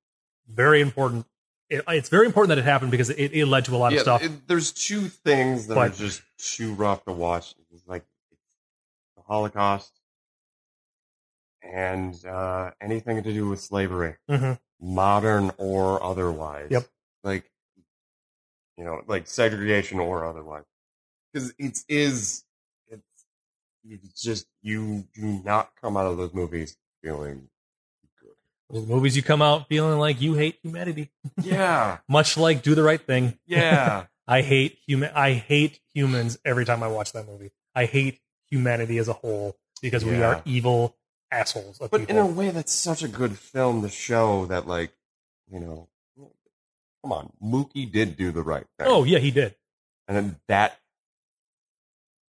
Speaker 1: very important. It, it's very important that it happened because it, it led to a lot of stuff.
Speaker 2: it- there's two things that
Speaker 1: But-
Speaker 2: are just too rough to watch. It's like the Holocaust and uh, anything to do with slavery,
Speaker 1: Mhm.
Speaker 2: modern or otherwise.
Speaker 1: Yep.
Speaker 2: Like you know, like segregation or otherwise, because it is it's, it's just you do not come out of those movies feeling good.
Speaker 1: Those movies you come out feeling like you hate humanity,
Speaker 2: Yeah,
Speaker 1: much like Do the Right Thing.
Speaker 2: yeah,
Speaker 1: I hate human. I hate humans every time I watch that movie. I hate humanity as a whole because we
Speaker 2: Yeah.
Speaker 1: are evil assholes. Of
Speaker 2: but in
Speaker 1: people.
Speaker 2: a way, that's such a good film to show that, like, you know, come on, Mookie did do the right thing.
Speaker 1: oh yeah, he did.
Speaker 2: and then that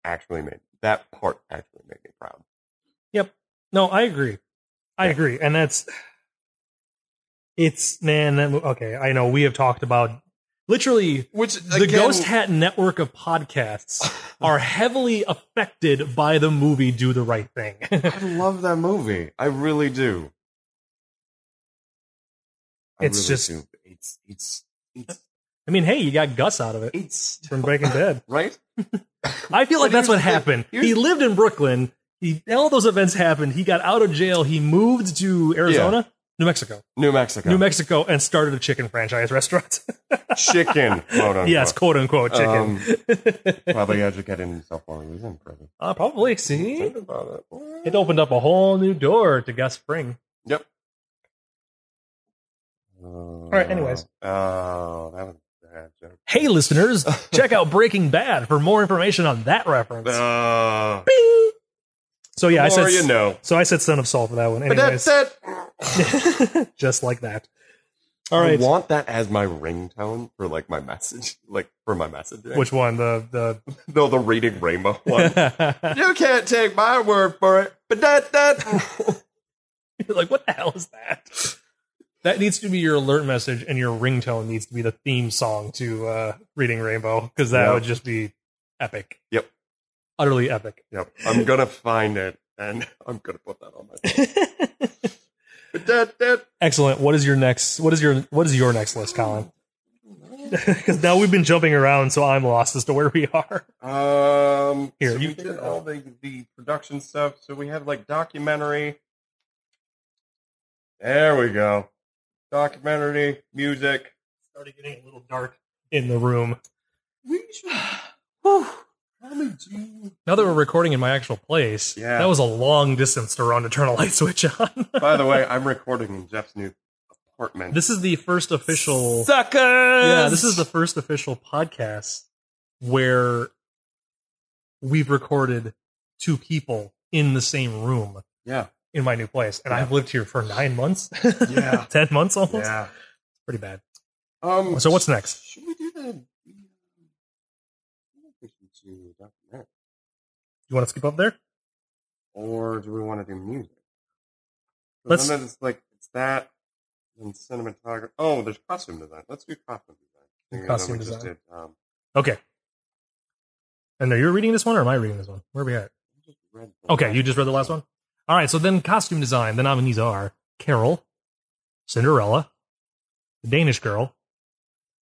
Speaker 2: actually made that part actually made me proud.
Speaker 1: No, I agree. I
Speaker 2: Yeah.
Speaker 1: agree, and that's it's man. That, mo- okay, I know we have talked about literally
Speaker 2: Which
Speaker 1: the Ghost Hat Network of podcasts are heavily affected by the movie "Do the Right Thing."
Speaker 2: I love that movie. I really do. I
Speaker 1: It's
Speaker 2: really
Speaker 1: just-
Speaker 2: do. it's it's it's
Speaker 1: I mean, hey, you got Gus out of it
Speaker 2: it's
Speaker 1: from Breaking Bad.
Speaker 2: right.
Speaker 1: I feel like
Speaker 2: But
Speaker 1: that's what
Speaker 2: here's the thing.
Speaker 1: happened.
Speaker 2: Here's-
Speaker 1: He lived in Brooklyn. He all those events happened. He got out of jail. He moved to Arizona, New Mexico.
Speaker 2: New Mexico.
Speaker 1: New Mexico and started a chicken franchise restaurant.
Speaker 2: Chicken. quote unquote. Um,
Speaker 1: yes, quote unquote chicken.
Speaker 2: Probably educated himself while he was in prison.
Speaker 1: uh, probably. See?
Speaker 2: Think about it.
Speaker 1: It opened up a whole new door to Gus Spring.
Speaker 2: All
Speaker 1: right, anyways.
Speaker 2: Oh, that was a bad joke.
Speaker 1: Hey, listeners, check out Breaking Bad for more information on that reference.
Speaker 2: Uh,
Speaker 1: so, yeah, I
Speaker 2: more
Speaker 1: said.
Speaker 2: you know.
Speaker 1: So I said Son of Saul for that one.
Speaker 2: But
Speaker 1: Anyways,
Speaker 2: that's it.
Speaker 1: just like that. All right.
Speaker 2: I want that as my ringtone for like my message, like for my messaging.
Speaker 1: Which one? The the
Speaker 2: no, the reading rainbow one. you can't take my word for it. But that that.
Speaker 1: You're like, what the hell is that? That needs to be your alert message, and your ringtone needs to be the theme song to uh, Reading Rainbow, because that
Speaker 2: Yep.
Speaker 1: would just be epic.
Speaker 2: Yep.
Speaker 1: Utterly epic.
Speaker 2: yep, I'm gonna find it and I'm gonna put that on my. But that that.
Speaker 1: Excellent. What is your next? What is your What is your next list, Colin? Because now we've been jumping around, so I'm lost as to where we are.
Speaker 2: Um,
Speaker 1: Here,
Speaker 2: so
Speaker 1: you
Speaker 2: we
Speaker 1: figure it
Speaker 2: did all the, the production stuff. So we have like documentary. There we go. Documentary, music.
Speaker 1: Started getting a little dark in the room.
Speaker 2: We should probably do.
Speaker 1: Now that we're recording in my actual place,
Speaker 2: Yeah.
Speaker 1: that was a long distance to run to turn a light switch on.
Speaker 2: By the way, I'm recording in Jeff's new apartment.
Speaker 1: this is the first official.
Speaker 2: suckers.
Speaker 1: Yeah, this is the first official podcast where we've recorded two people in the same room
Speaker 2: yeah
Speaker 1: in my new place, and
Speaker 2: Yeah.
Speaker 1: I've lived here for nine months.
Speaker 2: Yeah.
Speaker 1: ten months almost.
Speaker 2: yeah.
Speaker 1: Pretty bad.
Speaker 2: Um.
Speaker 1: So what's next?
Speaker 2: Should we do the? uh, I think we should do documentary,
Speaker 1: You want to skip up there?
Speaker 2: or do we want to do music?
Speaker 1: Let's-
Speaker 2: Let's. Then it's like it's that, and cinematography. Oh, there's costume design. Let's do costume design.
Speaker 1: Costume
Speaker 2: Thinking that we just
Speaker 1: design.
Speaker 2: did, um,
Speaker 1: Okay. And are you reading this one, or am I reading this one? Where are we at?
Speaker 2: I just read the
Speaker 1: Okay,
Speaker 2: last
Speaker 1: you just read the last one. All right. So then, costume design. The nominees are Carol, Cinderella, The Danish Girl,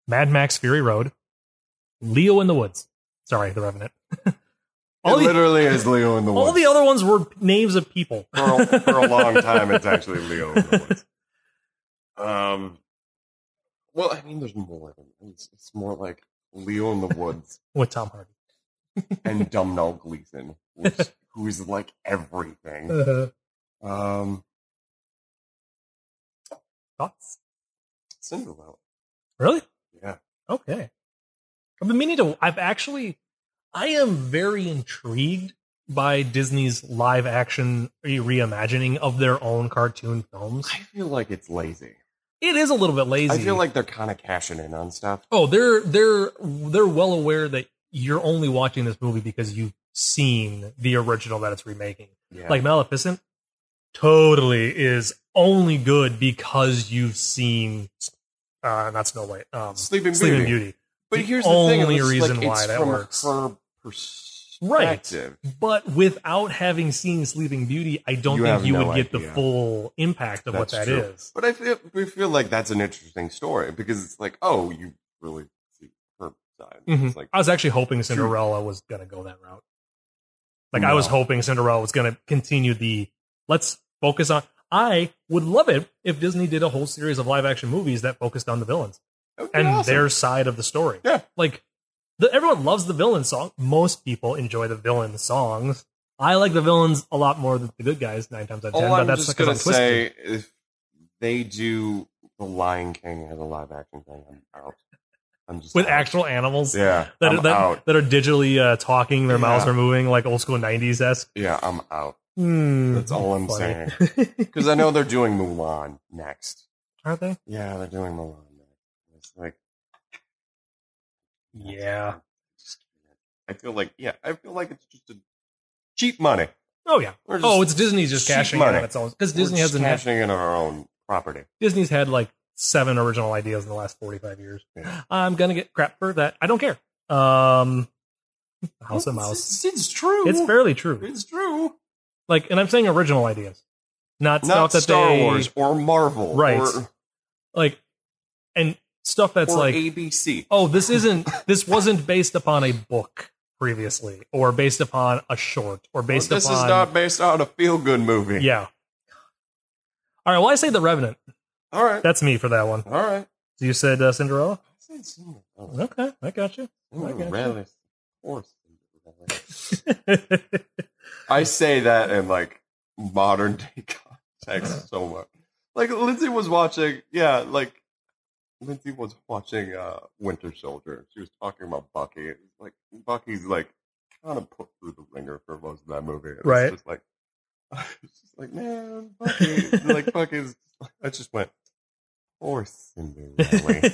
Speaker 1: Mad Max Fury Road, Leo in the Woods. Sorry, The Revenant. all
Speaker 2: it
Speaker 1: the
Speaker 2: literally is Leo in the
Speaker 1: all
Speaker 2: woods.
Speaker 1: the other ones were names of people.
Speaker 2: for, a, for a long time, it's actually Leo in the woods. Um. Well, I mean, there's more than it's, it's more like Leo in the woods
Speaker 1: with Tom Hardy.
Speaker 2: and Domhnall Gleeson, which, who is like everything.
Speaker 1: Uh
Speaker 2: Um,
Speaker 1: Thoughts?
Speaker 2: Cinderella.
Speaker 1: Really?
Speaker 2: Yeah.
Speaker 1: Okay. I've been meaning to. I've actually, I am very intrigued by Disney's live action reimagining of their own cartoon films.
Speaker 2: I feel like it's lazy.
Speaker 1: It is a little bit lazy.
Speaker 2: I feel like they're kind of cashing in on stuff.
Speaker 1: oh, they're they're they're well aware that you're only watching this movie because you've seen the original that it's remaking.
Speaker 2: Yeah.
Speaker 1: Like Maleficent, totally is only good because you've seen, uh, not Snow White, um,
Speaker 2: Sleeping Beauty.
Speaker 1: Sleeping Beauty.
Speaker 2: But
Speaker 1: the
Speaker 2: here's the thing, it
Speaker 1: only
Speaker 2: was, like,
Speaker 1: reason
Speaker 2: it's
Speaker 1: why that
Speaker 2: from
Speaker 1: works.
Speaker 2: her
Speaker 1: Right.
Speaker 2: perspective.
Speaker 1: But without having seen Sleeping Beauty, I don't
Speaker 2: You
Speaker 1: think
Speaker 2: have
Speaker 1: you
Speaker 2: no
Speaker 1: would get the
Speaker 2: idea.
Speaker 1: full impact of what
Speaker 2: That's
Speaker 1: that
Speaker 2: true.
Speaker 1: is.
Speaker 2: But I feel we feel like that's an interesting story because it's like, oh, you really see her side.
Speaker 1: Mhm.
Speaker 2: It's like
Speaker 1: I was actually hoping
Speaker 2: True.
Speaker 1: Cinderella was going to go that route. Like I was
Speaker 2: No.
Speaker 1: hoping Cinderella was going to continue the let's focus on. I would love it if Disney did a whole series of live action movies that focused on the villains
Speaker 2: that would be
Speaker 1: and
Speaker 2: awesome.
Speaker 1: their side of the story.
Speaker 2: Yeah.
Speaker 1: like the, everyone loves the villain song. Most people enjoy the villain songs. I like the villains a lot more than the good guys nine times out of ten.
Speaker 2: All
Speaker 1: but
Speaker 2: I'm
Speaker 1: that's
Speaker 2: just
Speaker 1: because
Speaker 2: gonna
Speaker 1: I'm twisted.
Speaker 2: say, if they do the Lion King as a live action thing, I'm out. I'm just
Speaker 1: with
Speaker 2: out.
Speaker 1: actual animals
Speaker 2: Yeah,
Speaker 1: that,
Speaker 2: I'm
Speaker 1: that,
Speaker 2: out.
Speaker 1: that are digitally uh, talking, their mouths
Speaker 2: Yeah.
Speaker 1: are moving like old school '90s esque.
Speaker 2: Yeah, I'm out.
Speaker 1: Hmm,
Speaker 2: That's all I'm
Speaker 1: funny.
Speaker 2: Because I know they're doing Mulan next.
Speaker 1: Are they?
Speaker 2: Yeah, they're doing Mulan next. It's like,
Speaker 1: Yeah.
Speaker 2: I feel like, yeah, I feel like it's just a cheap money.
Speaker 1: Oh yeah.
Speaker 2: We're just,
Speaker 1: Oh, it's Disney's just
Speaker 2: cheap
Speaker 1: cashing in
Speaker 2: money.
Speaker 1: on its own because
Speaker 2: we're
Speaker 1: Disney
Speaker 2: just
Speaker 1: hasn't had,
Speaker 2: cashing in on our own property.
Speaker 1: Disney's had like seven original ideas in the last forty five years.
Speaker 2: Yeah.
Speaker 1: I'm gonna get crap for that. I don't care. Um, House of Mouse.
Speaker 2: It's, it's true.
Speaker 1: It's fairly true.
Speaker 2: It's true.
Speaker 1: Like, and I'm saying original ideas, not,
Speaker 2: Not
Speaker 1: stuff that
Speaker 2: Star
Speaker 1: they
Speaker 2: Wars or Marvel,
Speaker 1: Right.
Speaker 2: Or,
Speaker 1: like, and stuff that's
Speaker 2: or
Speaker 1: like
Speaker 2: ABC.
Speaker 1: oh this isn't this wasn't based upon a book previously or based upon a short or based
Speaker 2: this
Speaker 1: upon
Speaker 2: is not based on a feel good movie.
Speaker 1: yeah all right well i say the revenant
Speaker 2: All right.
Speaker 1: That's me for that one.
Speaker 2: All right.
Speaker 1: So you said uh, Cinderella?
Speaker 2: I said Cinderella.
Speaker 1: Okay, I got you. I got you.
Speaker 2: Cinderella. Of course, Cinderella. I say that in like modern day context so much. Like Lindsay was watching, yeah, like Lindsay was watching uh, Winter Soldier. She was talking about Bucky. It was Like Bucky's like kind of put through the ringer for most of that movie. It's
Speaker 1: Right.
Speaker 2: Just like, it's just like man, Bucky, like Bucky's. I just went, or Cinderella.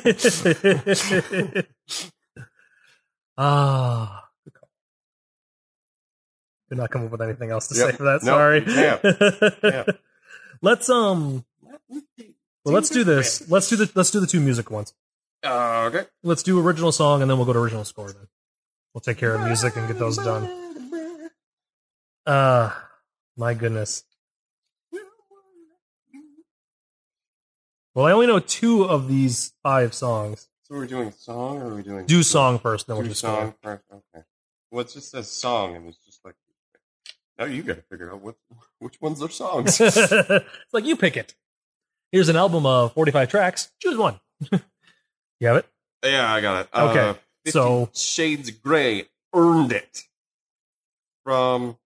Speaker 1: ah. Did not come up with anything else to
Speaker 2: Yep.
Speaker 1: say for that.
Speaker 2: No,
Speaker 1: Sorry.
Speaker 2: you can't. can't.
Speaker 1: Let's um. Well, let's do this. Let's do the let's do the two music ones.
Speaker 2: Uh, okay.
Speaker 1: Let's do original song and then we'll go to original score. Then we'll take care of music and get those done. Uh my goodness. Well, I only know two of these five songs.
Speaker 2: So we're doing song, or are we doing
Speaker 1: Do song first, then we'll
Speaker 2: Do
Speaker 1: just
Speaker 2: song
Speaker 1: score.
Speaker 2: first. Okay. Well, it just says song, and it's just like, now you got to figure out what which ones are songs.
Speaker 1: it's like you pick it. Here's an album of 45 tracks. Choose one. you have it.
Speaker 2: yeah, I got it. Uh,
Speaker 1: Okay,
Speaker 2: 50
Speaker 1: so-
Speaker 2: Shades of Gray earned it from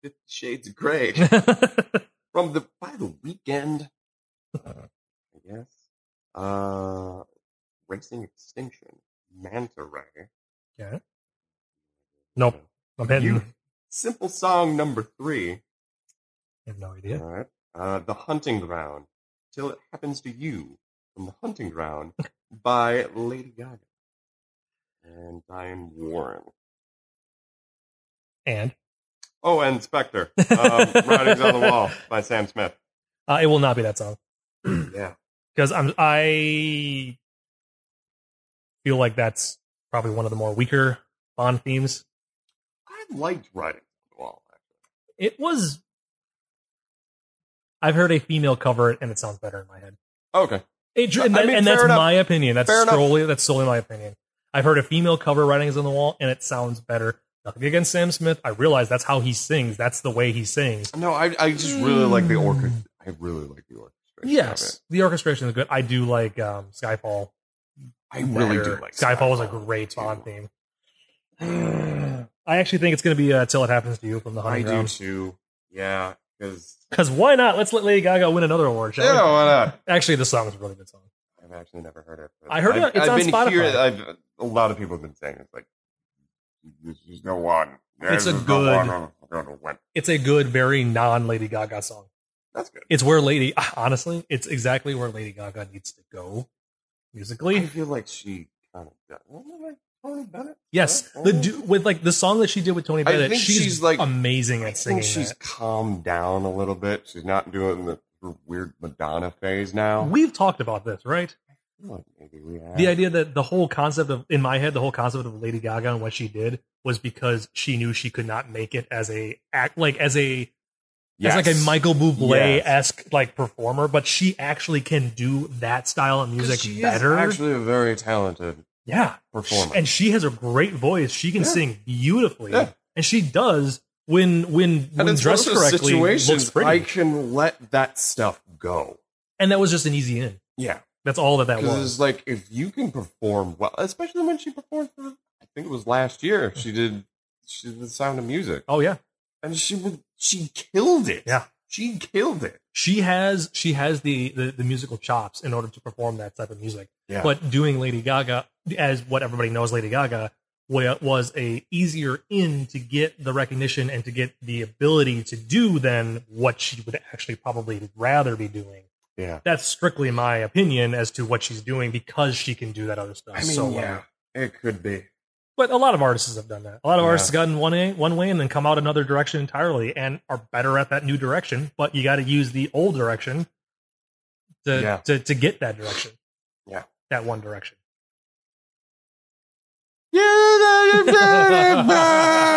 Speaker 2: Fifty Shades of Gray from the by the weekend. I guess. Uh, Racing Extinction, Manta Ray.
Speaker 1: nope. I'm hitting.
Speaker 2: You- Simple song number three.
Speaker 1: I have no idea.
Speaker 2: All right. Uh, the Hunting Ground. Till It Happens to You from The Hunting Ground by Lady Gaga and Diane Warren.
Speaker 1: And
Speaker 2: Oh, and Spectre. Um, Writings on the Wall by Sam Smith.
Speaker 1: uh, it will not be that song
Speaker 2: Yeah.
Speaker 1: because I'm I feel like that's probably one of the more weaker Bond themes.
Speaker 2: I liked Writings on the Wall.
Speaker 1: It was. I've heard a female cover it, and it sounds better in my head.
Speaker 2: Okay.
Speaker 1: It,
Speaker 2: I
Speaker 1: and that-
Speaker 2: mean,
Speaker 1: and that's
Speaker 2: fair enough.
Speaker 1: my opinion. That's
Speaker 2: Fair enough.
Speaker 1: solely that's solely my opinion. I've heard a female cover writings on the wall, and it sounds better. Nothing against Sam Smith. I realize that's how he sings. That's the way he sings.
Speaker 2: No, I, I just really like the orchestra. I really like the orchestra.
Speaker 1: Mm. Yes, the orchestration is good. I do like um, Skyfall.
Speaker 2: I really do
Speaker 1: better.
Speaker 2: like
Speaker 1: Skyfall. was a great
Speaker 2: too.
Speaker 1: Bond theme. I actually think it's going to be uh, "Till It Happens to You" from the
Speaker 2: I
Speaker 1: Hunting
Speaker 2: do
Speaker 1: Ground.
Speaker 2: too. Yeah. Because,
Speaker 1: Because why not? Let's let Lady Gaga win another award. Shall
Speaker 2: you know,
Speaker 1: we?
Speaker 2: why not?
Speaker 1: Actually, this song is a really good song.
Speaker 2: I've actually never heard it. but
Speaker 1: I heard it.
Speaker 2: I've-
Speaker 1: It's
Speaker 2: I've
Speaker 1: on
Speaker 2: been
Speaker 1: Spotify.
Speaker 2: hearing- I've, a lot of people have been saying it's like, this is the one. This
Speaker 1: It's a
Speaker 2: is the
Speaker 1: good-
Speaker 2: one Oh, I'm gonna win.
Speaker 1: It's a good, very non-Lady Gaga song.
Speaker 2: That's good.
Speaker 1: it's where Lady honestly, it's exactly where Lady Gaga needs to go
Speaker 2: I
Speaker 1: musically.
Speaker 2: feel like she kind of does. Wasn't it like Tony Bennett?
Speaker 1: Yes,
Speaker 2: Yeah.
Speaker 1: the du- with like the song that she did with Tony
Speaker 2: I
Speaker 1: Bennett,
Speaker 2: think
Speaker 1: she's,
Speaker 2: she's, like-
Speaker 1: amazing
Speaker 2: I
Speaker 1: at singing.
Speaker 2: think she's
Speaker 1: that.
Speaker 2: calmed down a little bit. She's not doing the her weird Madonna phase now.
Speaker 1: We've talked about this, right?
Speaker 2: I feel like maybe we have.
Speaker 1: The idea that the whole concept of in my head, the whole concept of Lady Gaga and what she did was because she knew she could not make it as a act like as a
Speaker 2: Yes.
Speaker 1: as like a Michael Bublé
Speaker 2: Yes.
Speaker 1: esque like performer, but she actually can do that style of
Speaker 2: 'Cause
Speaker 1: music
Speaker 2: she is
Speaker 1: better.
Speaker 2: actually a very talented
Speaker 1: yeah,
Speaker 2: performer.
Speaker 1: and she has a great voice. She can
Speaker 2: Yeah.
Speaker 1: sing beautifully,
Speaker 2: Yeah.
Speaker 1: and she does when when
Speaker 2: And
Speaker 1: when
Speaker 2: it's one of
Speaker 1: dressed
Speaker 2: those
Speaker 1: correctly looks
Speaker 2: situations
Speaker 1: pretty.
Speaker 2: I can let that stuff go.
Speaker 1: and that was just an easy in.
Speaker 2: Yeah.
Speaker 1: That's all that that
Speaker 2: Because
Speaker 1: was.
Speaker 2: it's like if you can perform well, especially when she performed for, I think it was last year, she did she did the Sound of Music,
Speaker 1: Oh yeah,
Speaker 2: and she would she killed it.
Speaker 1: Yeah.
Speaker 2: she killed it.
Speaker 1: she has she has the, the the musical chops in order to perform that type of music.
Speaker 2: Yeah,
Speaker 1: But doing Lady Gaga as what everybody knows Lady Gaga wa- was a easier in to get the recognition and to get the ability to do than what she would actually probably rather be doing.
Speaker 2: yeah,
Speaker 1: that's strictly my opinion as to what she's doing because she can do that other stuff
Speaker 2: I mean,
Speaker 1: so well.
Speaker 2: yeah, it could be.
Speaker 1: But a lot of artists have done that. A lot of
Speaker 2: Yeah.
Speaker 1: artists have gotten one way, one way and then come out another direction entirely and are better at that new direction. But you got to use the old direction to,
Speaker 2: Yeah.
Speaker 1: to to get that direction.
Speaker 2: Yeah.
Speaker 1: that one direction.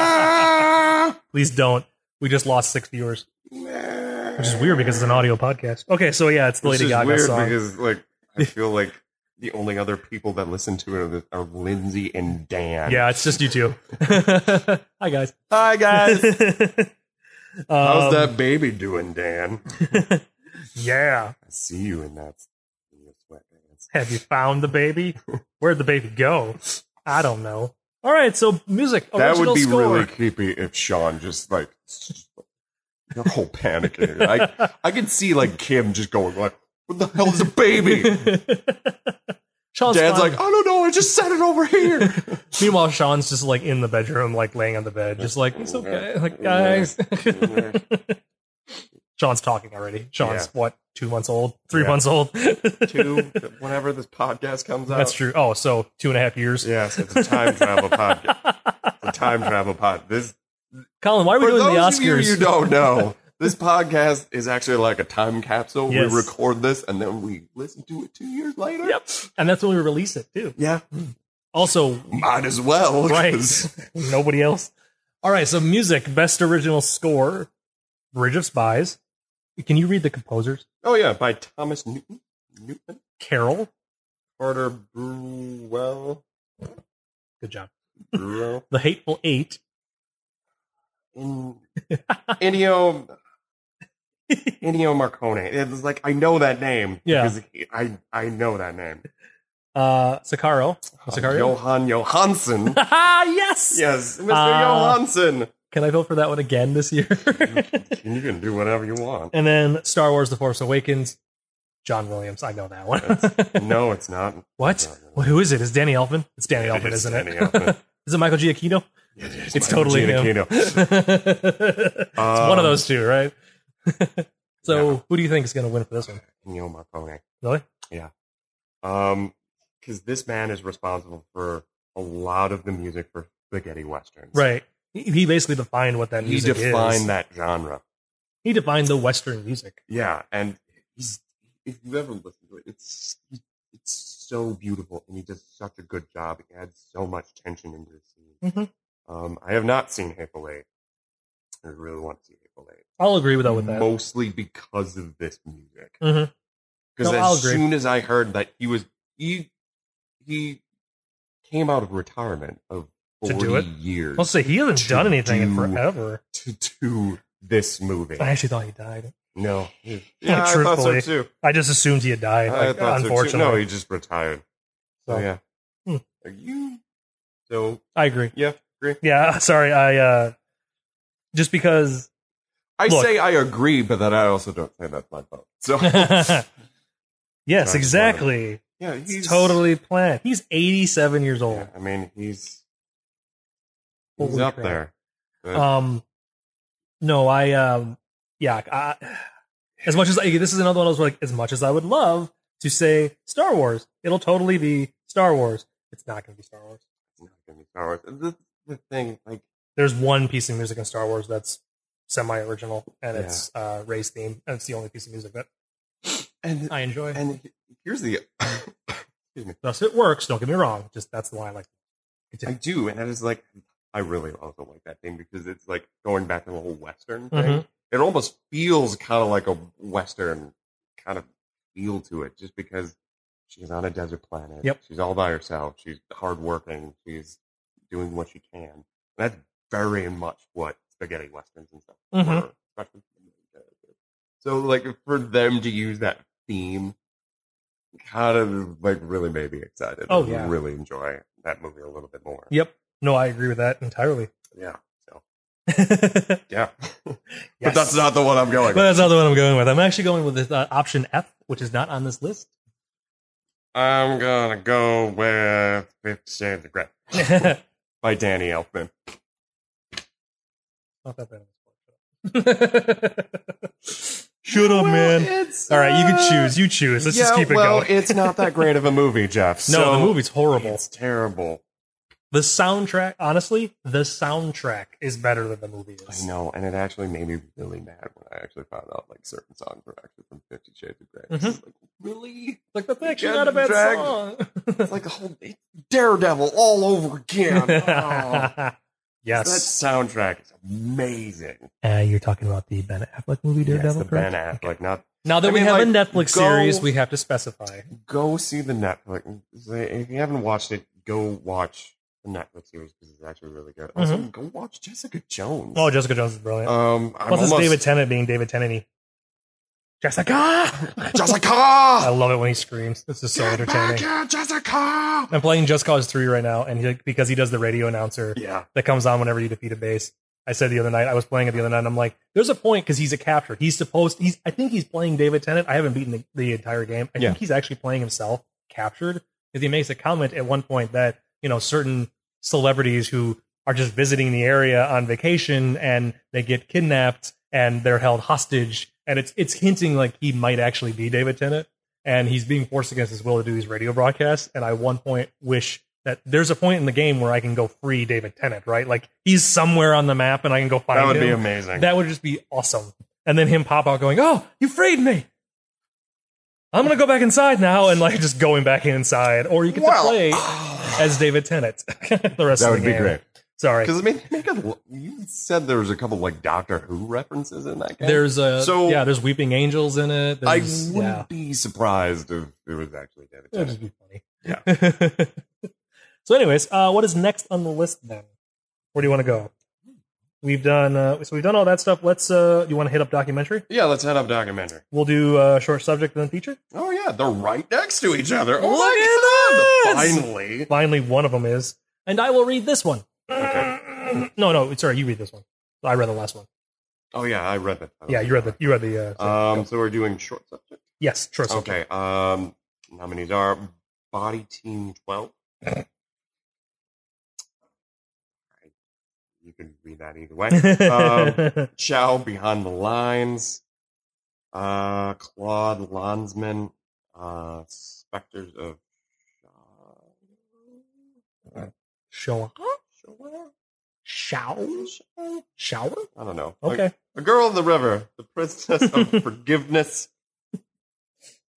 Speaker 2: Which
Speaker 1: Please don't. We just lost six viewers, which is weird because it's an audio podcast. Okay, so yeah, it's the
Speaker 2: Which
Speaker 1: Lady
Speaker 2: is
Speaker 1: Gaga
Speaker 2: weird
Speaker 1: song.
Speaker 2: because like I feel like the only other people that listen to it are, the- are Lindsay and Dan.
Speaker 1: yeah, it's just you two. Hi guys. Um,
Speaker 2: Hi guys.
Speaker 1: How's
Speaker 2: How's that baby doing, Dan?
Speaker 1: Yeah.
Speaker 2: I see you in that in your sweatpants.
Speaker 1: Have you found the baby? Where'd the baby go? I don't know. All right, so music.
Speaker 2: That would
Speaker 1: original
Speaker 2: be
Speaker 1: score.
Speaker 2: really creepy if Sean just like your whole panicking. I I could see like Kim just going like, "What the hell is a baby?"
Speaker 1: Sean's
Speaker 2: Dad's
Speaker 1: fine.
Speaker 2: like, "I don't know. I just set it over here."
Speaker 1: Meanwhile, Sean's just like in the bedroom, like laying on the bed, just like it's okay, like guys. Sean's talking already. Sean's
Speaker 2: Yeah.
Speaker 1: what two months old, three
Speaker 2: Yeah.
Speaker 1: months old.
Speaker 2: Two, whenever this podcast comes out,
Speaker 1: That's true. Oh, so two and a half years.
Speaker 2: Yes, it's a time travel podcast. A time travel pod. This
Speaker 1: Colin, why are we
Speaker 2: for
Speaker 1: doing the
Speaker 2: those of you
Speaker 1: Oscars?
Speaker 2: you don't know, this podcast is actually like a time capsule.
Speaker 1: Yes.
Speaker 2: We record this and then we listen to it two years later.
Speaker 1: Yep. and that's when we release it too.
Speaker 2: Yeah.
Speaker 1: Also,
Speaker 2: Might as well.
Speaker 1: Right.
Speaker 2: 'cause-
Speaker 1: nobody else. All right, so music, best original score, Bridge of Spies. Can you read the composers?
Speaker 2: Oh yeah, by Thomas Newton. Newton.
Speaker 1: Carol.
Speaker 2: Carter Brewell.
Speaker 1: Good job.
Speaker 2: Brewell.
Speaker 1: The Hateful Eight.
Speaker 2: In, Ennio. Ennio Marcone. It's like I know that name.
Speaker 1: Yeah.
Speaker 2: Because he- I I know that name.
Speaker 1: Uh, Sicario.
Speaker 2: Oh,
Speaker 1: Sicario?
Speaker 2: Johan Johansson.
Speaker 1: Ah, yes.
Speaker 2: yes, Mr.
Speaker 1: Uh,
Speaker 2: Johansson.
Speaker 1: Can I vote for that one again this year?
Speaker 2: And you can do whatever you want.
Speaker 1: and then Star Wars: The Force Awakens. John Williams. I know that one.
Speaker 2: No, it's not.
Speaker 1: what? Well, who is it? Is Danny Elfman? It's Danny
Speaker 2: It
Speaker 1: Elfman,
Speaker 2: is
Speaker 1: isn't
Speaker 2: Danny
Speaker 1: it?
Speaker 2: Elfman.
Speaker 1: is it Michael Giacchino?
Speaker 2: It is
Speaker 1: It's
Speaker 2: Michael Um,
Speaker 1: totally him.
Speaker 2: Giacchino.
Speaker 1: it's one of those two, right? so,
Speaker 2: no.
Speaker 1: who do you think is going to win for this one?
Speaker 2: Ennio Marcone.
Speaker 1: Really?
Speaker 2: Um, because this man is responsible for a lot of the music for spaghetti westerns.
Speaker 1: Right. He- He basically defined what that
Speaker 2: He
Speaker 1: music
Speaker 2: defined
Speaker 1: is.
Speaker 2: that genre.
Speaker 1: He defined the Western music.
Speaker 2: Yeah, and he's if you ever listen to it, it's it's so beautiful, and he does such a good job. He adds so much tension into the scene.
Speaker 1: Mhm.
Speaker 2: Um, I have not seen Hateful Eight. I really want to see Hateful Eight.
Speaker 1: I'll agree with that. With that.
Speaker 2: mostly because of this music.
Speaker 1: hmm
Speaker 2: Because
Speaker 1: No, I'll
Speaker 2: as
Speaker 1: agree.
Speaker 2: soon as I heard that he was he he came out of retirement of
Speaker 1: To
Speaker 2: forty
Speaker 1: do it?
Speaker 2: years
Speaker 1: I'll say he hasn't
Speaker 2: To
Speaker 1: done anything in
Speaker 2: do-
Speaker 1: forever.
Speaker 2: to do this movie.
Speaker 1: I actually thought he died.
Speaker 2: No, yeah, I thought so
Speaker 1: Truthfully.
Speaker 2: too.
Speaker 1: I just assumed he had died.
Speaker 2: I
Speaker 1: Like,
Speaker 2: thought so too. No,
Speaker 1: unfortunately,
Speaker 2: he just retired.
Speaker 1: So,
Speaker 2: So yeah,
Speaker 1: Hmm.
Speaker 2: are you? So
Speaker 1: I agree.
Speaker 2: yeah, agree.
Speaker 1: Yeah, sorry. I uh just because
Speaker 2: I
Speaker 1: Look.
Speaker 2: say I agree, but then I also don't say that's my fault. So
Speaker 1: Yes, exactly.
Speaker 2: yeah,
Speaker 1: It's
Speaker 2: he's
Speaker 1: totally planned. He's 87 years old.
Speaker 2: Yeah, I mean, he's he's
Speaker 1: Holy
Speaker 2: up
Speaker 1: crap.
Speaker 2: there. But-
Speaker 1: Um, no, I um, yeah. I, as much as I, this is another one of those where, like, as much as I would love to say Star Wars, it'll totally be Star Wars. It's not going to be Star Wars.
Speaker 2: It's not gonna be Star Wars. The, the thing, like,
Speaker 1: There's one piece of music in Star Wars that's semi-original, and
Speaker 2: Yeah.
Speaker 1: it's uh, race theme, and it's the only piece of music that
Speaker 2: and
Speaker 1: I enjoy.
Speaker 2: and here's the,
Speaker 1: Thus, it works. Don't get me wrong. Just that's the one I like.
Speaker 2: I do, and that is like, I really also like that thing because it's like going back to the whole Western thing.
Speaker 1: Mhm.
Speaker 2: It almost feels kind of like a Western kind of feel to it, just because she's on a desert planet.
Speaker 1: Yep.
Speaker 2: she's all by herself. She's hardworking. She's doing what she can. That's very much what spaghetti westerns and stuff
Speaker 1: Mhm.
Speaker 2: were. especially for the characters. So, like, for them to use that theme kind of like really made me excited.
Speaker 1: Oh,
Speaker 2: I
Speaker 1: yeah.
Speaker 2: really enjoy that movie a little bit more.
Speaker 1: Yep. No, I agree with that entirely.
Speaker 2: Yeah. So
Speaker 1: Yes.
Speaker 2: yeah, but that's not the one I'm going.
Speaker 1: But
Speaker 2: with.
Speaker 1: that's not the one I'm going with. I'm actually going with uh, option F, which is not on this list.
Speaker 2: I'm gonna go with Fifty Shades of Grey
Speaker 1: not
Speaker 2: by Danny Elfman.
Speaker 1: that bad. Shut up, Oh, man. All right, you can choose. You choose. Let's
Speaker 2: uh, yeah,
Speaker 1: just keep it
Speaker 2: well,
Speaker 1: going.
Speaker 2: it's not that great of a movie, Jeff.
Speaker 1: No,
Speaker 2: so
Speaker 1: the movie's horrible.
Speaker 2: It's terrible.
Speaker 1: The soundtrack, honestly, the soundtrack is better than the movie is.
Speaker 2: I know, and it actually made me really mad when I actually found out like certain songs were actually from Fifty Shades of Grey. It's
Speaker 1: Mhm.
Speaker 2: just like, really?
Speaker 1: Like that's actually
Speaker 2: Yeah,
Speaker 1: not a bad
Speaker 2: drag-
Speaker 1: song.
Speaker 2: It's like a whole it's Daredevil all over again. Oh. That
Speaker 1: yes.
Speaker 2: soundtrack is amazing.
Speaker 1: Uh, you're talking about the Ben Affleck movie,
Speaker 2: Yes,
Speaker 1: Daredevil,
Speaker 2: the
Speaker 1: correct?
Speaker 2: Ben Affleck. Not
Speaker 1: Now that
Speaker 2: I
Speaker 1: we
Speaker 2: mean,
Speaker 1: have a
Speaker 2: like,
Speaker 1: Netflix
Speaker 2: go-
Speaker 1: series, we have to specify.
Speaker 2: go see the Netflix. If you haven't watched it, go watch the Netflix series because it's actually really good. Also,
Speaker 1: Mm-hmm.
Speaker 2: go watch Jessica Jones.
Speaker 1: Oh, Jessica Jones is brilliant.
Speaker 2: um, I'm
Speaker 1: Oh, Plus, it's
Speaker 2: almost-
Speaker 1: David Tennant being David Tennant. Jessica! I
Speaker 2: Jessica!
Speaker 1: love it when he screams. This is so
Speaker 2: Get back
Speaker 1: entertaining.
Speaker 2: here, Jessica!
Speaker 1: I'm playing Just Cause 3 right now, and he, because he does the radio announcer
Speaker 2: Yeah.
Speaker 1: that comes on whenever you defeat a base. I said the other night, I was playing it the other night, and I'm like, there's a point because he's a capture. He's supposed, he's, I think he's playing David Tennant. I haven't beaten the, the entire game. I
Speaker 2: Yeah.
Speaker 1: think he's actually playing himself captured because he makes a comment at one point that, you know, certain celebrities who are just visiting the area on vacation and they get kidnapped and they're held hostage. And it's, it's hinting like he might actually be David Tennant and he's being forced against his will to do these radio broadcasts. And I one point wish that there's a point in the game where I can go free David Tennant, right? Like he's somewhere on the map and I can go find
Speaker 2: That would
Speaker 1: him.
Speaker 2: be amazing.
Speaker 1: That would just be awesome. And then him pop out going, "Oh, you freed me." I'm gonna go back inside now, and like just going back inside, or you get
Speaker 2: Well,
Speaker 1: to play as David Tennant. the rest
Speaker 2: That
Speaker 1: of the
Speaker 2: would be
Speaker 1: game.
Speaker 2: great.
Speaker 1: Sorry,
Speaker 2: Because I mean, make a, you said there was a couple like Doctor Who references in that game.
Speaker 1: there's a
Speaker 2: So-
Speaker 1: yeah, there's weeping angels in it.
Speaker 2: I
Speaker 1: There's,
Speaker 2: wouldn't
Speaker 1: yeah, Mm-hmm.
Speaker 2: be surprised if it was actually David
Speaker 1: it'd just
Speaker 2: Tennant.
Speaker 1: be funny. Yeah. so, anyways, uh, what is next on the list then? Where do you want to go? We've done uh, so. We've done all that stuff. Let's. Uh, you want to hit up documentary?
Speaker 2: Yeah, let's head up documentary.
Speaker 1: We'll do uh, short subject and then feature.
Speaker 2: Oh yeah, they're right next to each other. Oh
Speaker 1: Look
Speaker 2: my
Speaker 1: at
Speaker 2: god!
Speaker 1: this!
Speaker 2: Finally.
Speaker 1: Finally, one of them is. And I will read this one. No, no, sorry, you read this one. I read the last one.
Speaker 2: Oh yeah, I read that.
Speaker 1: Yeah, you read the you read the. Uh,
Speaker 2: Um, so we're doing short subject.
Speaker 1: yes, sure. so-
Speaker 2: Okay. Um, nominees are Body Team Twelve. you can read that either way. Um, Chow Behind the Lines. Uh, Claude Landsman. Uh, Specters of.
Speaker 1: Show
Speaker 2: Shower?
Speaker 1: shower shower.
Speaker 2: I don't know.
Speaker 1: Okay,
Speaker 2: A Girl in the River, The Princess of Forgiveness.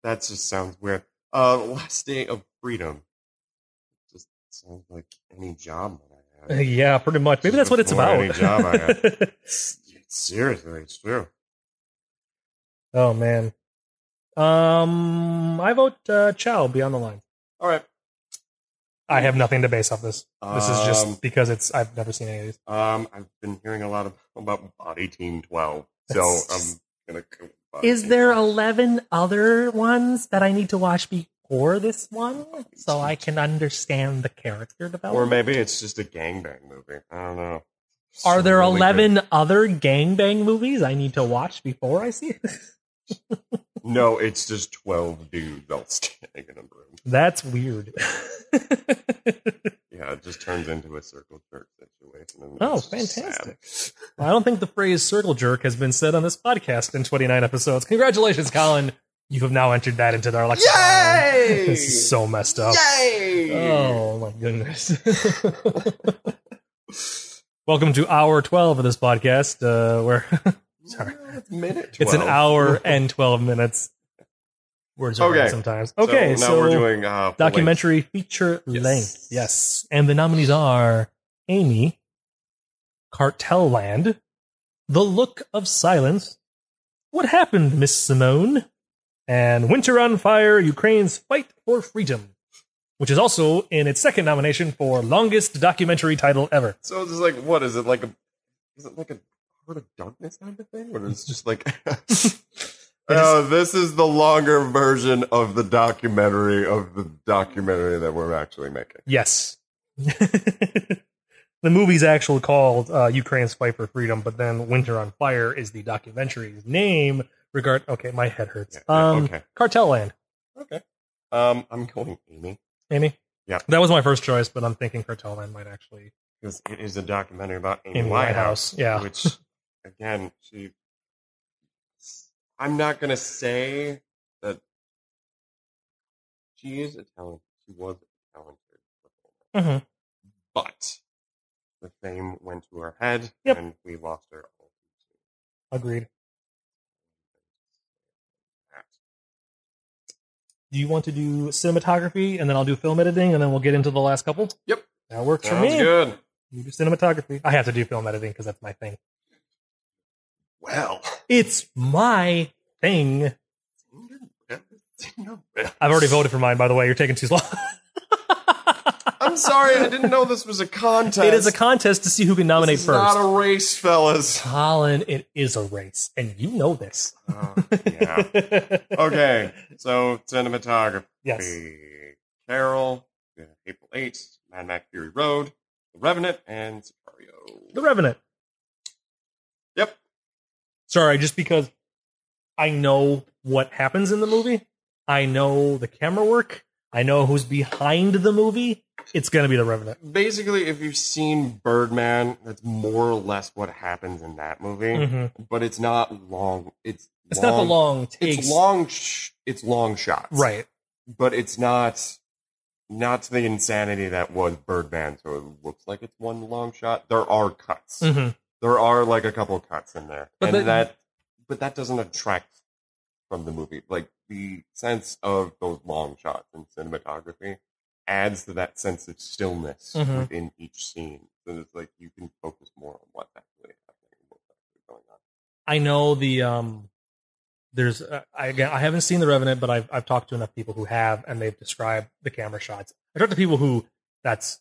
Speaker 2: That just sounds weird. Uh, Last Day of Freedom. Just sounds like any job that I have.
Speaker 1: yeah, pretty much. Maybe that's what it's
Speaker 2: Before
Speaker 1: about.
Speaker 2: any job I have. Seriously, it's true.
Speaker 1: oh man. Um, I vote uh, Chow beyond the line.
Speaker 2: All right.
Speaker 1: I have nothing to base off this. This is
Speaker 2: Um,
Speaker 1: just because it's I've never seen any of these.
Speaker 2: Um, I've been hearing a lot of, about Body Team 12, so
Speaker 1: That's
Speaker 2: I'm going to go with Body
Speaker 1: Is
Speaker 2: Team
Speaker 1: there
Speaker 2: 12.
Speaker 1: 11 other ones that I need to watch before this one so I can understand the character
Speaker 2: Or
Speaker 1: development?
Speaker 2: maybe it's just a gangbang movie. I don't know.
Speaker 1: Are
Speaker 2: Some
Speaker 1: there
Speaker 2: really good-
Speaker 1: 11 other gangbang movies I need to watch before I see it?
Speaker 2: No, it's just 12 dudes all standing in a room.
Speaker 1: That's weird.
Speaker 2: Yeah, it just turns into a circle jerk situation. and
Speaker 1: Oh,
Speaker 2: it's just
Speaker 1: fantastic.
Speaker 2: sad.
Speaker 1: I don't think the phrase circle jerk has been said on this podcast in 29 episodes. Congratulations, Colin. You have now entered that into our lexicon.
Speaker 2: Yay!
Speaker 1: This is so messed up.
Speaker 2: Yay!
Speaker 1: Oh my goodness. Welcome to hour 12 of this podcast, uh, where sorry.
Speaker 2: Well, it's minute
Speaker 1: it's an
Speaker 2: 12.
Speaker 1: hour and 12 minutes. Words are hard
Speaker 2: Okay.
Speaker 1: sometimes.
Speaker 2: So
Speaker 1: Okay,
Speaker 2: now
Speaker 1: so,
Speaker 2: we're doing uh, full
Speaker 1: documentary feature
Speaker 2: Yes.
Speaker 1: length. Yes. And the nominees are Amy, Cartel Land, The Look of Silence, What Happened, Miss Simone, and Winter on Fire Ukraine's Fight for Freedom, which is also in its second nomination for Longest Documentary Title Ever.
Speaker 2: length. So it's just like, what is it like? A is it like a heart of darkness kind of thing, or it's just like? Oh, this is the longer version of the documentary of the documentary that we're actually making.
Speaker 1: Yes. the movie's actually called uh, Ukraine's Fight for Freedom, but then Winter on Fire is the documentary's name. Regard. Okay, my head hurts.
Speaker 2: Yeah, yeah,
Speaker 1: um,
Speaker 2: okay.
Speaker 1: Cartel Land.
Speaker 2: Okay. Um, I'm going Amy
Speaker 1: Amy.
Speaker 2: Yeah.
Speaker 1: that was my first choice, but I'm thinking Cartel Land might actually.
Speaker 2: because it is a documentary about Amy,
Speaker 1: Amy
Speaker 2: Winehouse.
Speaker 1: Winehouse, yeah.
Speaker 2: Which, again, she. I'm not gonna say that she is a talent. She was a talented performer,
Speaker 1: Mhm.
Speaker 2: but the fame went to her head,
Speaker 1: Yep.
Speaker 2: and we lost her. all too
Speaker 1: Agreed.
Speaker 2: soon.
Speaker 1: Do you want to do cinematography, and then I'll do film editing, and then we'll get into the last couple?
Speaker 2: Yep.
Speaker 1: that works for
Speaker 2: Sounds
Speaker 1: me.
Speaker 2: good.
Speaker 1: You do cinematography. I have to do film editing because that's my thing.
Speaker 2: Well,
Speaker 1: It's my thing. I've already voted for mine, by the way. You're taking too long.
Speaker 2: I'm I'm sorry, I didn't know this was a contest.
Speaker 1: It is a contest to see who can nominate
Speaker 2: This is
Speaker 1: first.
Speaker 2: Not a race, fellas.
Speaker 1: Colin, it is a race, and you know this.
Speaker 2: Oh, yeah. Oh, Okay, so cinematography.
Speaker 1: yes.
Speaker 2: Carol, uh, April 8th, Mad Max Fury Road, The Revenant, and Sicario.
Speaker 1: The Revenant.
Speaker 2: Yep.
Speaker 1: Sorry, just because I know what happens in the movie. I know the camera work. I know who's behind the movie. It's going to be The Revenant.
Speaker 2: Basically, if you've seen Birdman, that's more or less what happens in that movie,
Speaker 1: Mhm.
Speaker 2: but it's not long. It's
Speaker 1: It's not the long takes.
Speaker 2: It's long. Sh- it's long shots,
Speaker 1: Right.
Speaker 2: But it's not not to the insanity that was Birdman. So it looks like it's one long shot. There are cuts.
Speaker 1: hmm
Speaker 2: There are like a couple cuts in there,
Speaker 1: But
Speaker 2: and
Speaker 1: the-
Speaker 2: that but that doesn't attract from the movie. Like the sense of those long shots and cinematography adds to that sense of stillness
Speaker 1: Mhm.
Speaker 2: within each scene. So it's like you can focus more on what's actually happening, and what's actually going on.
Speaker 1: I know the um. There's uh, I again I haven't seen the Revenant, but I've I've talked to enough people who have, and they've described the camera shots. I talked to people who that's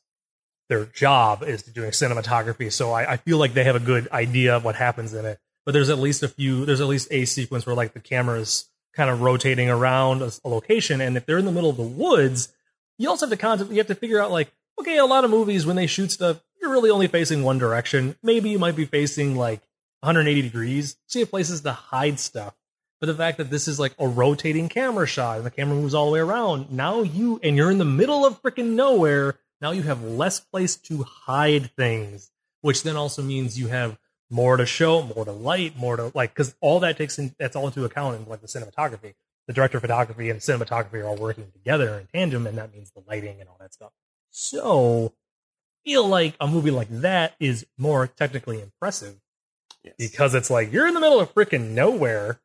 Speaker 1: their job is doing cinematography, so I, I feel like they have a good idea of what happens in it. But there's at least a few. There's at least a sequence where like the camera's kind of rotating around a, a location, and if they're in the middle of the woods, you also have to concept. You have to figure out like okay, a lot of movies when they shoot stuff, you're really only facing one direction. Maybe you might be facing like 180 degrees. So you have places to hide stuff. But the fact that this is like a rotating camera shot and the camera moves all the way around, now you and you're in the middle of freaking nowhere. Now you have less place to hide things, which then also means you have more to show, more to light, more to like because all that takes in, that's all into account in like the cinematography. The director of photography and cinematography are all working together in tandem, and that means the lighting and all that stuff. So, I feel like a movie like that is more technically impressive
Speaker 2: Yes.
Speaker 1: because it's like you're in the middle of freaking nowhere.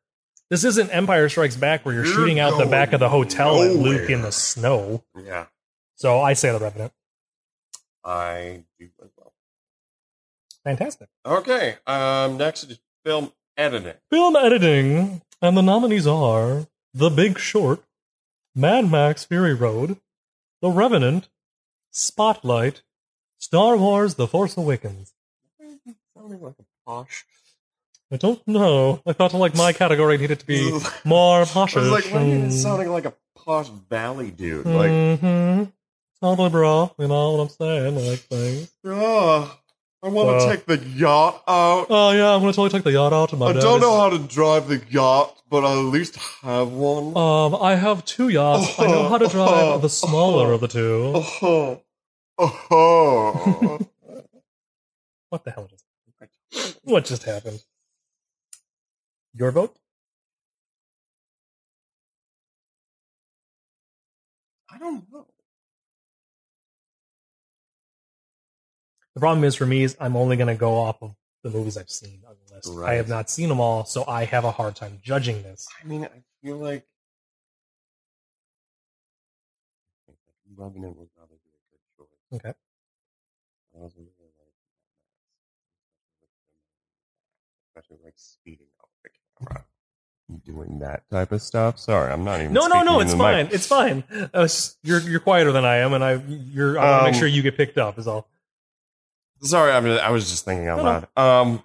Speaker 1: This isn't Empire Strikes Back where you're,
Speaker 2: You're
Speaker 1: shooting out the back of the hotel at Luke
Speaker 2: nowhere.
Speaker 1: in the snow.
Speaker 2: yeah,
Speaker 1: So I say the Revenant.
Speaker 2: I do as well.
Speaker 1: Fantastic.
Speaker 2: Okay, um, next is film editing.
Speaker 1: Film editing, and the nominees are The Big Short, Mad Max Fury Road, The Revenant, Spotlight, Star Wars The Force Awakens.
Speaker 2: Sounding like a posh.
Speaker 1: I don't know. I felt like my category needed to be more posh.
Speaker 2: I was like, why are you sounding like a posh valley dude? Like,
Speaker 1: hmm Totally, bro. You know what I'm saying? Like things.
Speaker 2: oh, I want to
Speaker 1: Uh,
Speaker 2: take the yacht out.
Speaker 1: Oh yeah, I'm gonna totally take the yacht out to my.
Speaker 2: I
Speaker 1: dad.
Speaker 2: don't know how to drive the yacht, but I at least have one.
Speaker 1: Um, I have two yachts. I know how to drive the smaller of the two.
Speaker 2: Oh, oh.
Speaker 1: What the hell just? What just happened? Your vote?
Speaker 2: I don't know.
Speaker 1: The problem is for me is I'm only gonna go off of the movies I've seen on the list. I
Speaker 2: Right.
Speaker 1: have not seen them all, so I have a hard time judging this.
Speaker 2: I mean, I feel like Revenant was probably a good choice.
Speaker 1: Okay.
Speaker 2: I also really like especially like speeding up the camera, doing that type of stuff. Sorry, I'm not even.
Speaker 1: No, no,
Speaker 2: speaking
Speaker 1: no.
Speaker 2: in
Speaker 1: It's
Speaker 2: the
Speaker 1: fine.
Speaker 2: mic.
Speaker 1: It's fine. Uh, s- you're you're quieter than I am, and I you're. I want to make
Speaker 2: Um,
Speaker 1: sure you get picked up. Is all.
Speaker 2: Sorry, I'm. I was just thinking out
Speaker 1: No,
Speaker 2: loud. Um,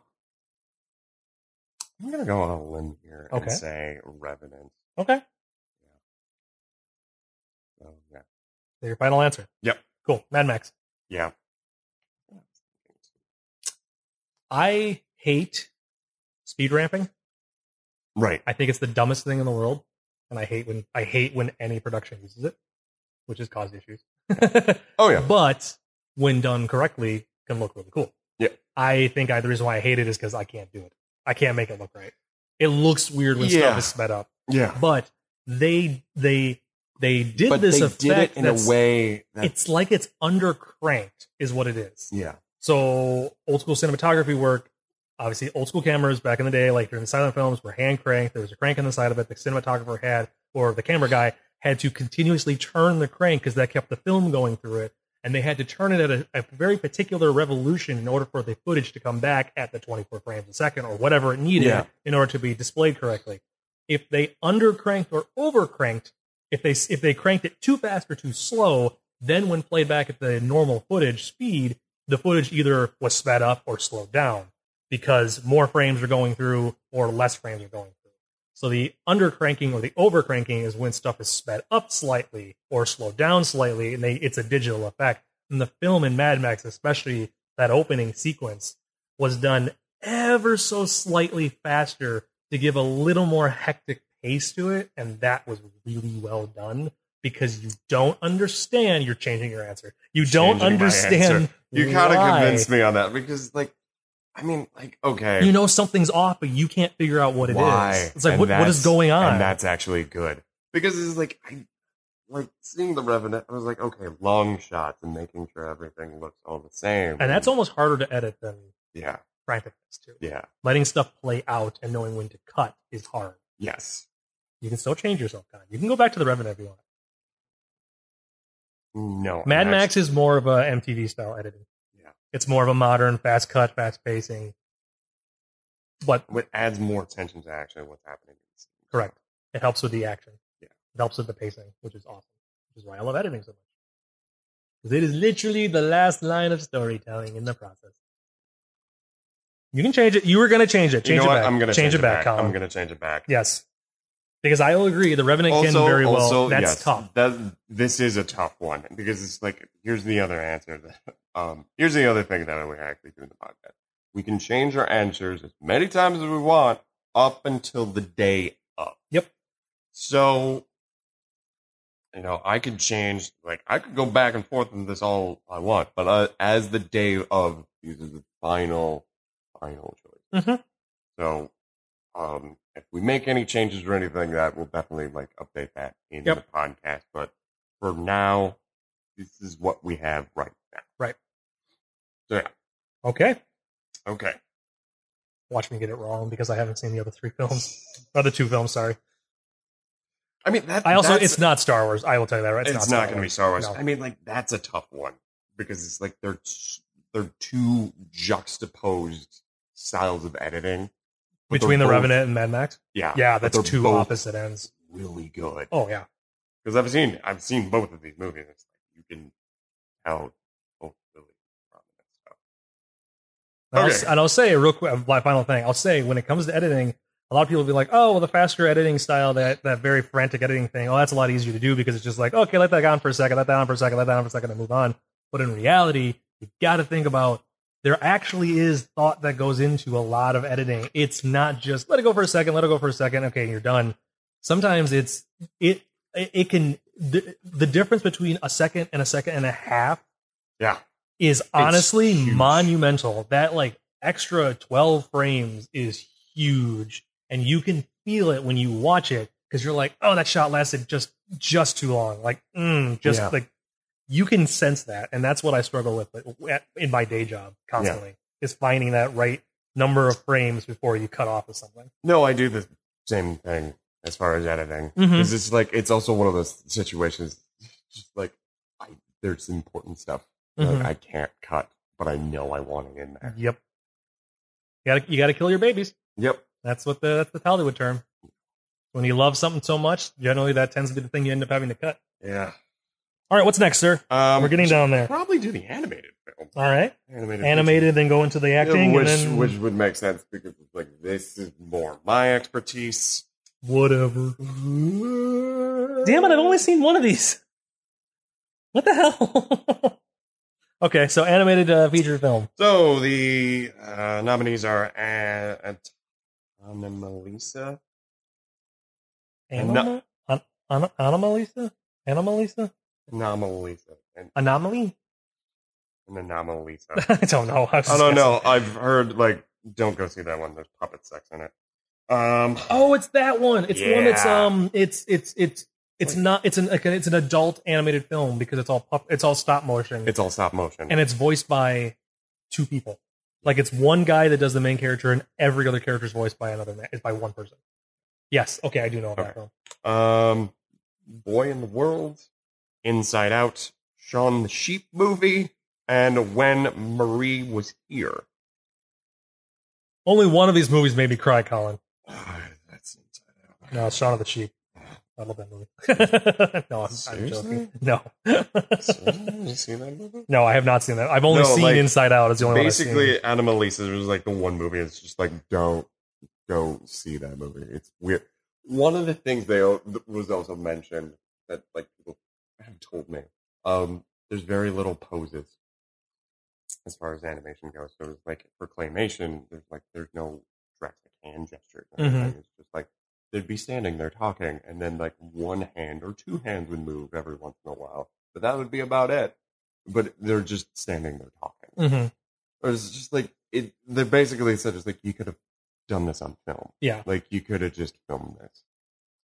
Speaker 2: I'm gonna go on a limb here
Speaker 1: Okay.
Speaker 2: and say Revenant.
Speaker 1: Okay.
Speaker 2: So, Oh, yeah,
Speaker 1: Is that Your final answer.
Speaker 2: Yep.
Speaker 1: Cool. Mad Max.
Speaker 2: yeah.
Speaker 1: I hate speed ramping.
Speaker 2: Right.
Speaker 1: I think it's the dumbest thing in the world, and I hate when I hate when any production uses it, which has caused issues.
Speaker 2: Oh yeah.
Speaker 1: But when done correctly, can look really cool.
Speaker 2: Yeah.
Speaker 1: I think I, the reason why I hate it is because I can't do it. I can't make it look right. It looks weird when
Speaker 2: Yeah.
Speaker 1: stuff is sped up,
Speaker 2: Yeah.
Speaker 1: but they they they did
Speaker 2: But
Speaker 1: this
Speaker 2: they
Speaker 1: effect
Speaker 2: did it in a
Speaker 1: that's-
Speaker 2: way that
Speaker 1: It's like it's undercranked, is what it is.
Speaker 2: yeah.
Speaker 1: So old school cinematography work, obviously old school cameras back in the day, like during the silent films, were hand cranked. There was a crank on the side of it. The cinematographer had, or the camera guy had to continuously turn the crank because that kept the film going through it. And they had to turn it at a, a very particular revolution in order for the footage to come back at the 24 frames a second or whatever it needed
Speaker 2: Yeah.
Speaker 1: in order to be displayed correctly. If they undercranked or overcranked, if they if they cranked it too fast or too slow, Then, when played back at the normal footage speed, the footage either was sped up or slowed down because more frames are going through or less frames are going through. So the undercranking or the overcranking is when stuff is sped up slightly or slowed down slightly, and they, it's a digital effect. And the film in Mad Max, especially that opening sequence, was done ever so slightly faster to give a little more hectic pace to it, and that was really well done because you don't understand. You're changing your answer. You don't
Speaker 2: Changing my answer.
Speaker 1: understand.
Speaker 2: You kind of
Speaker 1: why.
Speaker 2: convinced me on that because, like, I mean, like, okay,
Speaker 1: You know something's off, but you can't figure out what it is.
Speaker 2: why?
Speaker 1: It's like
Speaker 2: And
Speaker 1: what, what is
Speaker 2: that's-
Speaker 1: going on?
Speaker 2: And that's actually good because it's like, I like seeing the Revenant. I was like, okay, long shots and making sure everything looks all the same.
Speaker 1: and that's almost harder to edit than
Speaker 2: yeah,
Speaker 1: practice too.
Speaker 2: yeah,
Speaker 1: Letting stuff play out and knowing when to cut is hard.
Speaker 2: yes.
Speaker 1: You can still change yourself, kind of. You can go back to the Revenant if you want.
Speaker 2: No, I'm
Speaker 1: Mad
Speaker 2: actually-
Speaker 1: Max is more of a MTV style editing.
Speaker 2: Yeah.
Speaker 1: It's more of a modern, fast cut, fast pacing. But
Speaker 2: what adds more attention to actually what's happening.
Speaker 1: correct. It helps with the action.
Speaker 2: Yeah.
Speaker 1: It helps with the pacing, which is awesome. Which is why I love editing so much. Because it is literally the last line of storytelling in the process. You can change it. You were going to change it. Change
Speaker 2: you know
Speaker 1: it
Speaker 2: what?
Speaker 1: back.
Speaker 2: I'm gonna
Speaker 1: change, it back, Colin.
Speaker 2: I'm gonna change it back.
Speaker 1: Yes. Because I will agree, the Revenant can very well. That's
Speaker 2: yes,
Speaker 1: tough.
Speaker 2: That this is a tough one because it's like here's the other answer. That, um, here's the other thing that we actually do in the podcast. We can change our answers as many times as we want up until the day up.
Speaker 1: Yep.
Speaker 2: So, you know, I could change. Like I could go back and forth on this all I want, but uh, as the day of, these are the final, final choice.
Speaker 1: Mhm.
Speaker 2: So um, if we make any changes or anything like that, we'll definitely like update that in
Speaker 1: Yep.
Speaker 2: the podcast. But for now, this is what we have right now.
Speaker 1: Right.
Speaker 2: So yeah.
Speaker 1: Okay.
Speaker 2: Okay.
Speaker 1: Watch me get it wrong because I haven't seen the other three films. Other two films, sorry.
Speaker 2: I mean, that,
Speaker 1: I also,
Speaker 2: that's-
Speaker 1: it's not Star Wars. I will tell you that, right?
Speaker 2: it's,
Speaker 1: Star
Speaker 2: not going to be Star Wars.
Speaker 1: No.
Speaker 2: I mean, like that's a tough one because it's like they're they're two juxtaposed styles of editing but
Speaker 1: Between The
Speaker 2: they're both-
Speaker 1: Revenant and Mad Max?
Speaker 2: Yeah,
Speaker 1: Yeah,
Speaker 2: but
Speaker 1: that's
Speaker 2: they're
Speaker 1: two
Speaker 2: both
Speaker 1: opposite ends.
Speaker 2: Really good.
Speaker 1: Oh, yeah.
Speaker 2: because I've seen I've seen both of these movies. It's like you can tell both really prominent stuff.
Speaker 1: And, I'll
Speaker 2: Okay.
Speaker 1: s- and I'll, say real quick, my final thing. I'll say when it comes to editing, a lot of people will be like, "Oh, well, the faster editing style, that that very frantic editing thing. Oh, that's a lot easier to do because it's just like, okay, let that go on for a second, let that on for a second, let that on for a second, and move on." But in reality, you got to think about there actually is thought that goes into a lot of editing. It's not just let it go for a second, let it go for a second, okay, you're done. Sometimes it's it it it can the, the difference between a second and a second and a half
Speaker 2: Yeah,
Speaker 1: is honestly
Speaker 2: huge.
Speaker 1: monumental. That like extra 12 frames is huge and you can feel it when you watch it cuz you're like, "Oh, that shot lasted just just too long." Like, mm, just
Speaker 2: Yeah.
Speaker 1: like you can sense that and that's what I struggle with like, at- in my day job constantly is finding that right number of frames before you cut off of something.
Speaker 2: no, I do the same thing as far as editing
Speaker 1: Mhm.
Speaker 2: because it's like it's also one of those situations. Just like I, there's important stuff that
Speaker 1: Mhm.
Speaker 2: I can't cut, but I know I want it in there.
Speaker 1: Yep. You got to you got to kill your babies.
Speaker 2: Yep.
Speaker 1: That's what the that's the Hollywood term. When you love something so much, generally that tends to be the thing you end up having to cut.
Speaker 2: Yeah.
Speaker 1: All right, what's next, sir?
Speaker 2: Um,
Speaker 1: Uh, We're getting down there.
Speaker 2: probably do the animated film.
Speaker 1: All right,
Speaker 2: Animated.
Speaker 1: animated, then go into the
Speaker 2: feature.
Speaker 1: acting,
Speaker 2: which
Speaker 1: and then
Speaker 2: which would make sense because it's like this is more my expertise.
Speaker 1: whatever. Damn
Speaker 2: Damn
Speaker 1: it! I've only seen one of these. What the hell? okay, so animated uh, feature film.
Speaker 2: So the uh, nominees are uh, Ant- Anna Melissa.
Speaker 1: Anima, an, an, Anomalisa, Anomalisa,
Speaker 2: Anomalisa. An
Speaker 1: anomaly.
Speaker 2: an Anomalisa.
Speaker 1: I don't know. I, was
Speaker 2: I
Speaker 1: just
Speaker 2: don't
Speaker 1: guessing.
Speaker 2: know. I've heard, like, don't go see that one. There's puppet sex in it. Um,
Speaker 1: Oh, it's that one. It's the one that's
Speaker 2: Yeah.
Speaker 1: um, it's it's it's it's not it's an like, it's an adult animated film because it's all puff, it's all stop motion.
Speaker 2: It's all stop motion.
Speaker 1: and it's voiced by two people. Like it's one guy that does the main character, and every other character is voiced by another man. It's by one person. Yes. Okay, I do know about
Speaker 2: Okay.
Speaker 1: that film.
Speaker 2: um, Boy in the World, Inside Out, Shaun the Sheep movie, and When Marie Was Here.
Speaker 1: Only one of these movies made me cry, Colin.
Speaker 2: Ah, That's Inside Out.
Speaker 1: No, it's Shaun of the Sheep. I love that movie. no, I'm, I'm
Speaker 2: Seriously?
Speaker 1: joking. No,
Speaker 2: Seriously? Have you seen that movie?
Speaker 1: no, I have not seen that. I've only
Speaker 2: No,
Speaker 1: seen
Speaker 2: like,
Speaker 1: Inside Out. It's the only one
Speaker 2: Basically, Animal Lisa was like the one movie. It's just like don't go see that movie. It's weird. One of the things they al- that was also mentioned that like people have told me, um, there's very little poses as far as animation goes. So it's like for claymation, there's like there's no drastic hand gestures. or
Speaker 1: Mhm.
Speaker 2: anything. It's just like they'd be standing there talking, and then like one hand or two hands would move every once in a while, but that would be about it. But they're just standing there talking
Speaker 1: I've seen. hmm
Speaker 2: or it's just like it they basically said it's like you could have done this on film
Speaker 1: Yeah.
Speaker 2: like you could have just filmed this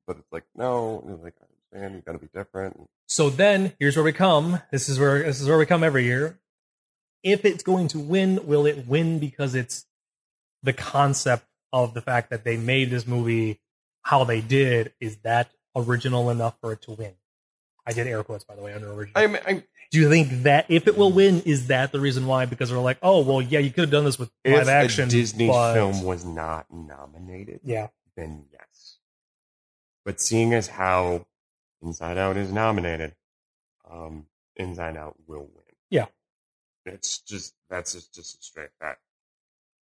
Speaker 2: but it's like no and they're like i understand you gotta be different
Speaker 1: So then, here's where we come. This is where this is where we come every year. If it's going to win, will it win because it's the concept of the fact that they made this movie how they did? Is that original enough for it to win? I did air quotes by the way under original.
Speaker 2: i'm i'm
Speaker 1: Do you think that if it will win, is that the reason why? Because they're like, oh well, yeah, you could have done this with live
Speaker 2: if
Speaker 1: action.
Speaker 2: a disney
Speaker 1: but-
Speaker 2: film was not nominated
Speaker 1: Yeah,
Speaker 2: then yes but seeing as how inside out is nominated um inside out will win
Speaker 1: Yeah.
Speaker 2: it's just that's just, just a straight fact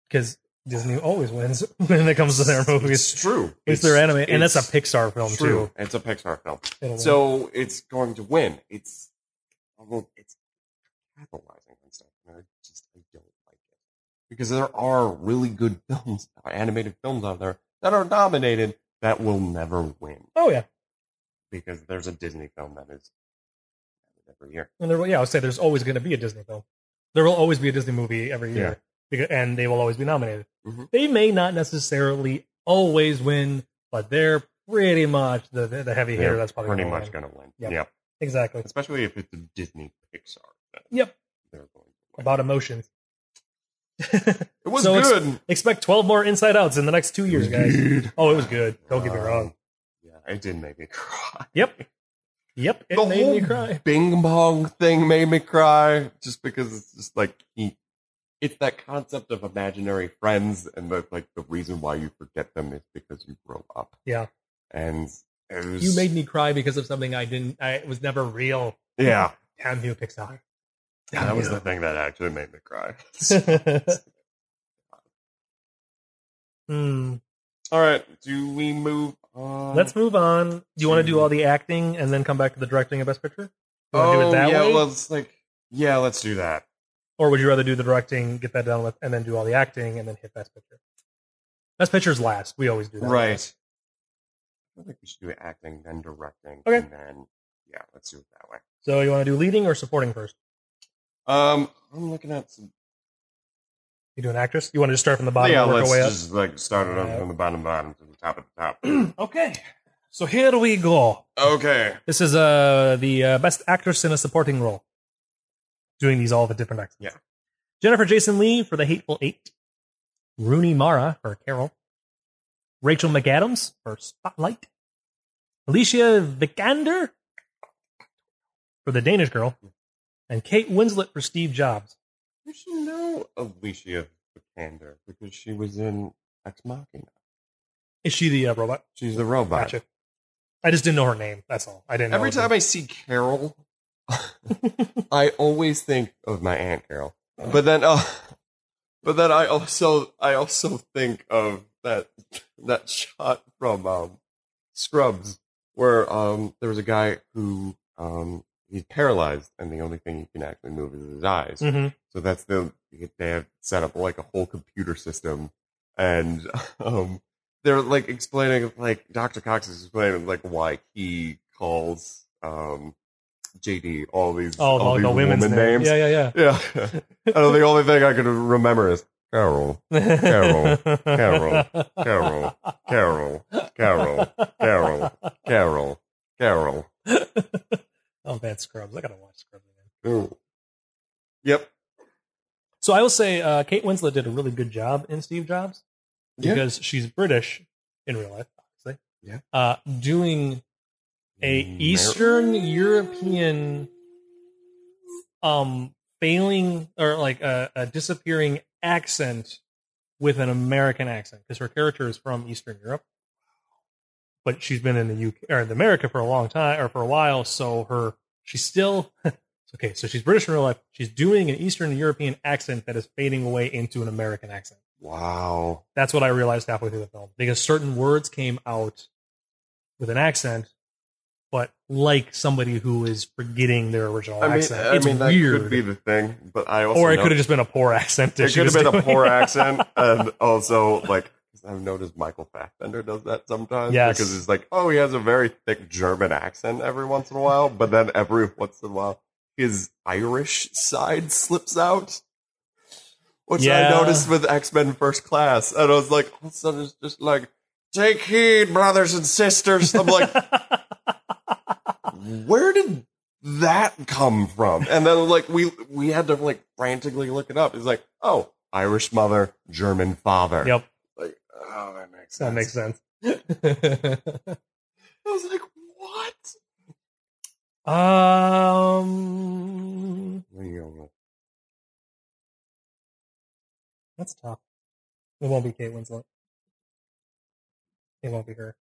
Speaker 1: because Disney always wins when it comes to their
Speaker 2: it's
Speaker 1: movies.
Speaker 2: true
Speaker 1: It's their anime, and that's a
Speaker 2: it's
Speaker 1: Pixar film
Speaker 2: true. it's a pixar film
Speaker 1: too. It'll win.
Speaker 2: So it's going to win. It's well, it's capitalizing on stuff. And I just I don't like it because there are really good films, animated films out there that are nominated that will never win
Speaker 1: oh yeah,
Speaker 2: because there's a Disney film that is every year.
Speaker 1: And there, will- yeah, I would say there's always going to be a Disney film. There will always be a Disney movie every year,
Speaker 2: Yeah.
Speaker 1: Beca- and they will always be nominated.
Speaker 2: Mhm.
Speaker 1: They may not necessarily always win, but they're pretty much the the, the heavy hitter.
Speaker 2: They're
Speaker 1: That's probably
Speaker 2: pretty
Speaker 1: gonna
Speaker 2: much
Speaker 1: win.
Speaker 2: going to win.
Speaker 1: Yep.
Speaker 2: Yep.
Speaker 1: exactly
Speaker 2: especially if it's a Disney Pixar. Film.
Speaker 1: Yep.
Speaker 2: They're going to win.
Speaker 1: about emotions.
Speaker 2: It was
Speaker 1: so it's-
Speaker 2: good.
Speaker 1: Expect 12 more Inside Outs in the next two years, guys.
Speaker 2: Dude.
Speaker 1: Oh, it was good. Don't get me wrong.
Speaker 2: Um, Yeah, it did make me cry.
Speaker 1: Yep. Yep, it
Speaker 2: the
Speaker 1: made
Speaker 2: whole
Speaker 1: me cry.
Speaker 2: Bing bong thing made me cry just because it's just like he, it's that concept of imaginary friends and the like the reason why you forget them is because you grow up.
Speaker 1: Yeah.
Speaker 2: And it was,
Speaker 1: You made me cry because of something I didn't. I it was never real.
Speaker 2: yeah,
Speaker 1: Damn you, Pixar.
Speaker 2: yeah, that was the thing that actually made me cry.
Speaker 1: Hmm.
Speaker 2: All right, do we move on?
Speaker 1: Let's move on. Do you want to do
Speaker 2: to-
Speaker 1: all the acting and then come back to the directing of Best Picture? You wanna
Speaker 2: oh,
Speaker 1: do it that
Speaker 2: yeah,
Speaker 1: way?
Speaker 2: well, it's like yeah, let's do that.
Speaker 1: or would you rather do the directing, get that done with, and then do all the acting and then hit Best Picture? Best Picture's last. We always do that.
Speaker 2: Right. I think we should do acting, then directing,
Speaker 1: Okay.
Speaker 2: and then yeah, let's do it that way.
Speaker 1: So you want to do leading or supporting first?
Speaker 2: Um, I'm looking at some
Speaker 1: You do an actress? You want to just start from the bottom
Speaker 2: yeah,
Speaker 1: and work
Speaker 2: let's
Speaker 1: our way
Speaker 2: just like start it
Speaker 1: Yeah.
Speaker 2: on from the bottom, bottom to the top of the top.
Speaker 1: up? okay. So here we go.
Speaker 2: okay,
Speaker 1: This is uh the uh, best actress in a supporting role. Doing these all the different accents.
Speaker 2: Yeah.
Speaker 1: Jennifer Jason Lee for The Hateful Eight. Rooney Mara for Carol. Rachel McAdams for Spotlight. Alicia Vikander for The Danish Girl. And Kate Winslet for Steve Jobs.
Speaker 2: you should know Alicia Vikander because she was in Ex Machina.
Speaker 1: Is she the uh, robot?
Speaker 2: She's the robot.
Speaker 1: Gotcha. I just didn't know her name. That's all. I didn't know
Speaker 2: Every
Speaker 1: it was-
Speaker 2: time I see Carol, I always think of my aunt Carol. But then, uh, but then I also I also think of that that shot from um, Scrubs where um there was a guy who um he's paralyzed and the only thing he can actually move is his eyes.
Speaker 1: Mhm.
Speaker 2: So that's the they have set up like a whole computer system, and um, they're like explaining like Dr. Cox is explaining like why he calls um, JD all these
Speaker 1: Oh,
Speaker 2: all
Speaker 1: the,
Speaker 2: these
Speaker 1: the women's
Speaker 2: woman
Speaker 1: name.
Speaker 2: names.
Speaker 1: Yeah, yeah,
Speaker 2: Yeah, and the only thing I could remember is Carol,
Speaker 1: yeah.
Speaker 2: Carol, Carol, Carol, Carol, Carol, Carol, Carol, Carol.
Speaker 1: Oh, bad Scrubs. I gotta watch Scrubs again.
Speaker 2: Ooh. Yep.
Speaker 1: So I will say, uh, Kate Winslet did a really good job in Steve Jobs
Speaker 2: Yeah.
Speaker 1: because she's British in real life, obviously.
Speaker 2: Yeah.
Speaker 1: Uh, doing a
Speaker 2: Mer-
Speaker 1: Eastern European, um, failing or like a, a disappearing accent with an American accent because her character is from Eastern Europe. but she's been in the UK or in America for a long time or for a while. So her she's still it's okay. So she's British in real life. She's doing an Eastern European accent that is fading away into an American accent.
Speaker 2: Wow.
Speaker 1: That's what I realized halfway through the film because certain words came out with an accent, but like somebody who is forgetting their original
Speaker 2: I mean,
Speaker 1: accent.
Speaker 2: I
Speaker 1: it's
Speaker 2: mean that
Speaker 1: weird.
Speaker 2: could be the thing, but I also
Speaker 1: or it
Speaker 2: know-
Speaker 1: could have just been a poor accent. that
Speaker 2: it
Speaker 1: she
Speaker 2: could have
Speaker 1: was
Speaker 2: been a
Speaker 1: doing.
Speaker 2: poor accent, and also like 'cause I've noticed Michael Fassbender does that sometimes.
Speaker 1: Yes.
Speaker 2: because it's like, oh, he has a very thick German accent every once in a while, but then every once in a while his Irish side slips out. Which
Speaker 1: Yeah.
Speaker 2: I noticed with X Men First Class, and I was like, all of a sudden it's just like, take heed, brothers and sisters. I'm like, where did that come from? And then like we we had to like frantically look it up. It's like, oh, Irish mother, German father.
Speaker 1: yep,
Speaker 2: Like, oh, that makes sense.
Speaker 1: that makes sense.
Speaker 2: I was like, what?
Speaker 1: um, That's tough. It won't be Kate Winslet. It won't be her.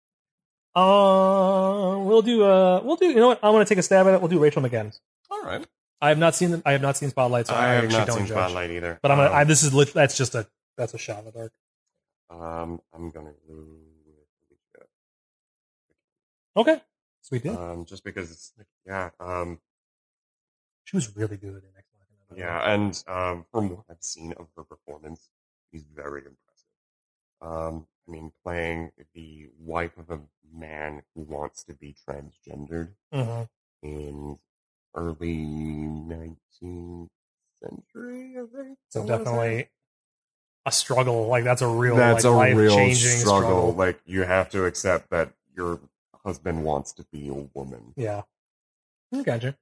Speaker 1: Uh, we'll do. Uh, we'll do. You know what? I'm gonna take a stab at it. We'll do Rachel McAdams.
Speaker 2: All right.
Speaker 1: I have not seen. the- I have not seen Spotlight, so I,
Speaker 2: I have
Speaker 1: actually
Speaker 2: not
Speaker 1: don't
Speaker 2: seen
Speaker 1: judge.
Speaker 2: Spotlight either.
Speaker 1: But I'm gonna. I,
Speaker 2: Um,
Speaker 1: this is. Lit, that's just a. That's a shot in the dark.
Speaker 2: um, I'm gonna lose.
Speaker 1: Okay. Sweet deal.
Speaker 2: Um, just because it's like, yeah, um,
Speaker 1: she was really good in X Men.
Speaker 2: yeah, and um, from what I've seen of her performance, she's very impressive. Um, I mean, playing the wife of a man who wants to be transgendered
Speaker 1: Mhm.
Speaker 2: in early 19th century, I think. I
Speaker 1: So
Speaker 2: wanna say.
Speaker 1: definitely a struggle. Like that's a real.
Speaker 2: that's
Speaker 1: like,
Speaker 2: a real
Speaker 1: life-changing
Speaker 2: struggle. Like you have to accept that your husband wants to be a woman.
Speaker 1: Yeah. I Gotcha.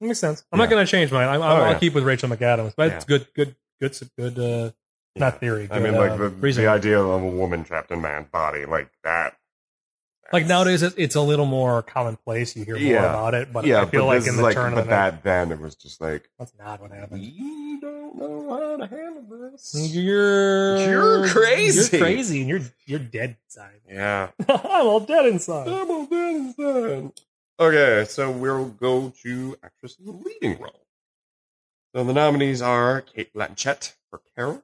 Speaker 1: Makes sense. I'm not
Speaker 2: Yeah.
Speaker 1: going to change mine. I'm, I'm,
Speaker 2: Oh,
Speaker 1: I'll
Speaker 2: yeah.
Speaker 1: keep with Rachel McAdams, but it's
Speaker 2: Yeah.
Speaker 1: good, good, good, s- good. Uh, Not theory.
Speaker 2: I
Speaker 1: good,
Speaker 2: mean, like
Speaker 1: uh,
Speaker 2: the,
Speaker 1: reason.
Speaker 2: the idea of a woman trapped in a man's body, like that.
Speaker 1: Like
Speaker 2: that's-
Speaker 1: nowadays, it, it's a little more commonplace. You hear more
Speaker 2: Yeah.
Speaker 1: about it, but
Speaker 2: yeah,
Speaker 1: I feel
Speaker 2: but
Speaker 1: like
Speaker 2: this
Speaker 1: in
Speaker 2: is
Speaker 1: the
Speaker 2: like,
Speaker 1: turn
Speaker 2: but
Speaker 1: of the night,
Speaker 2: that then it was just like
Speaker 1: that's not what happened. Mm-hmm.
Speaker 2: we don't know how to handle this.
Speaker 1: You're
Speaker 2: You're crazy.
Speaker 1: You're crazy, and you're you're dead inside.
Speaker 2: Yeah.
Speaker 1: I'm all dead inside.
Speaker 2: Double Benson. Okay, so we'll go to actress in the leading role. So the nominees are Kate Blanchett for Carol,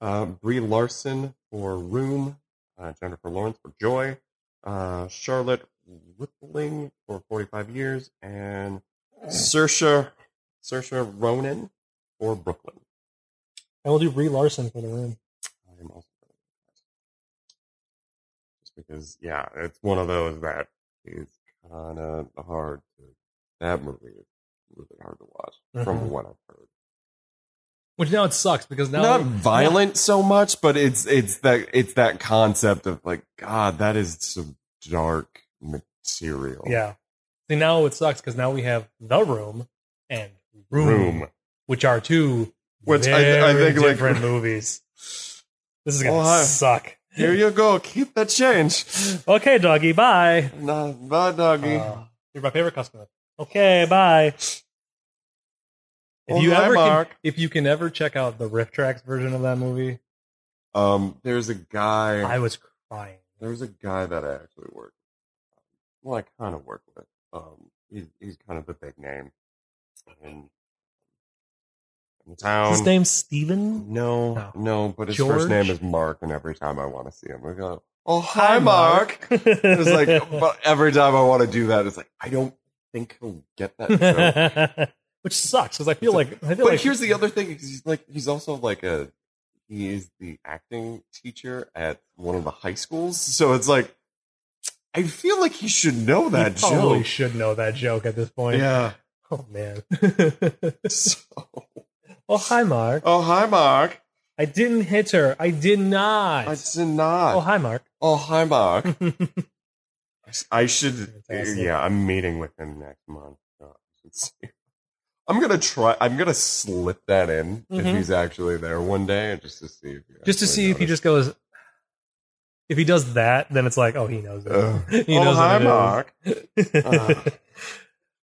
Speaker 2: uh, Brie Larson for Room, uh, Jennifer Lawrence for Joy, uh, Charlotte Whippling for 45 Years, and Saoirse, Saoirse Ronan for Brooklyn.
Speaker 1: And we'll do Brie Larson for the room.
Speaker 2: I am also really impressed. just because, yeah, it's one of those that is kind of hard. To, that movie is really hard to watch,
Speaker 1: Mhm.
Speaker 2: from what I've heard.
Speaker 1: Which now it sucks because now
Speaker 2: Not violent so much, but it's it's that it's that concept of like, God, that is some dark material.
Speaker 1: Yeah. See, now it sucks because now we have the room and room,
Speaker 2: room.
Speaker 1: which are two
Speaker 2: Which I- I
Speaker 1: very
Speaker 2: think, like-
Speaker 1: different movies. This is gonna
Speaker 2: Well, I-
Speaker 1: suck.
Speaker 2: Here you go. Keep that change.
Speaker 1: Okay, doggy, bye.
Speaker 2: Nah, bye, doggy.
Speaker 1: Uh, you're my favorite customer. Okay, bye. If you
Speaker 2: Well, Oh, hi,
Speaker 1: ever can,
Speaker 2: Mark.
Speaker 1: if you can ever check out the riff tracks version of that movie,
Speaker 2: um, there's a guy.
Speaker 1: I was crying.
Speaker 2: There was a guy that I actually worked. Well, I kind of worked with. Um, he's he's kind of a big name in, in town.
Speaker 1: Is His name's Steven?
Speaker 2: No,
Speaker 1: No.
Speaker 2: no, but his
Speaker 1: George?
Speaker 2: first name is Mark, and every time I want to see him, I go, "Oh, hi, Mark." It's like, but every time I want to do that, it's like I don't think he'll get that. joke.
Speaker 1: Which sucks because I feel like I feel
Speaker 2: but
Speaker 1: like
Speaker 2: here's the other thing: is he's like he's also like a he is the acting teacher at one of the high schools, so it's like I feel like he should know
Speaker 1: you
Speaker 2: that
Speaker 1: probably
Speaker 2: joke.
Speaker 1: should know that joke at this point.
Speaker 2: Yeah.
Speaker 1: Oh man.
Speaker 2: So-
Speaker 1: oh hi Mark.
Speaker 2: oh hi, Mark.
Speaker 1: I didn't hit her. I did not.
Speaker 2: I did
Speaker 1: oh
Speaker 2: not.
Speaker 1: hi Mark.
Speaker 2: Oh hi, Mark. I should.
Speaker 1: Fantastic.
Speaker 2: Yeah, I'm meeting with him next month. so I should see. I'm gonna try. I'm gonna slip that in
Speaker 1: Mhm.
Speaker 2: if he's actually there one day, just to see if he
Speaker 1: just to
Speaker 2: actually
Speaker 1: see if he
Speaker 2: noticed.
Speaker 1: just goes. If he does that, then it's like, oh, he knows it.
Speaker 2: Ugh.
Speaker 1: he
Speaker 2: oh
Speaker 1: knows
Speaker 2: hi,
Speaker 1: what it is.
Speaker 2: Mark. Uh-huh. Ugh.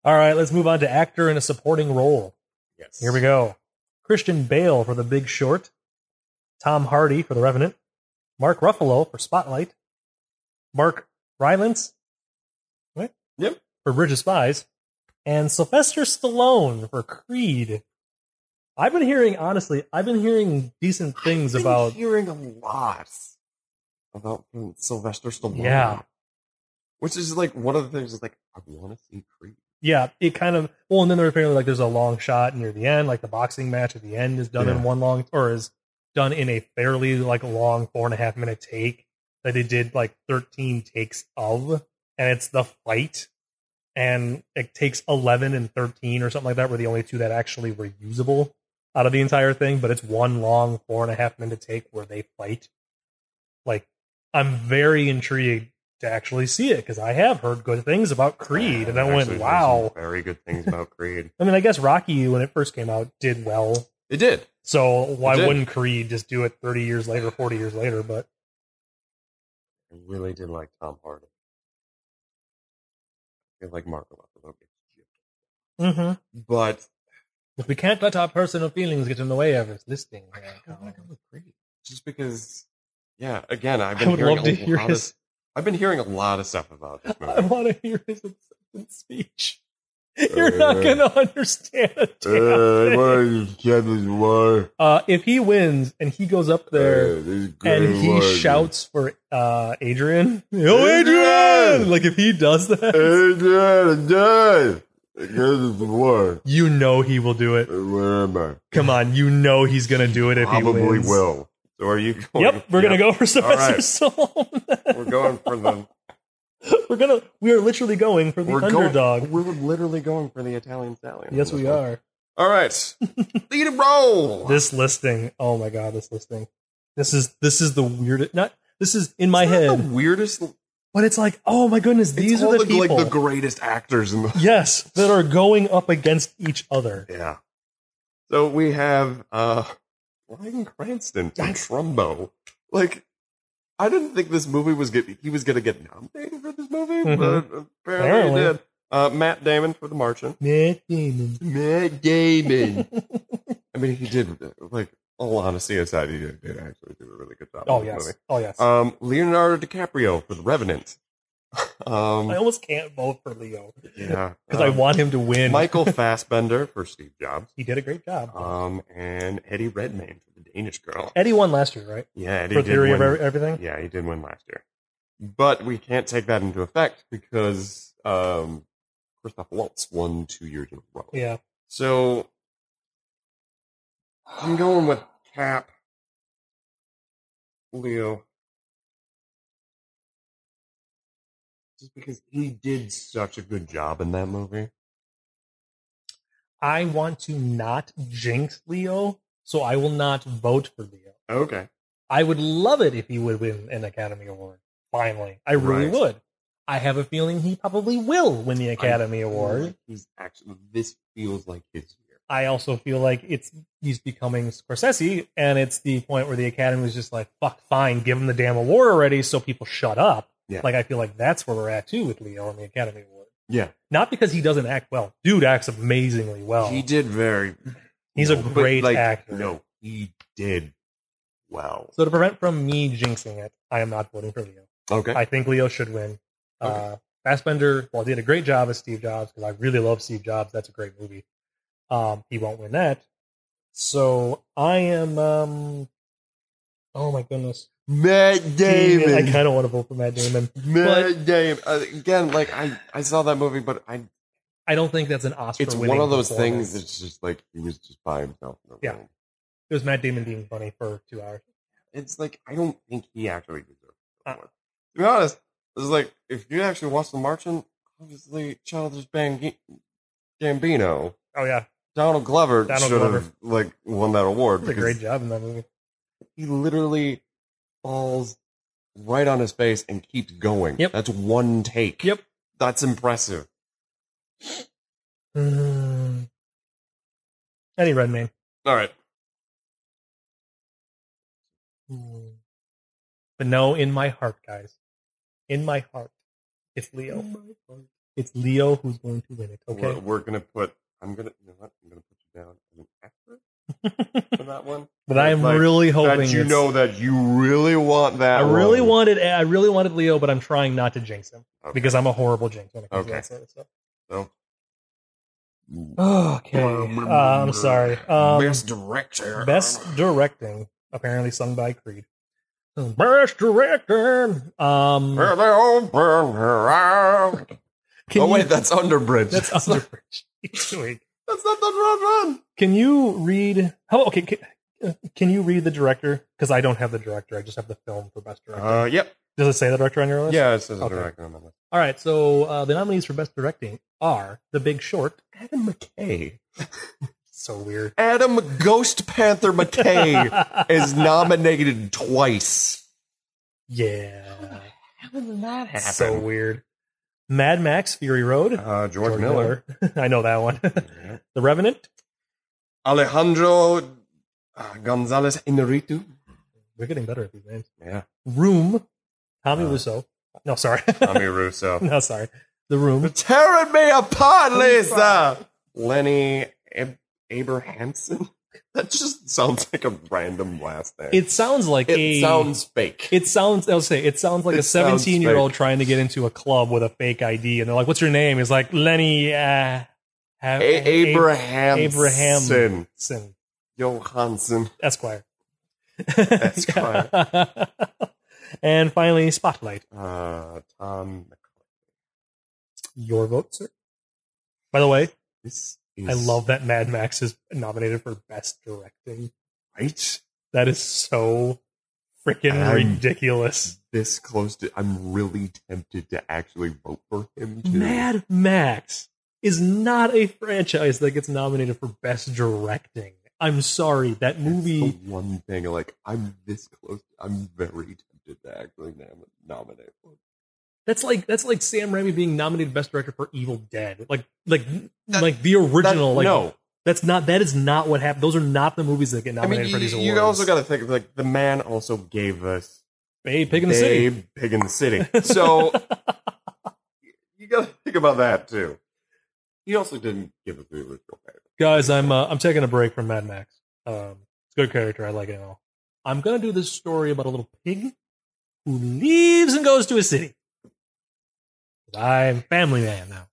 Speaker 1: All right, let's move on to actor in a supporting role.
Speaker 2: Yes.
Speaker 1: Here we go. Christian Bale for The Big Short, Tom Hardy for The Revenant, Mark Ruffalo for Spotlight, Mark Rylance, what?
Speaker 2: Yep.
Speaker 1: For Bridge of Spies, and Sylvester Stallone for Creed. I've been hearing, honestly, I've been hearing decent things
Speaker 2: I've been
Speaker 1: about.
Speaker 2: hearing a lot about Sylvester Stallone.
Speaker 1: Yeah.
Speaker 2: Which is like one of the things is like I want to see Creed.
Speaker 1: Yeah, it kind of. Well, and then there apparently like there's a long shot near the end, like the boxing match at the end is done in
Speaker 2: Yeah.
Speaker 1: one long or is done in a fairly like long four and a half minute take that they did like 13 takes of, and it's the fight, and it takes 11 and 13 or something like that were the only two that actually were usable out of the entire thing, but it's one long four and a half minute take where they fight. Like, I'm very intrigued to actually see it because I have heard good things about Creed, and I
Speaker 2: Actually,
Speaker 1: went,
Speaker 2: there's
Speaker 1: wow.
Speaker 2: some Very good things about Creed.
Speaker 1: I mean, I guess Rocky, when it first came out, did well.
Speaker 2: It did.
Speaker 1: So why
Speaker 2: It did.
Speaker 1: wouldn't Creed just do it 30 years later, 40 years later? But
Speaker 2: I really did like Tom Hardy. I feel like Marco Ruffalo gets gypped. Mm-hmm. But
Speaker 1: if we can't let our personal feelings get in the way of us listening,
Speaker 2: I
Speaker 1: then,
Speaker 2: kind of want to
Speaker 1: uh,
Speaker 2: go with Creed. Just because, yeah, again, I've
Speaker 1: I
Speaker 2: been
Speaker 1: would
Speaker 2: hearing
Speaker 1: love
Speaker 2: a
Speaker 1: to hear
Speaker 2: lot
Speaker 1: his.
Speaker 2: of, I've been hearing a lot of stuff about this
Speaker 1: I
Speaker 2: movie.
Speaker 1: want to hear his acceptance speech.
Speaker 2: Uh,
Speaker 1: You're not going to understand a damn thing. Uh, if he wins and he goes
Speaker 2: Uh,
Speaker 1: up there and he shouts for uh, Adrian, "Yo, Adrian!"
Speaker 2: Adrian! Uh,
Speaker 1: Like if he does that,
Speaker 2: Adrian, Adrian, this war.
Speaker 1: you know he will do it.
Speaker 2: Where am I?
Speaker 1: Come on, you know he's ggoing to do it if he
Speaker 2: Probably
Speaker 1: wins.
Speaker 2: will. So are you going?
Speaker 1: Yep, we're gonna go for Sylvester
Speaker 2: right.
Speaker 1: Stallone.
Speaker 2: We're going for the.
Speaker 1: we're gonna we are literally going for the
Speaker 2: We're
Speaker 1: underdog.
Speaker 2: Going, we're literally going for the Italian stallion.
Speaker 1: yes, we are.
Speaker 2: All right, lead and roll.
Speaker 1: This listing, oh my god, this listing. This is this is the weirdest. Not this is in my
Speaker 2: It's not
Speaker 1: head,
Speaker 2: the weirdest. It's
Speaker 1: but it's like, oh my goodness, these
Speaker 2: all
Speaker 1: are the
Speaker 2: like
Speaker 1: people.
Speaker 2: the greatest actors in the.
Speaker 1: yes, that are going up against each other.
Speaker 2: Yeah. So we have uh Brian Cranston from
Speaker 1: Yes.
Speaker 2: Trumbo. Like, I didn't think this movie was get he was gonna get nominated for this movie,
Speaker 1: Mhm.
Speaker 2: but apparently,
Speaker 1: Apparently.
Speaker 2: he did. Uh, Matt Damon for The Martian.
Speaker 1: Matt Damon.
Speaker 2: Matt Damon. I mean, he did like all honesty aside, he did, did actually do a really good job.
Speaker 1: Oh
Speaker 2: in this
Speaker 1: yes, oh yes.
Speaker 2: movie. Um, Leonardo DiCaprio for The Revenant.
Speaker 1: I
Speaker 2: Um,
Speaker 1: almost can't vote for Leo
Speaker 2: yeah,
Speaker 1: because I
Speaker 2: Um,
Speaker 1: want him to win.
Speaker 2: Michael Fassbender for Steve Jobs.
Speaker 1: he did a great job.
Speaker 2: Um, and Eddie Redmayne for the Danish Girl.
Speaker 1: Eddie won last year, right?
Speaker 2: Yeah, Eddie
Speaker 1: For
Speaker 2: did
Speaker 1: theory of
Speaker 2: win.
Speaker 1: Every- everything.
Speaker 2: yeah, he did win last year, but we can't take that into effect because um, Christoph Waltz won two years in a row.
Speaker 1: Yeah.
Speaker 2: So I'm going with Cap, Leo, just because he did such a good job in that movie.
Speaker 1: I want to not jinx Leo, so I will not vote for Leo.
Speaker 2: Okay,
Speaker 1: I would love it if he would win an Academy Award. Finally, I really
Speaker 2: Right.
Speaker 1: would. I have a feeling he probably will win the Academy Award.
Speaker 2: He's actually this feels like his year.
Speaker 1: I also feel like it's he's becoming Scorsese, and it's the point where the Academy is just like, "Fuck, fine, give him the damn award already," so people shut up.
Speaker 2: Yeah.
Speaker 1: Like I feel like that's where we're at too with Leo and the Academy Award.
Speaker 2: Yeah.
Speaker 1: Not because he doesn't act well. Dude acts amazingly well.
Speaker 2: He did very.
Speaker 1: Oh. He's a
Speaker 2: No, but,
Speaker 1: great
Speaker 2: like,
Speaker 1: actor.
Speaker 2: No, he did well.
Speaker 1: So to prevent from me jinxing it, I am not voting for Leo.
Speaker 2: Okay.
Speaker 1: I think Leo should win. Uh, Fassbender, well, did a great job as Steve Jobs because I really love Steve Jobs. That's a great movie. Um, he won't win that. So I am. Um, oh my goodness,
Speaker 2: Matt Damon.
Speaker 1: I kind of want to vote for Matt Damon.
Speaker 2: Matt Damon. Uh, again, like I, I saw that movie, but I.
Speaker 1: I don't think that's an Oscar.
Speaker 2: It's one of those things that's just like he was just by himself. In the
Speaker 1: Yeah.
Speaker 2: room.
Speaker 1: It was Matt Damon being funny for two hours.
Speaker 2: It's like I don't think he actually deserves it.
Speaker 1: Uh.
Speaker 2: to be honest, it's like if you actually watch The Martian, obviously Childish Bang- Gambino,
Speaker 1: Oh yeah,
Speaker 2: Donald Glover
Speaker 1: Donald
Speaker 2: should
Speaker 1: Glover.
Speaker 2: have like won that award.
Speaker 1: did a
Speaker 2: because
Speaker 1: great job in that movie.
Speaker 2: he literally falls right on his face and keeps going.
Speaker 1: Yep.
Speaker 2: That's one take.
Speaker 1: Yep.
Speaker 2: That's impressive.
Speaker 1: Mm. Eddie Redmayne.
Speaker 2: All right.
Speaker 1: Hmm. But no, in my heart, guys, in my heart, it's Leo. It's Leo who's going to win it. Okay,
Speaker 2: We're, we're gonna put I'm gonna you know what? I'm gonna put you down as an actor for that one.
Speaker 1: But I am
Speaker 2: Like,
Speaker 1: really hoping
Speaker 2: That you
Speaker 1: it's-
Speaker 2: know that you really want that.
Speaker 1: I really
Speaker 2: one.
Speaker 1: wanted I really wanted Leo, but I'm trying not to jinx him
Speaker 2: Okay.
Speaker 1: because I'm a horrible jinx when it comes
Speaker 2: Okay.
Speaker 1: to that sort
Speaker 2: So,
Speaker 1: of stuff. Okay,
Speaker 2: um,
Speaker 1: Uh, I'm sorry. Um, best,
Speaker 2: best director.
Speaker 1: directing, apparently sung by Creed. Best director. Um,
Speaker 2: Where they open her eyes.
Speaker 1: can
Speaker 2: oh
Speaker 1: you-
Speaker 2: wait, that's Underbridge.
Speaker 1: that's Underbridge. Wait,
Speaker 2: That's not the run run.
Speaker 1: Can you read? How okay? Can, uh, can you read the director? Because I don't have the director. I just have the film for best director.
Speaker 2: Uh, yep.
Speaker 1: Does it say the director on your list?
Speaker 2: Yeah, it says
Speaker 1: Okay.
Speaker 2: director on the list.
Speaker 1: All right. So uh, the nominees for best directing are The Big Short.
Speaker 2: Adam McKay.
Speaker 1: So weird.
Speaker 2: Adam Ghost Panther McKay is nominated twice.
Speaker 1: yeah.
Speaker 2: How did that
Speaker 1: So weird. Mad Max Fury Road.
Speaker 2: uh, George,
Speaker 1: George
Speaker 2: Miller.
Speaker 1: Miller. I know that one.
Speaker 2: Yeah.
Speaker 1: the Revenant.
Speaker 2: Alejandro uh, Gonzalez Inarritu.
Speaker 1: We're getting better at these names.
Speaker 2: Yeah.
Speaker 1: Room. Tommy
Speaker 2: Uh,
Speaker 1: Wiseau. No, sorry.
Speaker 2: Tommy Russo.
Speaker 1: no, sorry. The Room.
Speaker 2: You're tearing me apart, Lisa. Lenny Ab- Abrahamson. That just sounds like a random last name.
Speaker 1: It sounds like
Speaker 2: it
Speaker 1: a.
Speaker 2: sounds fake.
Speaker 1: It sounds. I'll say it sounds like
Speaker 2: It
Speaker 1: a
Speaker 2: sounds
Speaker 1: seventeen-year-old trying to get into a club with a fake ID, and they're like, "What's your name?" It's like Lenny. Uh, ha-
Speaker 2: a- Abraham
Speaker 1: Abraham. Abrahamson,
Speaker 2: Johansson.
Speaker 1: Esquire.
Speaker 2: Esquire.
Speaker 1: and finally, Spotlight.
Speaker 2: Uh, Tom.
Speaker 1: Your vote, sir. By the way,
Speaker 2: This is
Speaker 1: I love that Mad Max is nominated for best directing.
Speaker 2: right.
Speaker 1: That is so freaking
Speaker 2: Um,
Speaker 1: ridiculous.
Speaker 2: This close to. I'm really tempted to actually vote for him too.
Speaker 1: Mad Max is not a franchise that gets nominated for best directing. I'm sorry, that
Speaker 2: That's the
Speaker 1: movie.
Speaker 2: one thing. Like I'm this close. I'm very tempted to actually nom- nominate. one.
Speaker 1: That's like that's like Sam Raimi being nominated best director for Evil Dead. Like like like the original.
Speaker 2: That-
Speaker 1: like
Speaker 2: no,
Speaker 1: that's not that is not what happened. Those are not the movies that get
Speaker 2: I mean
Speaker 1: nominated
Speaker 2: you,
Speaker 1: for these awards.
Speaker 2: you also got to think like the man also gave us
Speaker 1: Babe, Pig in the City.
Speaker 2: Babe, Pig in the City. So you got to think about that too. He also didn't give us the original Babe.
Speaker 1: Guys, I'm uh, I'm taking a break from Mad Max. Um, it's a good character. I like it and all. I'm gonna do this story about a little pig who leaves and goes to a city. I'm family man now.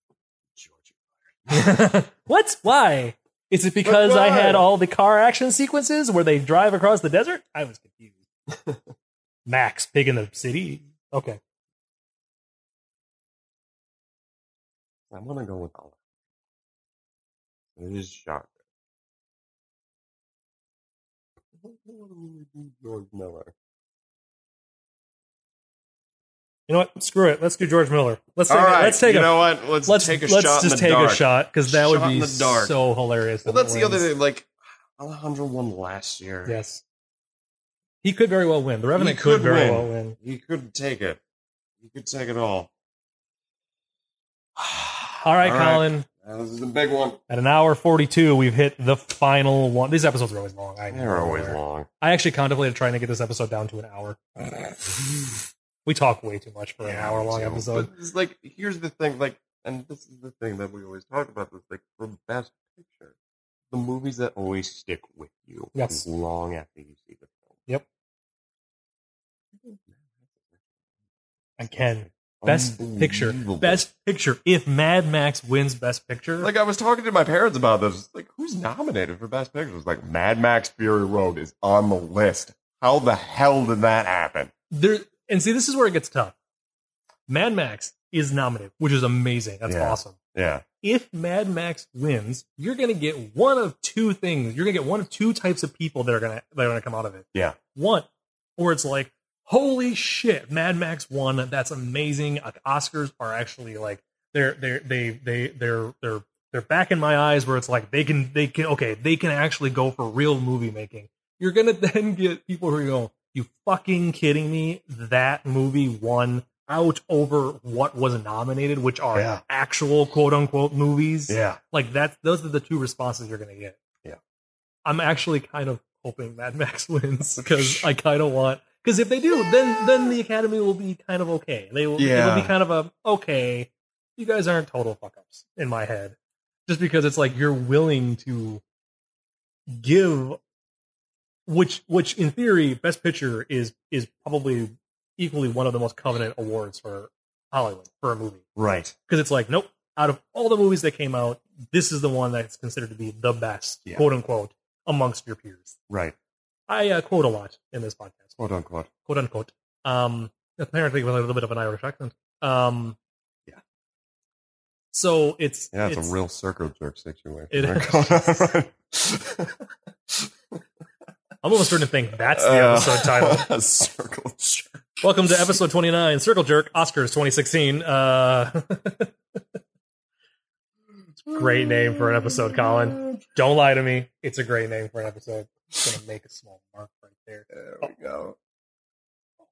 Speaker 2: George.
Speaker 1: what? Why? Is it because I
Speaker 2: why?
Speaker 1: had all the car action sequences where they drive across the desert? I was confused. Max, pig in the city. Okay.
Speaker 2: I'm gonna go with Oliver. It is shotgun. I don't wanna really do George Miller.
Speaker 1: You know what? Screw it. Let's do George Miller. Let's
Speaker 2: All
Speaker 1: take, a-
Speaker 2: right,
Speaker 1: let's take
Speaker 2: you
Speaker 1: a
Speaker 2: know what? Let's,
Speaker 1: let's
Speaker 2: take a
Speaker 1: let's
Speaker 2: shot.
Speaker 1: just
Speaker 2: in the
Speaker 1: take
Speaker 2: dark.
Speaker 1: a shot because that
Speaker 2: Shot
Speaker 1: would
Speaker 2: in
Speaker 1: be
Speaker 2: the dark.
Speaker 1: so hilarious. if
Speaker 2: Well,
Speaker 1: it
Speaker 2: that's the other
Speaker 1: wins.
Speaker 2: thing. Like Alejandro won last year.
Speaker 1: Yes, he could very well win. The Revenant
Speaker 2: He
Speaker 1: could,
Speaker 2: could
Speaker 1: very
Speaker 2: win.
Speaker 1: well win.
Speaker 2: He could take it. He could take it all.
Speaker 1: All right,
Speaker 2: All right.
Speaker 1: Colin.
Speaker 2: Uh, This is a big one.
Speaker 1: At an hour forty-two, we've hit the final one. These episodes are always long. I know.
Speaker 2: They're always long.
Speaker 1: I actually contemplated trying to get this episode down to an hour. We talk way too much for an hour long
Speaker 2: so-
Speaker 1: episode.
Speaker 2: But it's like, here's the thing, like, and this is the thing that we always talk about. This like for best picture, the movies that always stick with you
Speaker 1: Yes.
Speaker 2: long after you see the film.
Speaker 1: Yep. Again, best picture.
Speaker 2: Unbelievable.
Speaker 1: Best picture. If Mad Max wins best picture,
Speaker 2: Like I was talking to my parents about this. Like, who's nominated for best picture? It was like Mad Max Fury Road is on the list. How the hell did that happen?
Speaker 1: there and see this is where it gets tough. Mad Max is nominated, which is amazing. That's
Speaker 2: Yeah.
Speaker 1: awesome.
Speaker 2: Yeah.
Speaker 1: if Mad Max wins, you're going to get one of two things. You're going to get one of two types of people that are going to that are going to come out of it.
Speaker 2: Yeah.
Speaker 1: One, or it's like, holy shit, Mad Max won. That's amazing. Uh, Oscars are actually like they're they are they they they're they're they're back in my eyes where it's like they can they can okay they can actually go for real movie making. You're gonna then get people who are going, you fucking kidding me? That movie won out over what was nominated, which are
Speaker 2: Yeah.
Speaker 1: actual quote unquote movies.
Speaker 2: Yeah.
Speaker 1: Like that those are the two responses you're gonna get.
Speaker 2: Yeah.
Speaker 1: I'm actually kind of hoping Mad Max wins because I kind of want because if they do, then then the Academy will be kind of okay. They will
Speaker 2: Yeah.
Speaker 1: it'll be kind of a okay. You guys aren't total fuck ups in my head, just because it's like you're willing to give which which in theory best picture is is probably equally one of the most coveted awards for Hollywood for a movie
Speaker 2: Right.
Speaker 1: because it's like nope out of all the movies that came out this is the one that's considered to be the best
Speaker 2: Yeah.
Speaker 1: quote unquote amongst your peers
Speaker 2: Right.
Speaker 1: I uh, quote a lot in this podcast
Speaker 2: Quote unquote.
Speaker 1: quote unquote um apparently with a little bit of an Irish accent um
Speaker 2: Yeah.
Speaker 1: so it's
Speaker 2: Yeah, it's, a real circle jerk situation.
Speaker 1: It I'm almost starting to think that's the
Speaker 2: Uh.
Speaker 1: episode title
Speaker 2: title. circle jerk.
Speaker 1: Welcome to episode 29, Circle Jerk, Oscars 2016. Uh, great name for an episode, Colin. don't lie to me. It's a great name for an episode. It's going to make a small mark right there.
Speaker 2: There we go.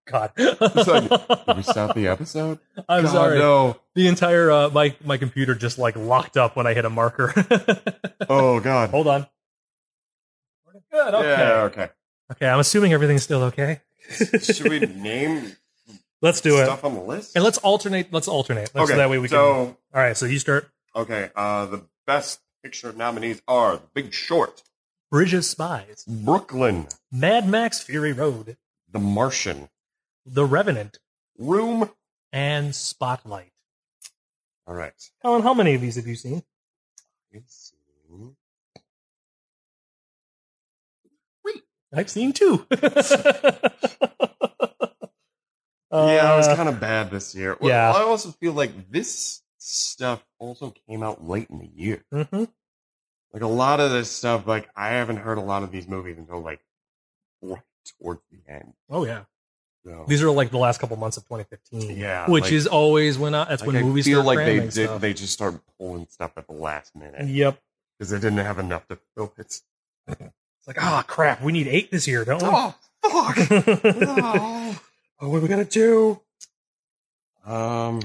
Speaker 1: God.
Speaker 2: Did we stop the episode?
Speaker 1: I'm
Speaker 2: God,
Speaker 1: sorry.
Speaker 2: No.
Speaker 1: The entire, uh, my, my computer just like locked up when I hit a marker.
Speaker 2: Oh God.
Speaker 1: Hold on. Good. Okay.
Speaker 2: Yeah. Okay.
Speaker 1: Okay. I'm assuming everything's still okay.
Speaker 2: Should we name
Speaker 1: Let's do it.
Speaker 2: stuff on the list?
Speaker 1: And let's alternate. Let's alternate. Let's,
Speaker 2: okay.
Speaker 1: So that way we can.
Speaker 2: So
Speaker 1: All right. So you start.
Speaker 2: okay. Uh, the best picture nominees are The Big Short,
Speaker 1: Bridge of Spies.
Speaker 2: Brooklyn,
Speaker 1: Mad Max Fury Road,
Speaker 2: The Martian,
Speaker 1: The Revenant,
Speaker 2: Room.
Speaker 1: and Spotlight.
Speaker 2: All right.
Speaker 1: Colin, how many of these have you seen?
Speaker 2: Let's
Speaker 1: Uh,
Speaker 2: see.
Speaker 1: I've seen two.
Speaker 2: yeah, it was
Speaker 1: Uh,
Speaker 2: kind of bad this year. Well,
Speaker 1: yeah.
Speaker 2: I also feel like this stuff also came out late in the year.
Speaker 1: mhm.
Speaker 2: Like a lot of this stuff, like I haven't heard a lot of these movies until like right towards the end.
Speaker 1: Oh yeah,
Speaker 2: So
Speaker 1: these are like the last couple months of 2015.
Speaker 2: Yeah,
Speaker 1: which
Speaker 2: like-
Speaker 1: is always when I, that's
Speaker 2: like,
Speaker 1: when
Speaker 2: I
Speaker 1: movies
Speaker 2: feel
Speaker 1: start
Speaker 2: like they
Speaker 1: cramming
Speaker 2: did.
Speaker 1: stuff.
Speaker 2: They just start pulling stuff at the last minute
Speaker 1: Yep.
Speaker 2: because they didn't have enough to fill it.
Speaker 1: It's like, ah, crap. We need eight this year, don't we?
Speaker 2: Oh fuck! oh, what are we gonna do? Um,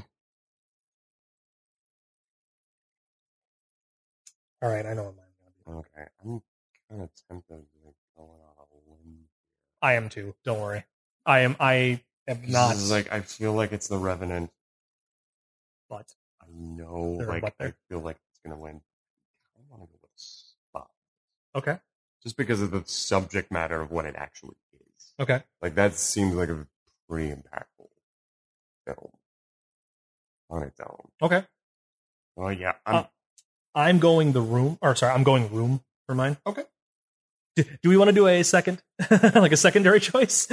Speaker 1: All right, I know what mine are gonna be.
Speaker 2: okay, I'm kind of tempted to like, go on a limb
Speaker 1: I am too. Don't worry. I am. I am not.
Speaker 2: This is like I feel like it's the Revenant.
Speaker 1: but
Speaker 2: I know,
Speaker 1: There,
Speaker 2: like
Speaker 1: but
Speaker 2: I
Speaker 1: there.
Speaker 2: feel like it's gonna win. I want to go with Spot,
Speaker 1: okay,
Speaker 2: just because of the subject matter of what it actually is.
Speaker 1: okay.
Speaker 2: Like that seems like a pretty impactful film on its own.
Speaker 1: Okay.
Speaker 2: Oh yeah, I'm,
Speaker 1: Uh, I'm going the room, or sorry, I'm going room for mine.
Speaker 2: Okay.
Speaker 1: Do, do we want to do a second, like a secondary choice?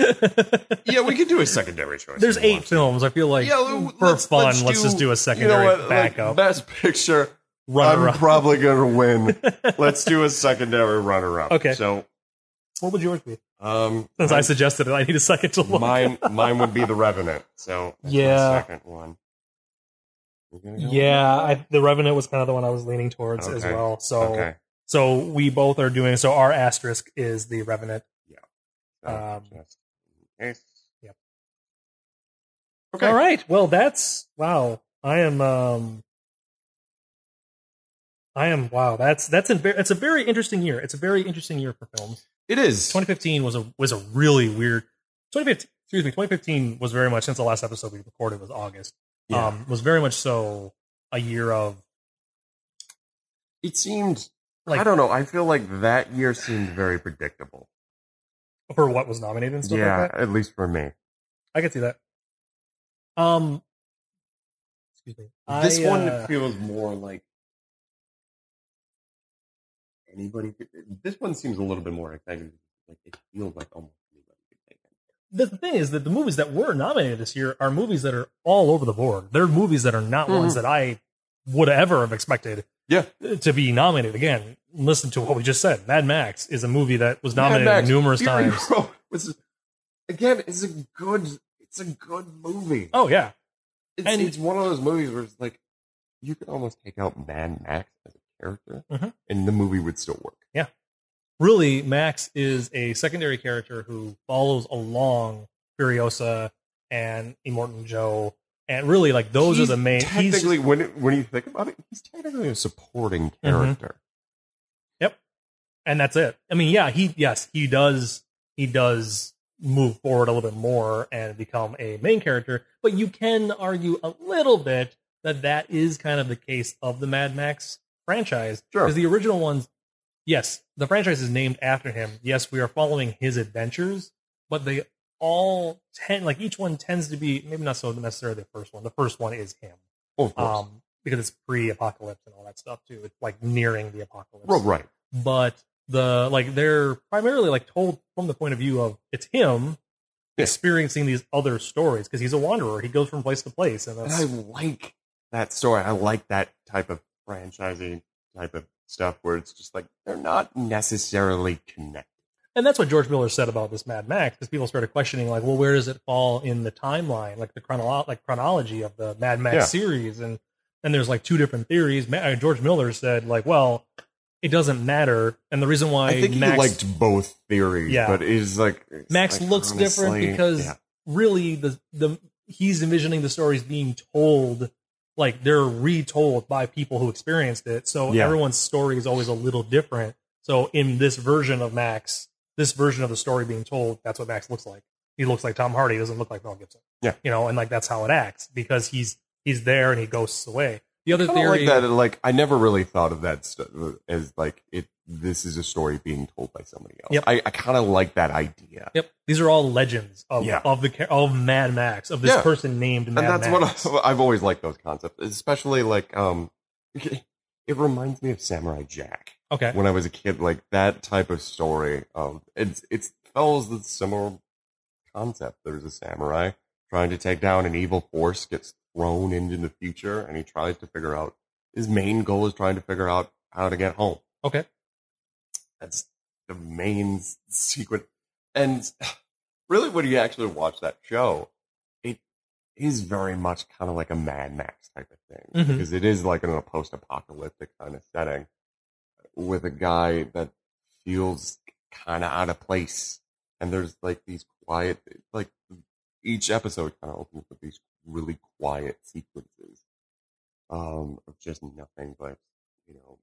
Speaker 2: yeah. We could do a secondary choice.
Speaker 1: There's
Speaker 2: if we
Speaker 1: eight
Speaker 2: want to.
Speaker 1: films. I feel like
Speaker 2: l-
Speaker 1: for
Speaker 2: let's-
Speaker 1: fun,
Speaker 2: let's
Speaker 1: let's, just do a secondary
Speaker 2: you know what, like,
Speaker 1: backup.
Speaker 2: best picture. I'm
Speaker 1: runner up.
Speaker 2: probably gonna win. Let's do a secondary runner-up.
Speaker 1: Okay.
Speaker 2: So,
Speaker 1: what would yours be?
Speaker 2: um,
Speaker 1: Since I suggested it, I need a second to look.
Speaker 2: mine mine would be the revenant so that's my
Speaker 1: Yeah.
Speaker 2: second one We're gonna go-
Speaker 1: yeah, I, the Revenant was kind of the one I was leaning towards as
Speaker 2: Okay.
Speaker 1: well. So,
Speaker 2: okay
Speaker 1: so we both are doing. So our asterisk is the Revenant.
Speaker 2: So,
Speaker 1: um,
Speaker 2: just in case.
Speaker 1: Yep.
Speaker 2: okay
Speaker 1: All right. Well, that's wow. I am. um I am. Wow. That's that's in, it's a very interesting year. It's a very interesting year for films.
Speaker 2: it is
Speaker 1: 2015 was a was a really weird. 2015. Excuse me. 2015 was very much since the last episode we recorded was August.
Speaker 2: Yeah.
Speaker 1: Um, was very much so a year of
Speaker 2: it seemed
Speaker 1: like
Speaker 2: i don't know i feel like that year seemed very predictable
Speaker 1: for what was nominated and stuff
Speaker 2: yeah
Speaker 1: like that.
Speaker 2: at least for me
Speaker 1: I can see that. Um. Excuse me.
Speaker 2: this
Speaker 1: I,
Speaker 2: one
Speaker 1: uh,
Speaker 2: feels more like anybody could, this one seems a little bit more exciting like it feels like almost anybody could take it
Speaker 1: the thing is that the movies that were nominated this year are movies that are all over the board. They're movies that are not
Speaker 2: Mhm.
Speaker 1: ones that I would ever have expected uh,
Speaker 2: yeah
Speaker 1: to be nominated. Again, listen to what we just said. Mad Max is a movie that was nominated
Speaker 2: Mad Max,
Speaker 1: numerous
Speaker 2: Fury
Speaker 1: times.
Speaker 2: Road was- again, it's a good, it's a good movie.
Speaker 1: Oh yeah,
Speaker 2: It's,
Speaker 1: and-
Speaker 2: it's one of those movies where it's like you could almost take out Mad Max as a character,
Speaker 1: Mhm.
Speaker 2: and the movie would still work.
Speaker 1: really, Max is a secondary character who follows along Furiosa and Immortan Joe, and really like those
Speaker 2: He's
Speaker 1: are the main. He's
Speaker 2: Technically, when it, when you think about it, he's technically a supporting
Speaker 1: Mm-hmm.
Speaker 2: character.
Speaker 1: and that's it. I mean, yeah, he yes, he does he does move forward a little bit more and become a main character, but you can argue a little bit that that is kind of the case of the Mad Max franchise
Speaker 2: Sure.
Speaker 1: because the original ones yes, the franchise is named after him. Yes, we are following his adventures, but they all tend, like each one tends to be, maybe not so necessarily the first one. The first one is him,
Speaker 2: Oh, of course.
Speaker 1: um, because it's pre-apocalypse and all that stuff too. It's like nearing the apocalypse
Speaker 2: well, right.
Speaker 1: but the like they're primarily like told from the point of view of it's him
Speaker 2: Yeah.
Speaker 1: experiencing these other stories because he's a wanderer. He goes from place to place, and
Speaker 2: And
Speaker 1: that's
Speaker 2: I like that story. I like that type of franchising type of stuff where it's just like they're not necessarily connected.
Speaker 1: and that's what George Miller said about this Mad Max because people started questioning like, well, where does it fall in the timeline, like the chronolo- like chronology of the Mad Max
Speaker 2: Yeah.
Speaker 1: series, and and there's like two different theories. Ma- uh, George Miller said like, well, it doesn't matter, and the reason why
Speaker 2: I, think
Speaker 1: Max
Speaker 2: he liked both theories,
Speaker 1: Yeah.
Speaker 2: but it's like it's
Speaker 1: Max
Speaker 2: like,
Speaker 1: looks different
Speaker 2: honestly,
Speaker 1: because
Speaker 2: yeah.
Speaker 1: really the the he's envisioning the stories being told like they're retold by people who experienced it. So
Speaker 2: Yeah.
Speaker 1: everyone's story is always a little different. So in this version of Max, this version of the story being told, that's what Max looks like. He looks like Tom Hardy, he doesn't look like Mel Gibson.
Speaker 2: Yeah.
Speaker 1: You know, and like that's how it acts because he's he's there and he ghosts away. The other
Speaker 2: I don't
Speaker 1: theory
Speaker 2: like that. Like I never really thought of that stu- as like it. This is a story being told by somebody else.
Speaker 1: Yep.
Speaker 2: I, I kind of like that idea,
Speaker 1: Yep. These are all legends of
Speaker 2: Yeah.
Speaker 1: of the cha- of Mad Max, of this
Speaker 2: Yeah.
Speaker 1: person named Mad
Speaker 2: and that's
Speaker 1: Max.
Speaker 2: what I, I've always liked those concepts, especially like um, it reminds me of Samurai Jack.
Speaker 1: okay.
Speaker 2: when I was a kid, like that type of story. Um, it's it's follows the similar concept. There's a samurai trying to take down an evil force, gets thrown into the future, and he tries to figure out his main goal is trying to figure out how to get home.
Speaker 1: Okay.
Speaker 2: That's the main s- secret. And really, when you actually watch that show, it is very much kind of like a Mad Max type of thing
Speaker 1: Mhm.
Speaker 2: because it is like in a post-apocalyptic kind of setting with a guy that feels kind of out of place. And there's like these quiet, like each episode kind of opens with these really quiet sequences um, of just nothing but, you know,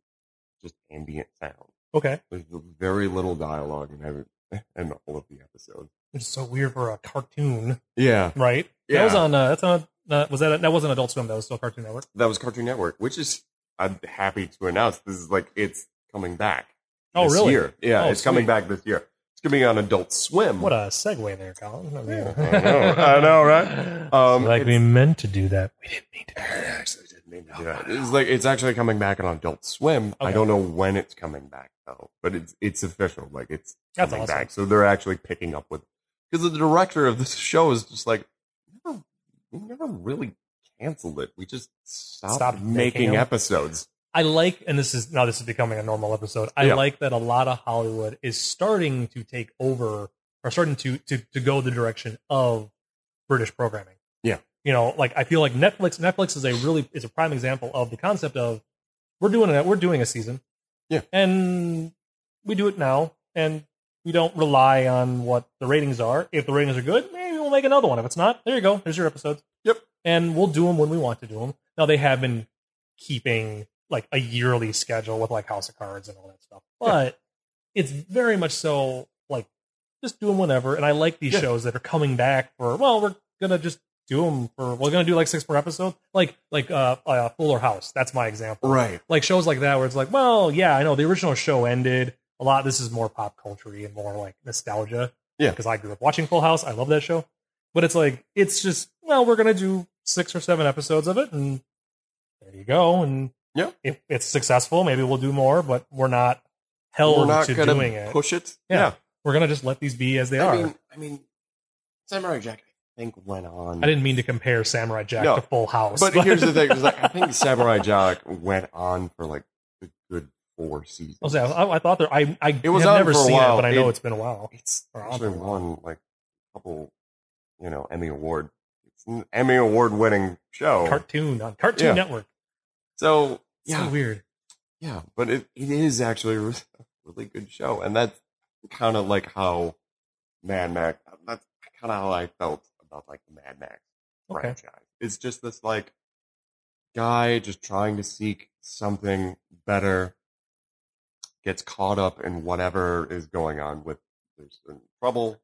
Speaker 2: just ambient sound.
Speaker 1: Okay.
Speaker 2: There's very little dialogue in every, in all of the episodes.
Speaker 1: Which is so weird for a cartoon.
Speaker 2: Yeah,
Speaker 1: right? That
Speaker 2: Yeah.
Speaker 1: was on. Uh, that's on. Uh, was that that wasn't Adult Swim? That was still Cartoon Network.
Speaker 2: that was Cartoon Network, which is I'm happy to announce this is like it's coming back.
Speaker 1: Oh,
Speaker 2: this
Speaker 1: really?
Speaker 2: Year. Yeah,
Speaker 1: Oh,
Speaker 2: it's coming
Speaker 1: sweet.
Speaker 2: back this year. It's gonna be on Adult Swim.
Speaker 1: What a segue there, Colin. I, mean-
Speaker 2: Yeah, I know, I know, right? Um,
Speaker 1: like we
Speaker 2: it's-
Speaker 1: meant to do that. We didn't mean to.
Speaker 2: I actually didn't mean to do that. It's like it's actually coming back on Adult Swim. I
Speaker 1: Okay.
Speaker 2: don't know when it's coming back though, but it's it's official. Like it's
Speaker 1: That's
Speaker 2: coming
Speaker 1: awesome.
Speaker 2: back. So they're actually picking up with because the director of this show is just like never, we never really canceled it. We just stopped,
Speaker 1: Stopped making
Speaker 2: making
Speaker 1: them.
Speaker 2: episodes.
Speaker 1: I like, and this is now this is becoming a normal episode. I
Speaker 2: Yeah.
Speaker 1: like that a lot of Hollywood is starting to take over or starting to to to go the direction of British programming.
Speaker 2: Yeah.
Speaker 1: you know, like I feel like Netflix Netflix is a really is a prime example of the concept of we're doing that we're doing a season.
Speaker 2: Yeah.
Speaker 1: and we do it now, and we don't rely on what the ratings are. If the ratings are good, maybe we'll make another one. If it's not, there you go. There's your episodes.
Speaker 2: Yep.
Speaker 1: And we'll do them when we want to do them. Now they have been keeping like a yearly schedule with like House of Cards and all that stuff, but it's very much so like just do them whenever. And I like these
Speaker 2: Yeah.
Speaker 1: shows that are coming back for well, we're gonna just do them for we're gonna do like six per episode, like like uh, uh Fuller House. That's my example
Speaker 2: Right.
Speaker 1: like shows like that where it's like, well, yeah, I know the original show ended. A lot this is more pop culture and more like nostalgia.
Speaker 2: Yeah.
Speaker 1: Because I grew up watching Full House. I love that show. But it's like it's just, well, we're gonna do six or seven episodes of it and there you go. And
Speaker 2: Yeah.
Speaker 1: if it's successful, maybe we'll do more, but we're not held
Speaker 2: We're not
Speaker 1: to
Speaker 2: gonna
Speaker 1: doing it.
Speaker 2: push it.
Speaker 1: Yeah. We're gonna just let these be as they
Speaker 2: I
Speaker 1: are.
Speaker 2: mean, I mean, Samurai Jack, I think went on.
Speaker 1: I didn't mean to compare Samurai Jack
Speaker 2: No.
Speaker 1: to Full House.
Speaker 2: But here's the thing: is like, I think Samurai Jack went on for like a good four seasons.
Speaker 1: I, was- I, I thought there I I
Speaker 2: It was
Speaker 1: have
Speaker 2: on
Speaker 1: never
Speaker 2: for a
Speaker 1: seen
Speaker 2: while.
Speaker 1: it, but I know
Speaker 2: It-
Speaker 1: it's been a while.
Speaker 2: it's
Speaker 1: Or
Speaker 2: actually
Speaker 1: Oscar.
Speaker 2: won like a couple, you know, Emmy award. It's an Emmy award winning show.
Speaker 1: Cartoon on Cartoon
Speaker 2: Oh. Yeah.
Speaker 1: Network.
Speaker 2: so
Speaker 1: Yeah.
Speaker 2: yeah,
Speaker 1: So weird.
Speaker 2: yeah, but it, it is actually a really good show, and that's kind of like how Mad Max. That's kind of how I felt about like the Mad Max
Speaker 1: Okay.
Speaker 2: franchise. It's just this like guy just trying to seek something better, gets caught up in whatever is going on with there's some trouble.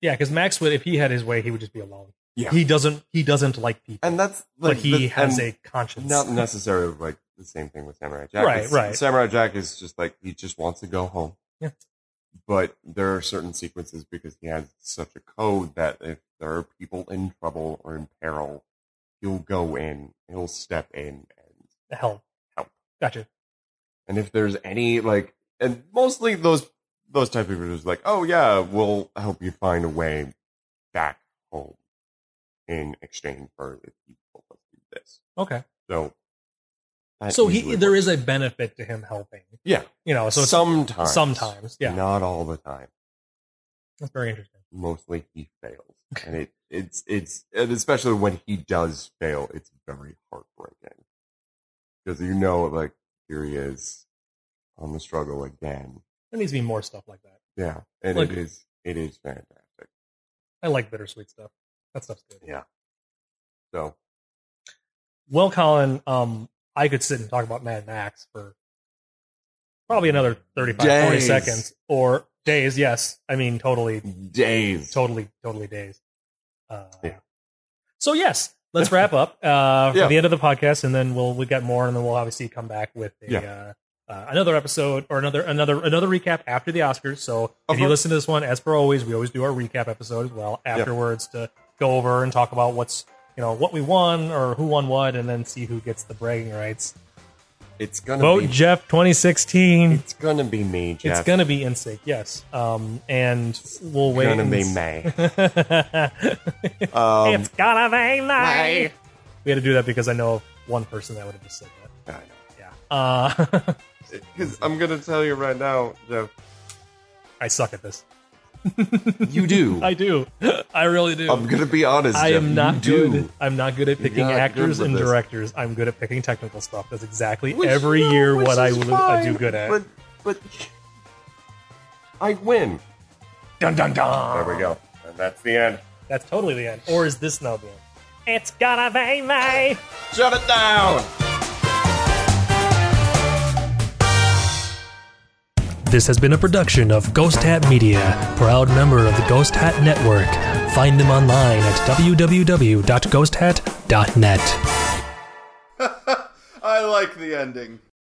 Speaker 1: Yeah, because Max would, if he had his way, he would just be alone.
Speaker 2: Yeah.
Speaker 1: he doesn't. He doesn't like people,
Speaker 2: And that's
Speaker 1: but
Speaker 2: like
Speaker 1: he
Speaker 2: the-
Speaker 1: has
Speaker 2: and
Speaker 1: a conscience.
Speaker 2: not necessarily like the same thing with Samurai Jack.
Speaker 1: Right,
Speaker 2: It's-
Speaker 1: right.
Speaker 2: Samurai Jack is just like he just wants to go home.
Speaker 1: Yeah.
Speaker 2: But there are certain sequences because he has such a code that if there are people in trouble or in peril, he'll go in, he'll step in, and
Speaker 1: Help.
Speaker 2: Help.
Speaker 1: Gotcha.
Speaker 2: and if there's any like, and mostly those those type of people is like, oh yeah, we'll help you find a way back home in exchange for if you help us do this.
Speaker 1: Okay.
Speaker 2: So, that
Speaker 1: So he
Speaker 2: usually
Speaker 1: there
Speaker 2: works.
Speaker 1: is a benefit to him helping.
Speaker 2: yeah.
Speaker 1: You know, Uh, so it's
Speaker 2: sometimes,
Speaker 1: sometimes, yeah.
Speaker 2: not all the time.
Speaker 1: that's very interesting.
Speaker 2: Mostly he fails, and it it's it's and especially when he does fail, it's very heartbreaking because you know, like here he is on the struggle again.
Speaker 1: There needs to be more stuff like that.
Speaker 2: Yeah, and
Speaker 1: Like-
Speaker 2: it is it is fantastic.
Speaker 1: I like bittersweet stuff. That stuff's good.
Speaker 2: Yeah. So
Speaker 1: Well, Colin, um, I could sit and talk about Mad Max for probably another 35, 40
Speaker 2: Days.
Speaker 1: seconds or days. Yes. I mean, totally,
Speaker 2: days.
Speaker 1: totally, totally days. Uh,
Speaker 2: Yeah.
Speaker 1: So, yes, let's wrap up uh, for
Speaker 2: Yeah.
Speaker 1: the end of the podcast and then we'll, we've got more and then we'll obviously come back with a, uh, uh, another episode or another, another, another recap after the Oscars. So, if
Speaker 2: Of
Speaker 1: you
Speaker 2: course.
Speaker 1: listen to this one, as per always, we always do our recap episode as well afterwards to go over and talk about what's you know what we won or who won what, and then see who gets the bragging rights.
Speaker 2: It's gonna
Speaker 1: Vote
Speaker 2: be
Speaker 1: Jeff 2016.
Speaker 2: it's gonna be me, Jeff.
Speaker 1: It's gonna be NSYNC, yes. Um, and we'll wait.
Speaker 2: gonna
Speaker 1: and
Speaker 2: be
Speaker 1: s-
Speaker 2: May.
Speaker 1: it's
Speaker 2: Um,
Speaker 1: gonna be May. We had to do that because I know of one person that would have just said that. Yeah. Uh,
Speaker 2: because I'm gonna tell you right now, Jeff.
Speaker 1: I suck at this.
Speaker 2: You do.
Speaker 1: I do. I really do.
Speaker 2: I'm gonna be honest.
Speaker 1: I
Speaker 2: Jeff,
Speaker 1: am
Speaker 2: you
Speaker 1: not
Speaker 2: do.
Speaker 1: good. I'm not good at picking
Speaker 2: not good
Speaker 1: actors
Speaker 2: with
Speaker 1: and
Speaker 2: this.
Speaker 1: directors. I'm good at picking technical stuff. That's exactly
Speaker 2: Which-
Speaker 1: every
Speaker 2: no,
Speaker 1: year
Speaker 2: which
Speaker 1: what I,
Speaker 2: is
Speaker 3: would-
Speaker 1: will- I do
Speaker 2: fine,
Speaker 1: good at.
Speaker 2: But but I win.
Speaker 1: dun dun dun.
Speaker 2: There we go. And that's the end.
Speaker 1: That's totally the end. Or is this now the end? It's gonna be me.
Speaker 2: Shut it down.
Speaker 3: This has been a production of Ghost Hat Media, proud member of the Ghost Hat Network. Find them online at www.ghosthat.net.
Speaker 4: I like the ending.